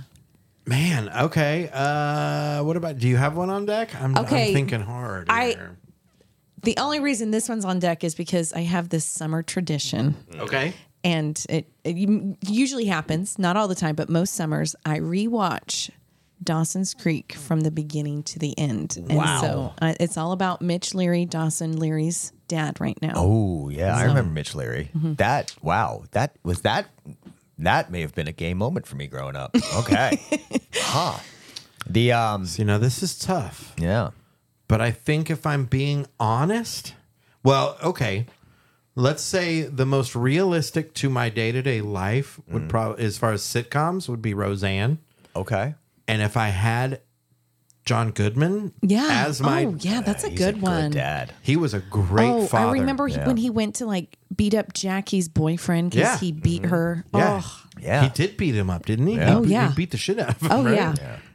[SPEAKER 1] Man, okay. Uh, what about? Do you have one on deck? I'm,
[SPEAKER 3] Okay,
[SPEAKER 1] I'm thinking hard.
[SPEAKER 3] I-
[SPEAKER 1] here.
[SPEAKER 3] The only reason this one's on deck is because I have this summer tradition,
[SPEAKER 1] okay.
[SPEAKER 3] and it, it u- usually happens, not all the time, but most summers, I rewatch Dawson's Creek from the beginning to the end. And so uh, it's all about Mitch Leary, Dawson Leary's dad right now.
[SPEAKER 2] oh, yeah. I remember Mitch Leary. That, wow. That was that. That may have been a gay moment for me growing up. Okay. huh. The, um,
[SPEAKER 1] So, you know, this is tough.
[SPEAKER 2] yeah.
[SPEAKER 1] But I think if I'm being honest, well, okay. Let's say the most realistic to my day to day life
[SPEAKER 2] Mm.
[SPEAKER 1] would probably, as far as sitcoms, would be Roseanne.
[SPEAKER 2] Okay.
[SPEAKER 1] And if I had John Goodman,
[SPEAKER 3] Yeah.
[SPEAKER 1] as my
[SPEAKER 3] oh, yeah, that's a
[SPEAKER 2] He's
[SPEAKER 3] good one.
[SPEAKER 2] Good dad.
[SPEAKER 1] he was a great
[SPEAKER 3] oh,
[SPEAKER 1] father.
[SPEAKER 3] I remember he,
[SPEAKER 2] Yeah.
[SPEAKER 3] when he went to like beat up Jackie's boyfriend because
[SPEAKER 1] Yeah. Mm-hmm.
[SPEAKER 3] he beat her.
[SPEAKER 1] Yeah.
[SPEAKER 3] Oh,
[SPEAKER 2] Yeah.
[SPEAKER 1] He did beat him up, didn't he?
[SPEAKER 2] Yeah.
[SPEAKER 1] He
[SPEAKER 3] Oh,
[SPEAKER 1] beat-
[SPEAKER 3] yeah.
[SPEAKER 1] He beat the shit out of him.
[SPEAKER 3] Oh,
[SPEAKER 1] right?
[SPEAKER 3] yeah.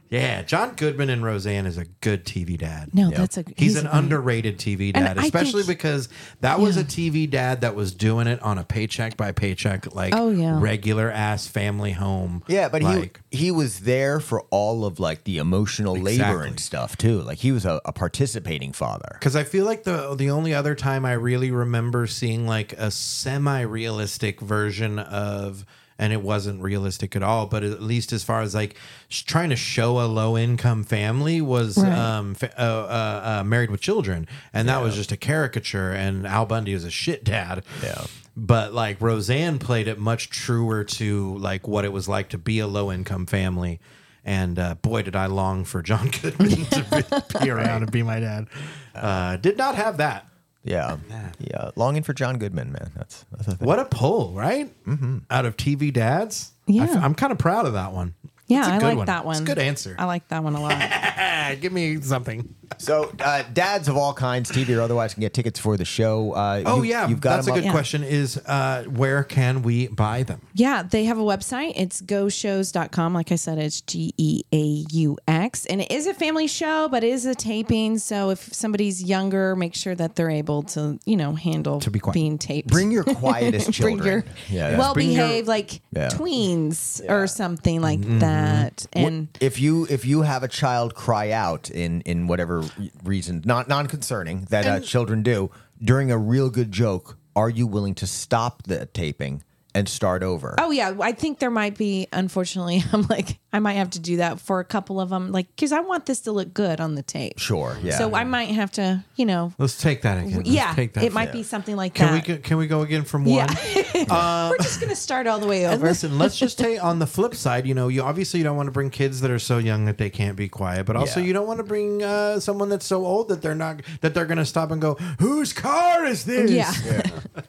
[SPEAKER 1] yeah. John Goodman and Roseanne is a good TV dad.
[SPEAKER 3] no, that's a
[SPEAKER 1] He's, an
[SPEAKER 3] a-
[SPEAKER 1] underrated TV
[SPEAKER 3] And
[SPEAKER 1] dad,
[SPEAKER 3] I think
[SPEAKER 1] especially
[SPEAKER 3] he-
[SPEAKER 1] because that was a
[SPEAKER 3] Yeah.
[SPEAKER 1] TV dad that was doing it on a paycheck by paycheck, like
[SPEAKER 3] Oh, yeah.
[SPEAKER 1] regular ass family home.
[SPEAKER 2] Yeah, but
[SPEAKER 1] like,
[SPEAKER 2] he he was there for all of like the emotional labor
[SPEAKER 1] Exactly.
[SPEAKER 2] and stuff too. Like he was a, a participating father.
[SPEAKER 1] Because I feel like the the only other time I really remember seeing like a semi realistic version of, and it wasn't realistic at all, but at least as far as like sh- trying to show a low income family was
[SPEAKER 3] Right.
[SPEAKER 1] um, fa- uh, uh, uh, Married with Children, and that was just a caricature, and Al Bundy was a shit dad.
[SPEAKER 2] Yeah.
[SPEAKER 1] But like Roseanne played it much truer to like what it was like to be a low income family. And uh, boy, did I long for John Goodman to be, be around and be my dad. Uh, did not have that.
[SPEAKER 2] Yeah, yeah. Longing for John Goodman, man. That's, that's a thing.
[SPEAKER 1] What a pull, right? Mm-hmm. Out of TV dads.
[SPEAKER 3] Yeah.
[SPEAKER 1] I f- I'm kind of proud of that one.
[SPEAKER 3] Yeah,
[SPEAKER 1] It's a
[SPEAKER 3] I
[SPEAKER 1] good
[SPEAKER 3] like that one. Oh.
[SPEAKER 1] It's a good answer.
[SPEAKER 3] I like that one a lot.
[SPEAKER 1] Ah, give me something.
[SPEAKER 2] So uh, dads of all kinds, TV or otherwise, can get tickets for the show. Uh,
[SPEAKER 1] Oh,
[SPEAKER 2] you-
[SPEAKER 1] yeah.
[SPEAKER 2] you've got
[SPEAKER 1] That's a
[SPEAKER 2] them
[SPEAKER 1] good
[SPEAKER 2] up-
[SPEAKER 3] Yeah.
[SPEAKER 1] question is uh, where can we buy them?
[SPEAKER 3] yeah, they have a website. It's goshows.com. Like I said, it's G E A U X. And it is a family show, but it is a taping. So if somebody's younger, make sure that they're able to, you know, handle
[SPEAKER 1] To be quiet.
[SPEAKER 3] being taped.
[SPEAKER 2] Bring your quietest
[SPEAKER 3] Bring
[SPEAKER 2] children.
[SPEAKER 3] your
[SPEAKER 2] yeah.
[SPEAKER 3] well
[SPEAKER 1] Bring your-
[SPEAKER 3] behaved like
[SPEAKER 2] Yeah.
[SPEAKER 3] tweens or something like that. And
[SPEAKER 2] if you if you have a child cry out in in whatever re- reason not non concerning that uh, children do during a real good joke, are you willing to stop the taping and start over?
[SPEAKER 3] Oh yeah, I think there might be. Unfortunately, I'm like I might have to do that for a couple of them, like because I want this to look good on the tape.
[SPEAKER 2] Sure, yeah.
[SPEAKER 3] So I might have to, you know,
[SPEAKER 1] Let's take that again. Let's
[SPEAKER 3] yeah,
[SPEAKER 1] Take that
[SPEAKER 3] it might be something like
[SPEAKER 1] Can we
[SPEAKER 3] that.
[SPEAKER 1] go, can we go again from
[SPEAKER 3] Yeah.
[SPEAKER 1] one? Um,
[SPEAKER 3] We're just gonna start all the way
[SPEAKER 1] And
[SPEAKER 3] over.
[SPEAKER 1] listen, let's just say on the flip side, you know, you obviously don't want to bring kids that are so young that they can't be quiet, but also
[SPEAKER 2] Yeah.
[SPEAKER 1] you don't want to bring uh, someone that's so old that they're not that they're going to stop and go, "Whose car is this?"
[SPEAKER 3] yeah,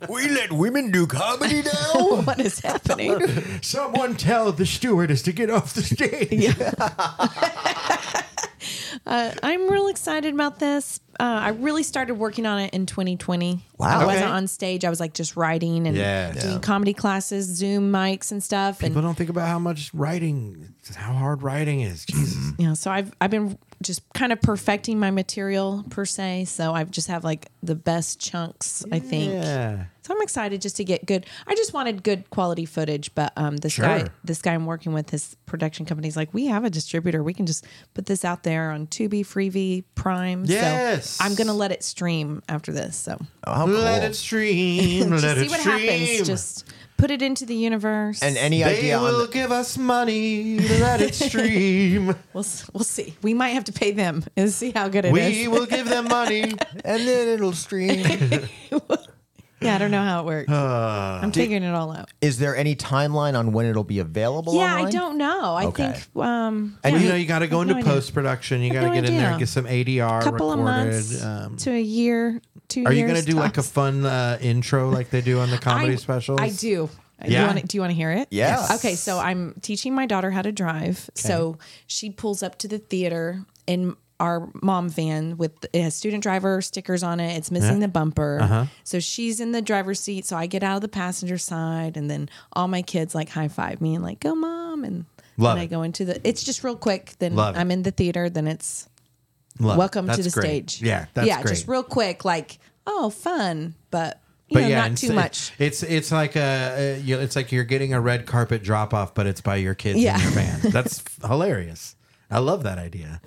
[SPEAKER 2] We let women do comedy now.
[SPEAKER 3] what is happening?
[SPEAKER 1] Someone tell the stewardess to get off the stage.
[SPEAKER 3] Uh, I'm real excited about this. Uh, I really started working on it in 2020.
[SPEAKER 2] Wow.
[SPEAKER 3] I wasn't
[SPEAKER 1] Okay.
[SPEAKER 3] on stage. I was like just writing and
[SPEAKER 1] Yes.
[SPEAKER 3] doing
[SPEAKER 1] Yeah.
[SPEAKER 3] comedy classes, Zoom mics and stuff. and
[SPEAKER 1] People don't think about how much writing, how hard writing is. Jesus.
[SPEAKER 3] you know, so I've I've been just kind of perfecting my material per se. So I've just have like the best chunks, I think.
[SPEAKER 1] Yeah.
[SPEAKER 3] So I'm excited just to get good. I just wanted good quality footage, but um, this
[SPEAKER 1] Sure.
[SPEAKER 3] guy, this guy I'm working with, his production company's like, we have a distributor. We can just put this out there on Tubi, Freevee, Prime.
[SPEAKER 1] Yes.
[SPEAKER 3] So I'm gonna let it stream after this. So
[SPEAKER 2] How cool.
[SPEAKER 1] Let it stream.
[SPEAKER 3] just
[SPEAKER 1] let
[SPEAKER 3] see
[SPEAKER 1] it
[SPEAKER 3] what
[SPEAKER 1] stream.
[SPEAKER 3] happens. Just put it into the universe.
[SPEAKER 2] And any
[SPEAKER 1] they
[SPEAKER 2] idea on
[SPEAKER 1] will
[SPEAKER 2] the,
[SPEAKER 1] give us money. Let it stream.
[SPEAKER 3] we'll s- we'll see. We might have to pay them and see how good it is.
[SPEAKER 1] we will give them money.
[SPEAKER 2] and then it'll stream.
[SPEAKER 3] Yeah, I don't know how it works. I'm figuring it all out.
[SPEAKER 2] Is there any timeline on when it'll be available?
[SPEAKER 3] Yeah,
[SPEAKER 2] online?
[SPEAKER 3] I don't know. I
[SPEAKER 2] Okay.
[SPEAKER 3] think um
[SPEAKER 1] And
[SPEAKER 3] yeah,
[SPEAKER 1] you know, you got to go
[SPEAKER 3] I have
[SPEAKER 1] into
[SPEAKER 3] no idea.
[SPEAKER 1] post production. You
[SPEAKER 3] I
[SPEAKER 1] got
[SPEAKER 3] have
[SPEAKER 1] to
[SPEAKER 3] no
[SPEAKER 1] get in there
[SPEAKER 3] idea.
[SPEAKER 1] and get some ADR
[SPEAKER 3] couple
[SPEAKER 1] recorded.
[SPEAKER 3] of months
[SPEAKER 1] Um,
[SPEAKER 3] to a year two.
[SPEAKER 1] Are you
[SPEAKER 3] years
[SPEAKER 1] gonna do like a
[SPEAKER 3] tops.
[SPEAKER 1] fun uh, intro like they do on the comedy
[SPEAKER 3] I-
[SPEAKER 1] specials?
[SPEAKER 3] I do.
[SPEAKER 1] Yeah.
[SPEAKER 3] You want it, do you want to hear it?
[SPEAKER 2] Yeah. Yes.
[SPEAKER 3] Okay, so I'm teaching my daughter how to drive. So she pulls up to the theater in our mom van with it has student driver stickers on it. It's missing the bumper.
[SPEAKER 1] Uh-huh.
[SPEAKER 3] So she's in the driver's seat. So I get out of the passenger side, and then all my kids like high five me and like go mom, and
[SPEAKER 1] Love
[SPEAKER 3] then I
[SPEAKER 1] it.
[SPEAKER 3] go into the. It's just real quick. Then
[SPEAKER 1] Love it.
[SPEAKER 3] I'm in the theater. Then it's
[SPEAKER 1] Love it.
[SPEAKER 3] welcome to
[SPEAKER 1] That's
[SPEAKER 3] the
[SPEAKER 1] great.
[SPEAKER 3] stage.
[SPEAKER 1] Yeah, that's
[SPEAKER 3] yeah,
[SPEAKER 1] great.
[SPEAKER 3] just real quick, like oh fun, but you know, not
[SPEAKER 1] it's-
[SPEAKER 3] too much.
[SPEAKER 1] It's it's like a uh, you know, it's like you're getting a red carpet drop off, but it's by your kids
[SPEAKER 3] Yeah.
[SPEAKER 1] in your van. That's hilarious. I love that idea.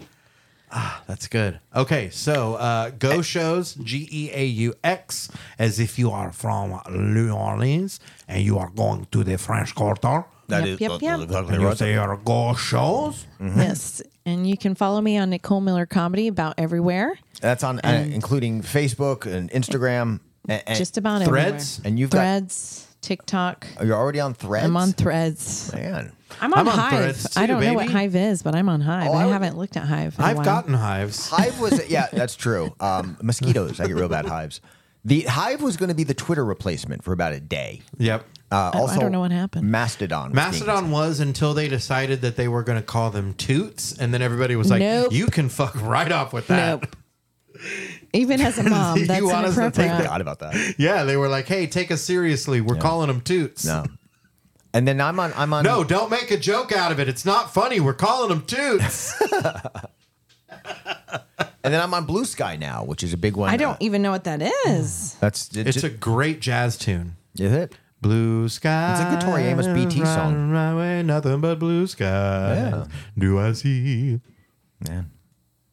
[SPEAKER 1] Ah, that's good. Okay, so uh,
[SPEAKER 3] Eh.
[SPEAKER 1] Go Shows G E A U X, as if you are from New Orleans and you are going to the French Quarter.
[SPEAKER 2] That
[SPEAKER 3] Yep,
[SPEAKER 2] is
[SPEAKER 3] yep, yep.
[SPEAKER 1] And you say your Go Shows.
[SPEAKER 3] Yes. And you can follow me on Nicole Miller Comedy about everywhere.
[SPEAKER 2] That's on, uh, including Facebook and Instagram. And, and
[SPEAKER 3] Just about
[SPEAKER 1] Threads?
[SPEAKER 3] everywhere.
[SPEAKER 2] And you've got-
[SPEAKER 3] threads, TikTok.
[SPEAKER 2] You're already on Threads.
[SPEAKER 3] I'm on threads.
[SPEAKER 2] Man,
[SPEAKER 3] I'm on,
[SPEAKER 1] I'm on
[SPEAKER 3] Hive.
[SPEAKER 1] Threads too,
[SPEAKER 3] I don't know what
[SPEAKER 1] baby.
[SPEAKER 3] Hive is, but I'm on Hive.
[SPEAKER 2] Oh, I
[SPEAKER 3] I,
[SPEAKER 2] would-
[SPEAKER 3] haven't looked at Hive. in a
[SPEAKER 1] I've
[SPEAKER 3] while.
[SPEAKER 1] gotten hives.
[SPEAKER 2] Hive was yeah, that's true. Um, mosquitoes. I get real bad hives. The Hive was going to be the Twitter replacement for about a day.
[SPEAKER 1] Yep.
[SPEAKER 2] Uh,
[SPEAKER 3] I
[SPEAKER 2] also,
[SPEAKER 3] don't know what happened.
[SPEAKER 2] Mastodon. was
[SPEAKER 1] Mastodon was until they decided that they were going to call them toots, and then everybody was like,
[SPEAKER 3] Nope.
[SPEAKER 1] "You can fuck right off with that."
[SPEAKER 3] Nope. Even as a mom,
[SPEAKER 1] You
[SPEAKER 3] that's
[SPEAKER 1] want us to take
[SPEAKER 2] being- I
[SPEAKER 3] inappropriate.
[SPEAKER 2] forgot about that.
[SPEAKER 1] Yeah, they were like, "Hey, take us seriously. We're calling them toots."
[SPEAKER 2] No. And then I'm on. I'm on.
[SPEAKER 1] No, don't make a joke out of it. It's not funny. We're calling them toots.
[SPEAKER 2] And then I'm on Blue Sky now, which is a big one.
[SPEAKER 3] I
[SPEAKER 2] Uh,
[SPEAKER 3] don't even know what that is.
[SPEAKER 2] that's
[SPEAKER 1] it's a great jazz tune.
[SPEAKER 2] is it?
[SPEAKER 1] Blue sky.
[SPEAKER 2] It's a Tori Amos BT
[SPEAKER 1] riding
[SPEAKER 2] song.
[SPEAKER 1] My way, nothing but blue sky. Do I see?
[SPEAKER 2] Yeah.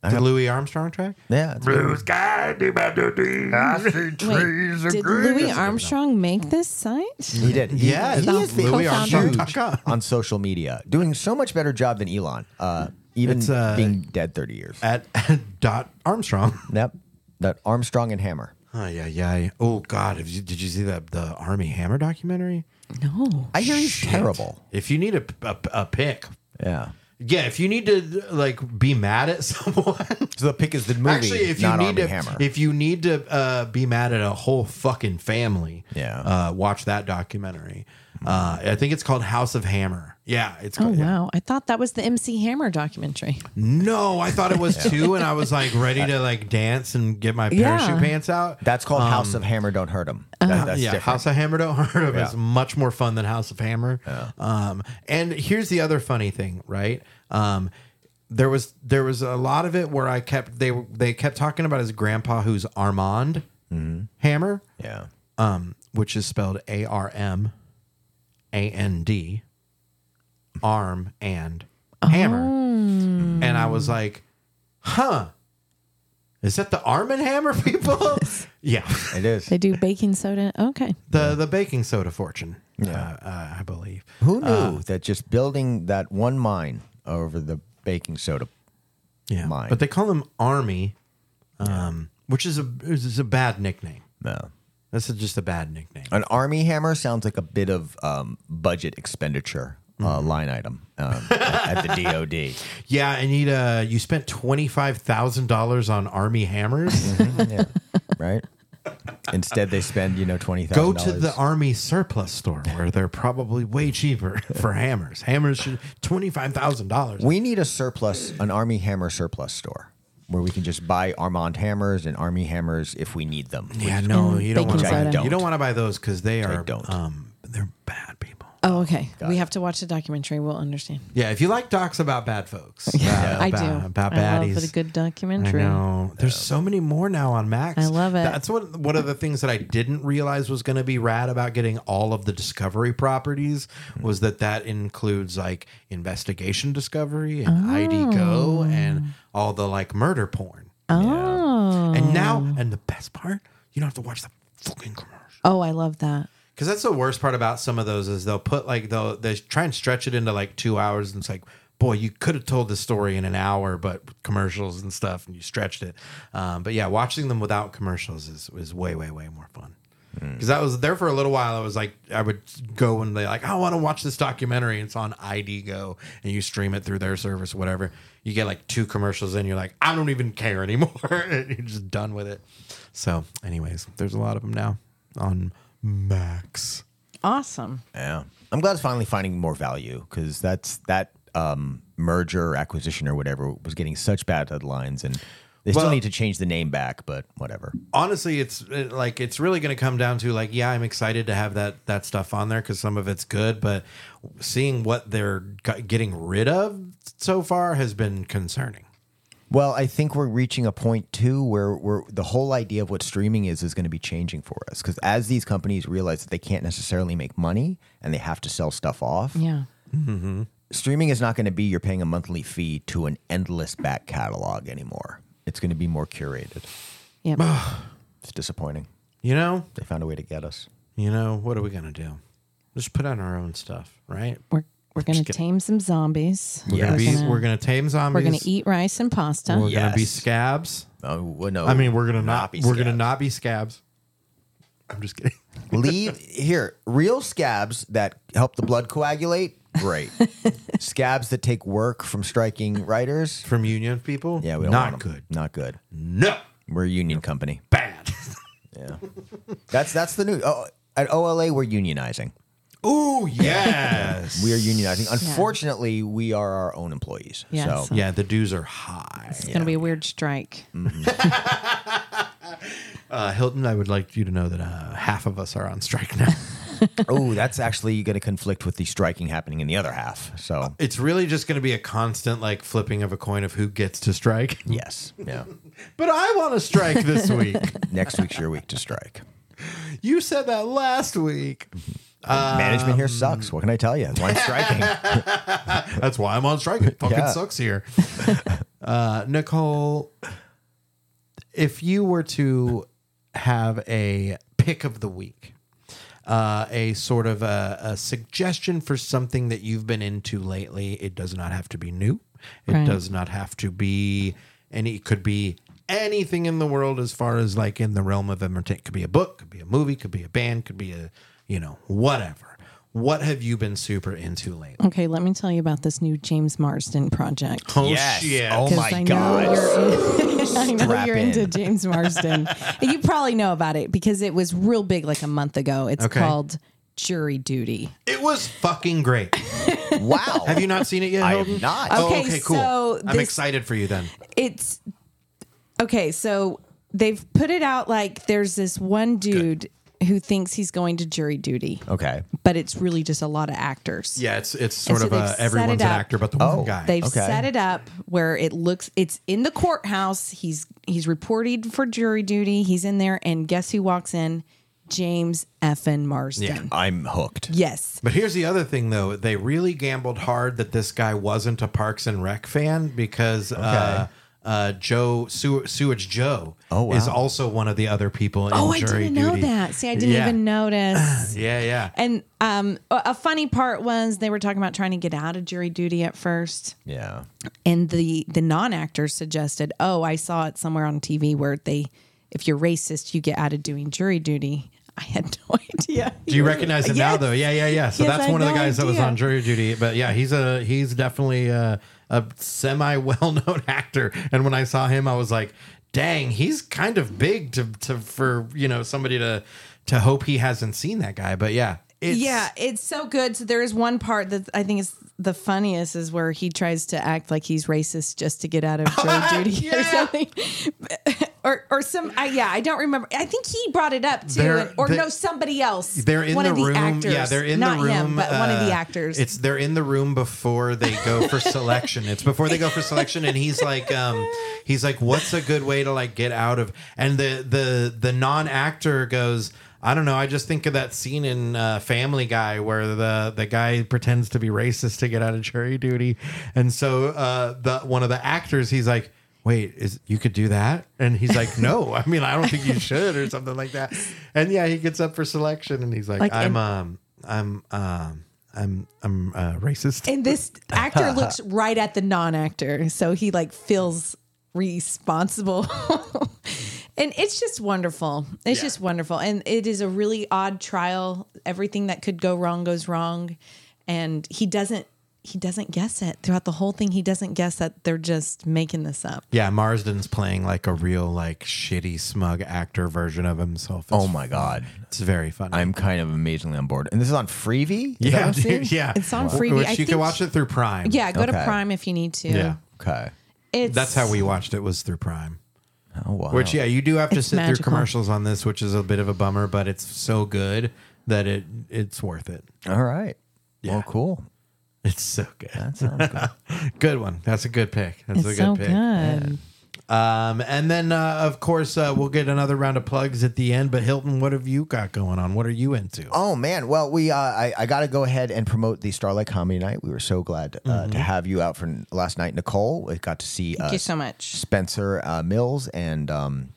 [SPEAKER 1] Is it Louis Armstrong track?
[SPEAKER 2] Yeah. it's-
[SPEAKER 4] Blue sky, do my do do. I see trees
[SPEAKER 3] Wait,
[SPEAKER 4] are
[SPEAKER 3] did
[SPEAKER 4] green.
[SPEAKER 3] Louis Armstrong make this site?
[SPEAKER 2] He did. He,
[SPEAKER 1] Yeah,
[SPEAKER 2] he has been
[SPEAKER 1] Louis Armstrong.
[SPEAKER 2] huge on social media, doing so much better job than Elon, uh, even
[SPEAKER 1] It's, uh,
[SPEAKER 2] being dead 30 years.
[SPEAKER 1] At, at dot Armstrong.
[SPEAKER 2] Yep. That Armstrong and Hammer.
[SPEAKER 1] Oh yeah, yeah. Oh God, have you, did you see that the Army Hammer documentary?
[SPEAKER 3] No.
[SPEAKER 2] I hear he's terrible.
[SPEAKER 1] If you need a, a a pick,
[SPEAKER 2] Yeah.
[SPEAKER 1] yeah. If you need to like be mad at someone,
[SPEAKER 2] So the pick is the movie,
[SPEAKER 1] actually, if you
[SPEAKER 2] not
[SPEAKER 1] need
[SPEAKER 2] Army
[SPEAKER 1] to,
[SPEAKER 2] Hammer.
[SPEAKER 1] if you need to uh, be mad at a whole fucking family,
[SPEAKER 2] Yeah.
[SPEAKER 1] uh, watch that documentary. Uh, I think it's called House of Hammer. Yeah, it's
[SPEAKER 3] Oh,
[SPEAKER 1] called. yeah.
[SPEAKER 3] wow. I thought that was the MC Hammer documentary.
[SPEAKER 1] No, I thought it was too, and I was like ready to like dance and get my
[SPEAKER 3] Yeah.
[SPEAKER 1] parachute pants out.
[SPEAKER 2] that's called House of Hammer. Don't hurt him. That, that's
[SPEAKER 1] Um, Uh-huh. yeah,
[SPEAKER 2] different.
[SPEAKER 1] House of Hammer Don't Hurt of is
[SPEAKER 2] Yeah.
[SPEAKER 1] much more fun than House of Hammer. Um, and here's the other funny thing, right? Um, there was there was a lot of it where I kept they they kept talking about his grandpa who's Armand
[SPEAKER 2] Mm-hmm.
[SPEAKER 1] Hammer,
[SPEAKER 2] yeah.
[SPEAKER 1] um, which is spelled A R M A N D, arm and hammer, and I was like, huh. Is that the Arm and Hammer people? yeah.
[SPEAKER 2] It is.
[SPEAKER 3] They do baking soda. Okay.
[SPEAKER 1] the the baking soda fortune. Yeah, uh, uh, I believe.
[SPEAKER 2] Who knew Uh, that just building that one mine over the baking soda?
[SPEAKER 1] Yeah,
[SPEAKER 2] Mine.
[SPEAKER 1] but they call them Army, um, which is a is is a bad nickname.
[SPEAKER 2] No.
[SPEAKER 1] That's a- just a bad nickname.
[SPEAKER 2] An army hammer sounds like a bit of um, budget expenditure
[SPEAKER 1] Mm-hmm.
[SPEAKER 2] uh, line item um, at the DoD.
[SPEAKER 1] Yeah, I need uh You spent twenty five thousand dollars on Army hammers.
[SPEAKER 2] Yeah. Right. Instead, they spend you know twenty
[SPEAKER 1] Go
[SPEAKER 2] thousand.
[SPEAKER 1] to the Army surplus store where they're probably way cheaper for hammers. Hammers should twenty five thousand dollars.
[SPEAKER 2] We need a surplus, an army hammer surplus store where we can just buy Armand hammers and army hammers if we need them.
[SPEAKER 1] Yeah, no, you don't
[SPEAKER 3] baking
[SPEAKER 1] want to.
[SPEAKER 3] soda.
[SPEAKER 1] You don't want to buy those because they are
[SPEAKER 2] don't.
[SPEAKER 1] um they're bad people.
[SPEAKER 3] Oh, okay. we have to watch the documentary. We'll understand.
[SPEAKER 1] Yeah, if you like docs about bad folks, about,
[SPEAKER 3] I
[SPEAKER 1] about-
[SPEAKER 3] do.
[SPEAKER 1] about
[SPEAKER 3] I
[SPEAKER 1] baddies.
[SPEAKER 3] love a good
[SPEAKER 1] I
[SPEAKER 3] documentary.
[SPEAKER 1] know. There's so many more now on Max.
[SPEAKER 3] I love it.
[SPEAKER 1] That's what one of the things that I didn't realize was going to be rad about getting all of the Discovery properties was that that includes like Investigation Discovery and ID Go and all the like murder porn.
[SPEAKER 3] Oh.
[SPEAKER 1] And now, and the best part, you don't have to watch the fucking commercial.
[SPEAKER 3] Oh, I love that.
[SPEAKER 1] Because that's the worst part about some of those is they'll put like they'll they try and stretch it into like two hours and it's like boy you could have told this story in an hour but with commercials and stuff and you stretched it um, but yeah watching them without commercials is, is way way way more fun because I was there for a little while. I was like, I would go and they like, I want to watch this documentary. and It's on ID Go, and you stream it through their service, whatever. You get like two commercials in, you're like, I don't even care anymore. and you're just done with it. So, anyways, there's a lot of them now on Max.
[SPEAKER 3] Awesome.
[SPEAKER 2] Yeah, I'm glad it's finally finding more value because that's that um, merger or acquisition or whatever was getting such bad headlines, and they still
[SPEAKER 1] Well-
[SPEAKER 2] need to change the name back. But whatever.
[SPEAKER 1] honestly it's it, like it's really going to come down to like yeah i'm excited to have that that stuff on there because some of it's good but seeing what they're g- getting rid of so far has been concerning
[SPEAKER 2] Well, I think we're reaching a point too where where the whole idea of what streaming is is going to be changing for us because as these companies realize that they can't necessarily make money and they have to sell stuff off,
[SPEAKER 3] Yeah.
[SPEAKER 2] streaming is not going to be you're paying a monthly fee to an endless back catalog anymore. It's going to be more curated.
[SPEAKER 3] Yep.
[SPEAKER 2] It's disappointing.
[SPEAKER 1] you know
[SPEAKER 2] They found a way to get us.
[SPEAKER 1] you know what are we going to do just put on our own stuff right
[SPEAKER 3] we're we're gonna tame some zombies.
[SPEAKER 1] we're going to be
[SPEAKER 3] gonna-
[SPEAKER 1] we're going to tame zombies
[SPEAKER 3] We're gonna eat rice and pasta.
[SPEAKER 1] we're going to be
[SPEAKER 2] Yes.
[SPEAKER 1] scabs
[SPEAKER 2] Oh well, no!
[SPEAKER 1] i mean we're going to not,
[SPEAKER 2] Not be
[SPEAKER 1] we're going to
[SPEAKER 2] scabs.
[SPEAKER 1] not be scabs i'm just kidding
[SPEAKER 2] leave here real scabs that help the blood coagulate. Great scabs that take work from striking writers.
[SPEAKER 1] from union people
[SPEAKER 2] Yeah, we don't
[SPEAKER 1] not
[SPEAKER 2] want 'em.
[SPEAKER 1] good
[SPEAKER 2] Not good.
[SPEAKER 1] no
[SPEAKER 2] We're a union company.
[SPEAKER 1] bad
[SPEAKER 2] That's that's the new. Oh, at OLA, we're unionizing.
[SPEAKER 1] oh yes
[SPEAKER 2] We are unionizing. Unfortunately, we are our own employees.
[SPEAKER 3] Yes.
[SPEAKER 2] So
[SPEAKER 1] yeah the dues are high
[SPEAKER 3] it's gonna be a weird strike.
[SPEAKER 1] Mm. Uh, Hilton, I would like you to know that uh, half of us are on strike now.
[SPEAKER 2] oh, that's actually going to conflict with the striking happening in the other half. So
[SPEAKER 1] it's really just going to be a constant like flipping of a coin of who gets to strike.
[SPEAKER 2] yes, yeah.
[SPEAKER 1] But I want to strike this week.
[SPEAKER 2] Next week's your week to strike.
[SPEAKER 1] You said that last week. Um,
[SPEAKER 2] Management here sucks. What can I tell you? That's why I'm striking.
[SPEAKER 1] That's why I'm on strike. It fucking
[SPEAKER 2] Yeah.
[SPEAKER 1] sucks here. Uh, Nicole, if you were to have a pick of the week, uh, a sort of a, a suggestion for something that you've been into lately, it does not have to be new. It
[SPEAKER 3] Right.
[SPEAKER 1] does not have to be any. It could be anything in the world as far as like in the realm of entertainment. Could be a book. Could be a movie. Could be a band. Could be a you know whatever. What have you been super into lately?
[SPEAKER 3] Okay, let me tell you about this new James Marsden project.
[SPEAKER 1] Oh
[SPEAKER 2] yes.
[SPEAKER 1] shit.
[SPEAKER 2] Oh
[SPEAKER 3] 'Cause
[SPEAKER 2] my
[SPEAKER 3] I know
[SPEAKER 2] god.
[SPEAKER 3] You're in, I know
[SPEAKER 2] Strap
[SPEAKER 3] you're
[SPEAKER 2] in.
[SPEAKER 3] into James Marsden. And you probably know about it because it was real big like a month ago. It's
[SPEAKER 1] Okay.
[SPEAKER 3] called Jury Duty.
[SPEAKER 1] It was fucking great.
[SPEAKER 2] Wow.
[SPEAKER 1] Have you not seen it yet?
[SPEAKER 2] I
[SPEAKER 1] Hilton?
[SPEAKER 2] have not.
[SPEAKER 1] Oh,
[SPEAKER 3] Okay,
[SPEAKER 1] okay, cool.
[SPEAKER 3] so
[SPEAKER 1] I'm
[SPEAKER 3] this-
[SPEAKER 1] excited for you then.
[SPEAKER 3] it's okay. So they've put it out like there's this one dude who thinks he's going to jury duty,
[SPEAKER 2] Okay.
[SPEAKER 3] but it's really just a lot of actors.
[SPEAKER 1] Yeah, it's it's sort
[SPEAKER 3] so
[SPEAKER 1] of
[SPEAKER 3] they've
[SPEAKER 1] a,
[SPEAKER 3] set
[SPEAKER 1] everyone's
[SPEAKER 3] it
[SPEAKER 1] an
[SPEAKER 3] up.
[SPEAKER 1] actor, but the
[SPEAKER 2] Oh.
[SPEAKER 1] one guy.
[SPEAKER 3] They've
[SPEAKER 2] Okay.
[SPEAKER 3] set it up where it looks it's in the courthouse. He's he's reported for jury duty. He's in there, and guess who walks in? James effin Marsden.
[SPEAKER 2] I'm hooked.
[SPEAKER 3] Yes.
[SPEAKER 1] but here's the other thing, though. They really gambled hard that this guy wasn't a Parks and Rec fan because uh, uh, Joe Sew- Sewage Joe
[SPEAKER 2] Oh, wow.
[SPEAKER 1] is also one of the other people in
[SPEAKER 3] Oh, I
[SPEAKER 1] Jury
[SPEAKER 3] didn't know
[SPEAKER 1] Duty.
[SPEAKER 3] that. See, I didn't
[SPEAKER 1] Yeah.
[SPEAKER 3] even notice.
[SPEAKER 1] Yeah, yeah.
[SPEAKER 3] And um, a a funny part was they were talking about trying to get out of jury duty at first,
[SPEAKER 2] Yeah.
[SPEAKER 3] and the the non actors suggested, "Oh, I saw it somewhere on TV where they, if you're racist, you get out of doing jury duty." I had no idea.
[SPEAKER 1] Do you recognize him now,
[SPEAKER 3] Yes.
[SPEAKER 1] though? Yeah, yeah, yeah. So
[SPEAKER 3] Yes, I
[SPEAKER 1] that's
[SPEAKER 3] had
[SPEAKER 1] one of the
[SPEAKER 3] no
[SPEAKER 1] guys that was
[SPEAKER 3] idea.
[SPEAKER 1] on jury duty. But yeah, he's a he's definitely a, a semi well known actor. And when I saw him, I was like, dang, he's kind of big to to for you know somebody to to hope he hasn't seen that guy. But yeah, it's,
[SPEAKER 3] yeah, it's so good. So there is one part that I think is the funniest is where he tries to act like he's racist just to get out of jury duty or something, or or some. I, yeah, I don't remember. I think he brought it up too,
[SPEAKER 1] They're-
[SPEAKER 3] and- or
[SPEAKER 1] they-
[SPEAKER 3] no, somebody else.
[SPEAKER 1] They're in
[SPEAKER 3] one
[SPEAKER 1] the
[SPEAKER 3] of the
[SPEAKER 1] room.
[SPEAKER 3] Actors,
[SPEAKER 1] yeah, they're in
[SPEAKER 3] not
[SPEAKER 1] the room.
[SPEAKER 3] him, but one of the
[SPEAKER 1] uh,
[SPEAKER 3] actors.
[SPEAKER 1] It's they're in the room before they go for selection. It's before they go for selection, and he's like, um, he's like, what's a good way to like get out of? And the the the non actor goes. I don't know. I just think of that scene in uh, Family Guy where the, the guy pretends to be racist to get out of jury duty, and so uh, the one of the actors he's like, "Wait, is you could do that?" And he's like, "No, I mean I don't think you should," or something like that. And yeah, he gets up for selection, and he's like,
[SPEAKER 3] Like,
[SPEAKER 1] "I'm
[SPEAKER 3] and-
[SPEAKER 1] um, I'm um, I'm I'm uh, racist.
[SPEAKER 3] and this actor looks right at the non-actor, so he like feels responsible. and it's just wonderful. It's just wonderful, and it is a really odd trial. Everything that could go wrong goes wrong, and he doesn't. He doesn't guess it throughout the whole thing. He doesn't guess that they're just making this up.
[SPEAKER 1] Yeah, Marsden's playing like a real like shitty smug actor version of himself. It's,
[SPEAKER 2] Oh my god,
[SPEAKER 1] it's very funny.
[SPEAKER 2] I'm kind of amazingly on board. And this is on Freevee. Is that what
[SPEAKER 1] yeah,
[SPEAKER 2] I'm seeing?
[SPEAKER 1] dude, yeah.
[SPEAKER 3] It's on
[SPEAKER 1] Wow.
[SPEAKER 3] Freevee.
[SPEAKER 1] Which
[SPEAKER 3] I
[SPEAKER 1] you
[SPEAKER 3] think-
[SPEAKER 1] can watch it through Prime.
[SPEAKER 3] Yeah, go to
[SPEAKER 2] Okay.
[SPEAKER 3] Prime if you need to.
[SPEAKER 1] yeah.
[SPEAKER 2] Okay.
[SPEAKER 3] It's,
[SPEAKER 1] That's how we watched it was through Prime.
[SPEAKER 2] Oh wow.
[SPEAKER 1] Which yeah, you do have to
[SPEAKER 3] It's
[SPEAKER 1] sit
[SPEAKER 3] magical.
[SPEAKER 1] through commercials on this, which is a bit of a bummer, but it's so good that it it's worth it.
[SPEAKER 2] All right.
[SPEAKER 1] Yeah.
[SPEAKER 2] Well, cool.
[SPEAKER 1] It's so good.
[SPEAKER 2] That sounds good.
[SPEAKER 1] Good one. That's a good pick. That's
[SPEAKER 3] It's
[SPEAKER 1] a good
[SPEAKER 3] so
[SPEAKER 1] pick.
[SPEAKER 3] good.
[SPEAKER 1] Um, and then uh, of course uh, we'll get another round of plugs at the end. But Hilton, what have you got going on? What are you into?
[SPEAKER 2] Oh man, well we uh, I, I got to go ahead and promote the Starlight Comedy Night. We were so glad uh, to have you out for n- last night, Nicole. We got to see
[SPEAKER 3] Thank
[SPEAKER 2] uh,
[SPEAKER 3] you so much.
[SPEAKER 2] Spencer uh, Mills and um,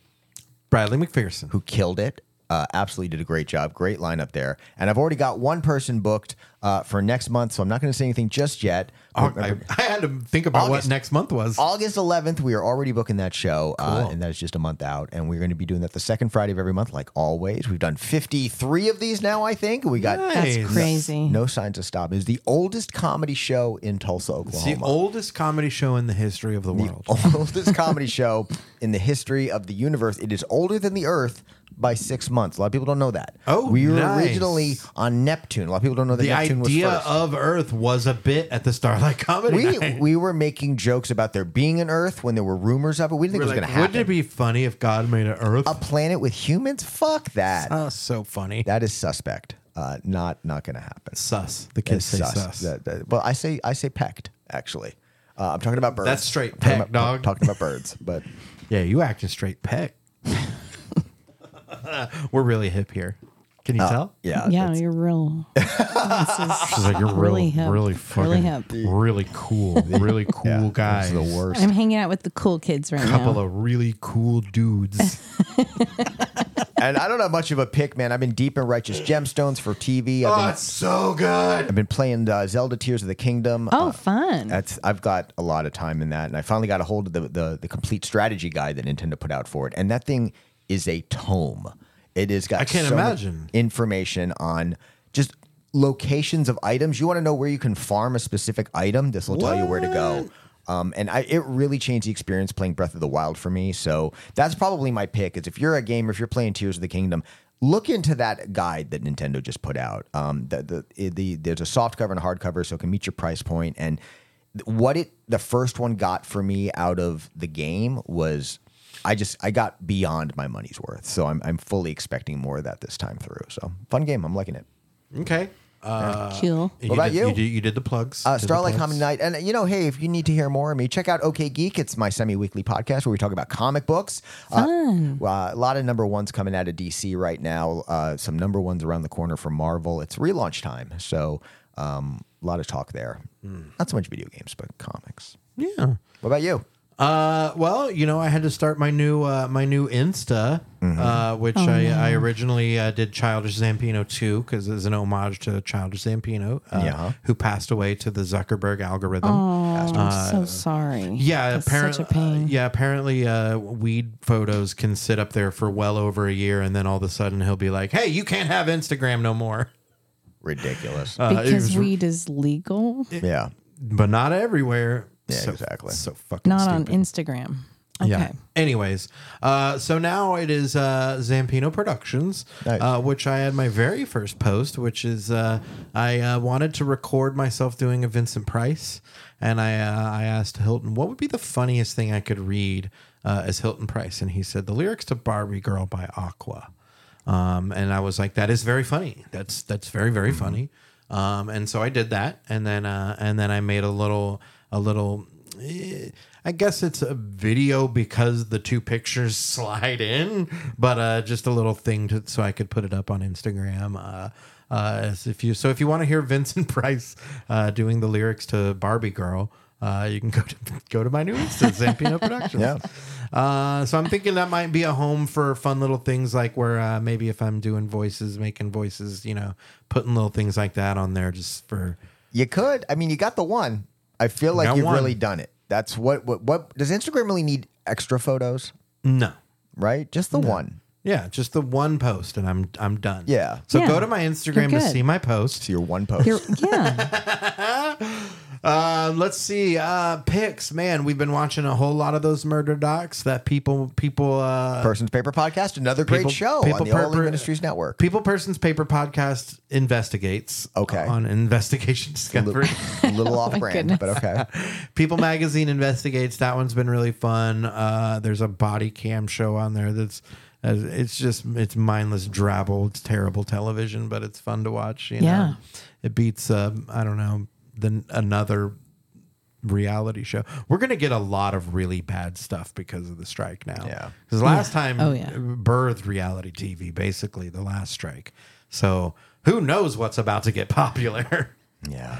[SPEAKER 1] Bradley McPherson.
[SPEAKER 2] who killed it. Uh, absolutely did a great job. Great lineup there. And I've already got one person booked uh, for next month, so I'm not going to say anything just yet.
[SPEAKER 1] Oh, I,
[SPEAKER 2] Remember-
[SPEAKER 1] I had to think about
[SPEAKER 2] August.
[SPEAKER 1] what next month was.
[SPEAKER 2] August 11th, we are already booking that show, uh,
[SPEAKER 1] Cool.
[SPEAKER 2] and that is just a month out. And we're going to be doing that the second Friday of every month, like always. We've done 53 of these now, I think. We got
[SPEAKER 3] That's
[SPEAKER 1] Nice.
[SPEAKER 3] crazy.
[SPEAKER 2] no signs of stop. It's the oldest comedy show in Tulsa,
[SPEAKER 1] It's
[SPEAKER 2] Oklahoma.
[SPEAKER 1] the oldest comedy show in the history of the world.
[SPEAKER 2] oldest comedy show in the history of the universe. It is older than the Earth by six months. A lot of people don't know that.
[SPEAKER 1] Oh,
[SPEAKER 2] we were
[SPEAKER 1] nice.
[SPEAKER 2] originally on Neptune. A lot of people don't know that
[SPEAKER 1] the
[SPEAKER 2] Neptune
[SPEAKER 1] idea
[SPEAKER 2] was first.
[SPEAKER 1] of Earth was a bit at the Starlight Comedy.
[SPEAKER 2] we
[SPEAKER 1] Night.
[SPEAKER 2] we were making jokes about there being an Earth when there were rumors of it. We didn't
[SPEAKER 1] We're
[SPEAKER 2] think it was
[SPEAKER 1] like,
[SPEAKER 2] going to happen.
[SPEAKER 1] Wouldn't it be funny if God made an Earth?
[SPEAKER 2] a planet with humans? Fuck that.
[SPEAKER 1] Oh, so funny.
[SPEAKER 2] that is suspect. Uh, not not going to happen.
[SPEAKER 1] sus. The kids
[SPEAKER 2] It's
[SPEAKER 1] say
[SPEAKER 2] sus.
[SPEAKER 1] sus.
[SPEAKER 2] That- that- well, I say I say pecked actually. Uh, I'm talking about birds.
[SPEAKER 1] That's straight
[SPEAKER 2] I'm talking
[SPEAKER 1] peck,
[SPEAKER 2] about-
[SPEAKER 1] dog.
[SPEAKER 2] Talking about birds, but
[SPEAKER 1] yeah, you acting straight peck. We're really hip here. Can you
[SPEAKER 2] Uh,
[SPEAKER 1] tell?
[SPEAKER 2] yeah,
[SPEAKER 3] yeah,
[SPEAKER 2] that's-
[SPEAKER 3] you're real. This is
[SPEAKER 1] She's like, you're
[SPEAKER 3] really
[SPEAKER 1] really,
[SPEAKER 3] hip.
[SPEAKER 1] really
[SPEAKER 3] Really
[SPEAKER 1] fucking,
[SPEAKER 3] hip.
[SPEAKER 1] really, cool, really cool
[SPEAKER 2] yeah,
[SPEAKER 1] guys.
[SPEAKER 2] Those are the worst.
[SPEAKER 3] I'm hanging out with the cool kids right
[SPEAKER 1] Couple
[SPEAKER 3] now.
[SPEAKER 1] of really cool dudes.
[SPEAKER 2] and I don't have much of a pick, man. I've been deep in Righteous Gemstones for TV. I've,
[SPEAKER 1] oh,
[SPEAKER 2] been,
[SPEAKER 1] it's so good.
[SPEAKER 2] I've been playing uh, Zelda Tears of the Kingdom.
[SPEAKER 3] oh,
[SPEAKER 2] Uh,
[SPEAKER 3] fun.
[SPEAKER 2] that's I've got a lot of time in that, and I finally got a hold of the the, the complete strategy guide that Nintendo put out for it, and that thing is a tome. It has got
[SPEAKER 1] I can't
[SPEAKER 2] so much
[SPEAKER 1] imagine.
[SPEAKER 2] information on just locations of items. You want to know where you can farm a specific item. This will tell you where to go. Um, and I, it really changed the experience playing Breath of the Wild for me. So that's probably my pick. Is if you're a gamer, if you're playing Tears of the Kingdom, look into that guide that Nintendo just put out. Um, the, the, it- the there's a soft cover and a hard cover, so it can meet your price point. And th- what it the first one got for me out of the game was I just I got beyond my money's worth. So I'm I'm fully expecting more of that this time through. So fun game. I'm liking it.
[SPEAKER 1] Okay. Uh,
[SPEAKER 3] cool.
[SPEAKER 2] about
[SPEAKER 1] did,
[SPEAKER 2] you?
[SPEAKER 1] did, you did the plugs.
[SPEAKER 2] Uh,
[SPEAKER 1] Did the
[SPEAKER 2] Starlight
[SPEAKER 1] plugs.
[SPEAKER 2] Comedy Night. And, you know, hey, if you need to hear more of me, check out OK Geek. It's my semi weekly podcast where we talk about comic books. Fun. Uh, a lot of number ones coming out of DC right now, uh, some number ones around the corner from Marvel. It's relaunch time. So um, a lot of talk there.
[SPEAKER 1] Hmm.
[SPEAKER 2] Not so much video games, but comics.
[SPEAKER 1] Yeah.
[SPEAKER 2] What about you?
[SPEAKER 1] Uh, well, you know, I had to start my new uh, my new Insta, uh, which
[SPEAKER 3] Oh,
[SPEAKER 1] I, I originally uh, did Childish Zampino too, because it's an homage to Childish Zampino, uh,
[SPEAKER 2] Yeah.
[SPEAKER 1] who passed away to the Zuckerberg algorithm.
[SPEAKER 3] Oh, I'm so sorry.
[SPEAKER 1] Uh, Yeah,
[SPEAKER 3] That's
[SPEAKER 1] apparently. uh,
[SPEAKER 3] such a pain.
[SPEAKER 1] yeah, apparently, uh, weed photos can sit up there for well over a year, and then all of a sudden he'll be like, "Hey, you can't have Instagram no more."
[SPEAKER 2] Ridiculous.
[SPEAKER 1] Uh,
[SPEAKER 3] because
[SPEAKER 1] was-
[SPEAKER 3] weed is legal,
[SPEAKER 2] yeah.
[SPEAKER 1] But not everywhere.
[SPEAKER 2] Yeah,
[SPEAKER 1] so,
[SPEAKER 2] exactly.
[SPEAKER 1] So fucking
[SPEAKER 3] not
[SPEAKER 1] stupid.
[SPEAKER 3] on Instagram. Okay.
[SPEAKER 1] Yeah. Anyways, uh, so now it is uh, Zampino Productions,
[SPEAKER 2] Nice.
[SPEAKER 1] uh, which I had my very first post, which is uh, I uh, wanted to record myself doing a Vincent Price, and I uh, I asked Hilton what would be the funniest thing I could read uh, as Hilton Price, and he said the lyrics to Barbie Girl by Aqua. Um, and I was like, that is very funny. That's that's very very funny. Um, and so I did that, and then uh, and then I made a little a little. eh, I guess it's a video because the two pictures slide in, but uh, just a little thing to, so I could put it up on Instagram. Uh, uh, as if you so if you want to hear Vincent Price uh, doing the lyrics to Barbie Girl, uh, you can go to go to my new Insta, Zampino Productions.
[SPEAKER 2] Yeah.
[SPEAKER 1] Uh, so I'm thinking that might be a home for fun little things like where uh, maybe if I'm doing voices, making voices, you know, putting little things like that on there just for.
[SPEAKER 2] You could. I mean, you got the one. I feel like
[SPEAKER 1] Got
[SPEAKER 2] you've
[SPEAKER 1] one.
[SPEAKER 2] really done it. That's what, what. What does Instagram really need extra photos?
[SPEAKER 1] No,
[SPEAKER 2] right? Just the one.
[SPEAKER 1] Yeah, just the one post, and I'm I'm done.
[SPEAKER 2] Yeah.
[SPEAKER 1] So
[SPEAKER 3] Yeah.
[SPEAKER 1] go to my Instagram to
[SPEAKER 3] good.
[SPEAKER 1] see my post.
[SPEAKER 2] So your one post.
[SPEAKER 3] You're, yeah.
[SPEAKER 1] Um, let's see. Uh, picks, man. We've been watching a whole lot of those murder docs that people people uh,
[SPEAKER 2] Person's Paper Podcast, another great
[SPEAKER 1] People-
[SPEAKER 2] show
[SPEAKER 1] People
[SPEAKER 2] on the All
[SPEAKER 1] Perper-
[SPEAKER 2] In Ministries Network.
[SPEAKER 1] people persons paper podcast investigates.
[SPEAKER 2] Okay.
[SPEAKER 1] On investigation discovery.
[SPEAKER 2] a little off brand,
[SPEAKER 3] goodness.
[SPEAKER 2] but okay.
[SPEAKER 1] People Magazine investigates. That one's been really fun. Uh, there's a body cam show on there that's uh, it's just it's mindless drabble. It's terrible television, but it's fun to watch. You
[SPEAKER 3] Yeah.
[SPEAKER 1] know? it beats uh, I don't know the another reality show. We're gonna get a lot of really bad stuff because of the strike now.
[SPEAKER 2] Yeah.
[SPEAKER 1] because last time
[SPEAKER 3] Oh, yeah.
[SPEAKER 1] birthed reality TV basically the last strike. So who knows what's about to get popular.
[SPEAKER 2] Yeah.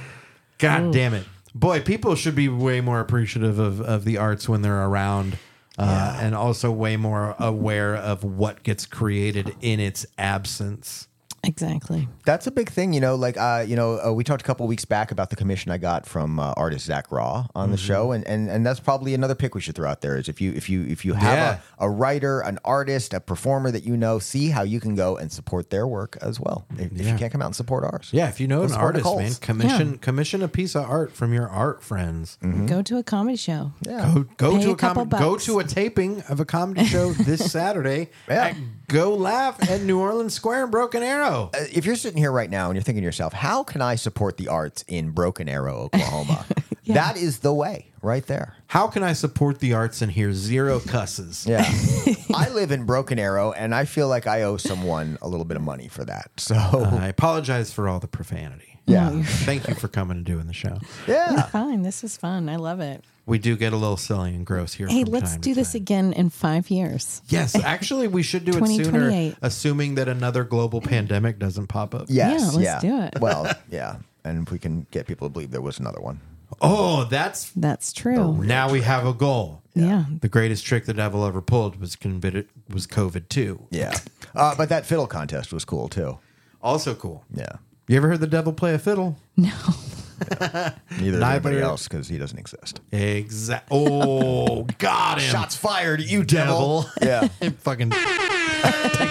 [SPEAKER 1] God
[SPEAKER 3] Mm.
[SPEAKER 1] damn it. Boy, people should be way more appreciative of, of the arts when they're around uh, and also way more aware of what gets created in its absence.
[SPEAKER 3] Exactly.
[SPEAKER 2] That's a big thing, you know. Like, uh, you know, uh, we talked a couple weeks back about the commission I got from uh, artist Zach Raw on
[SPEAKER 1] Mm-hmm.
[SPEAKER 2] the show, and, and and that's probably another pick we should throw out there is if you if you if you have
[SPEAKER 1] Yeah.
[SPEAKER 2] a, a writer, an artist, a performer that you know, see how you can go and support their work as well. If, if
[SPEAKER 1] Yeah.
[SPEAKER 2] you can't come out and support ours,
[SPEAKER 1] Yeah, if you know
[SPEAKER 2] Go
[SPEAKER 1] an
[SPEAKER 2] support
[SPEAKER 1] artist,
[SPEAKER 2] Nicole's.
[SPEAKER 1] man, commission commission a piece of art from your art friends.
[SPEAKER 3] Go to a comedy show.
[SPEAKER 2] Yeah.
[SPEAKER 1] Go go
[SPEAKER 3] Pay
[SPEAKER 1] to
[SPEAKER 3] a
[SPEAKER 1] a, com-
[SPEAKER 3] couple
[SPEAKER 1] go
[SPEAKER 3] bucks.
[SPEAKER 1] to a taping of a comedy show this Saturday.
[SPEAKER 2] Yeah.
[SPEAKER 1] at Go laugh at New Orleans Square and Broken Arrow.
[SPEAKER 2] Uh, If you're sitting here right now and you're thinking to yourself, how can I support the arts in Broken Arrow, Oklahoma? That is the way, right there.
[SPEAKER 1] How can I support the arts and hear zero cusses?
[SPEAKER 2] Yeah. I live in Broken Arrow and I feel like I owe someone a little bit of money for that. So,
[SPEAKER 1] I apologize for all the profanity.
[SPEAKER 2] yeah.
[SPEAKER 3] No, Uh-huh. Oh, you're-
[SPEAKER 1] Thank you for coming and doing the show.
[SPEAKER 2] yeah.
[SPEAKER 3] Fine. This is fun. I love it.
[SPEAKER 1] We do get a little silly and gross here.
[SPEAKER 3] Hey,
[SPEAKER 1] from
[SPEAKER 3] let's
[SPEAKER 1] time
[SPEAKER 3] do
[SPEAKER 1] to
[SPEAKER 3] this
[SPEAKER 1] time.
[SPEAKER 3] again in five years.
[SPEAKER 1] Yes, actually, we should do it sooner,
[SPEAKER 3] 2028.
[SPEAKER 1] assuming that another global pandemic doesn't pop up.
[SPEAKER 2] Yes.
[SPEAKER 3] Yeah, let's do it.
[SPEAKER 2] Well, yeah. And if we can get people to believe there was another one.
[SPEAKER 1] Oh, that's
[SPEAKER 3] That's true.
[SPEAKER 1] now we have a goal.
[SPEAKER 3] Yeah.
[SPEAKER 1] The greatest trick the devil ever pulled was convid- was COVID too.
[SPEAKER 2] Yeah. Uh, but that fiddle contest was cool too.
[SPEAKER 1] Also cool.
[SPEAKER 2] Yeah.
[SPEAKER 1] You ever heard the devil play a fiddle?
[SPEAKER 2] Neither did anybody
[SPEAKER 1] Neither-
[SPEAKER 2] else because he doesn't exist.
[SPEAKER 1] Exact. Oh, got him.
[SPEAKER 2] Shots fired at you,
[SPEAKER 1] devil.
[SPEAKER 2] devil. yeah.
[SPEAKER 1] Fucking take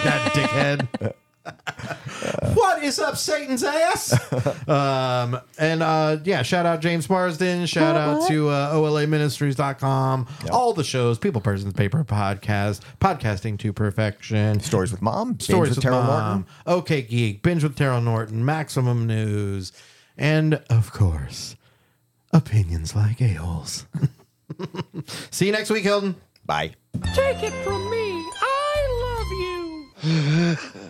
[SPEAKER 1] that, dickhead. what is up Satan's ass? um, and uh, yeah, shout out James Marsden. Shout
[SPEAKER 3] What,
[SPEAKER 1] out
[SPEAKER 3] what?
[SPEAKER 1] to uh, OLAMinistries.com. All the shows, People, Persons, Paper Podcast, Podcasting to Perfection.
[SPEAKER 2] Stories with Mom. Binge
[SPEAKER 1] Stories
[SPEAKER 2] with
[SPEAKER 1] with
[SPEAKER 2] Tara
[SPEAKER 1] Mom, OK Geek, Binge with Terrell Norton, Maximum News, and of course, opinions like a-holes. See you next week, Hilton.
[SPEAKER 2] Bye.
[SPEAKER 5] Take it from me. I love you.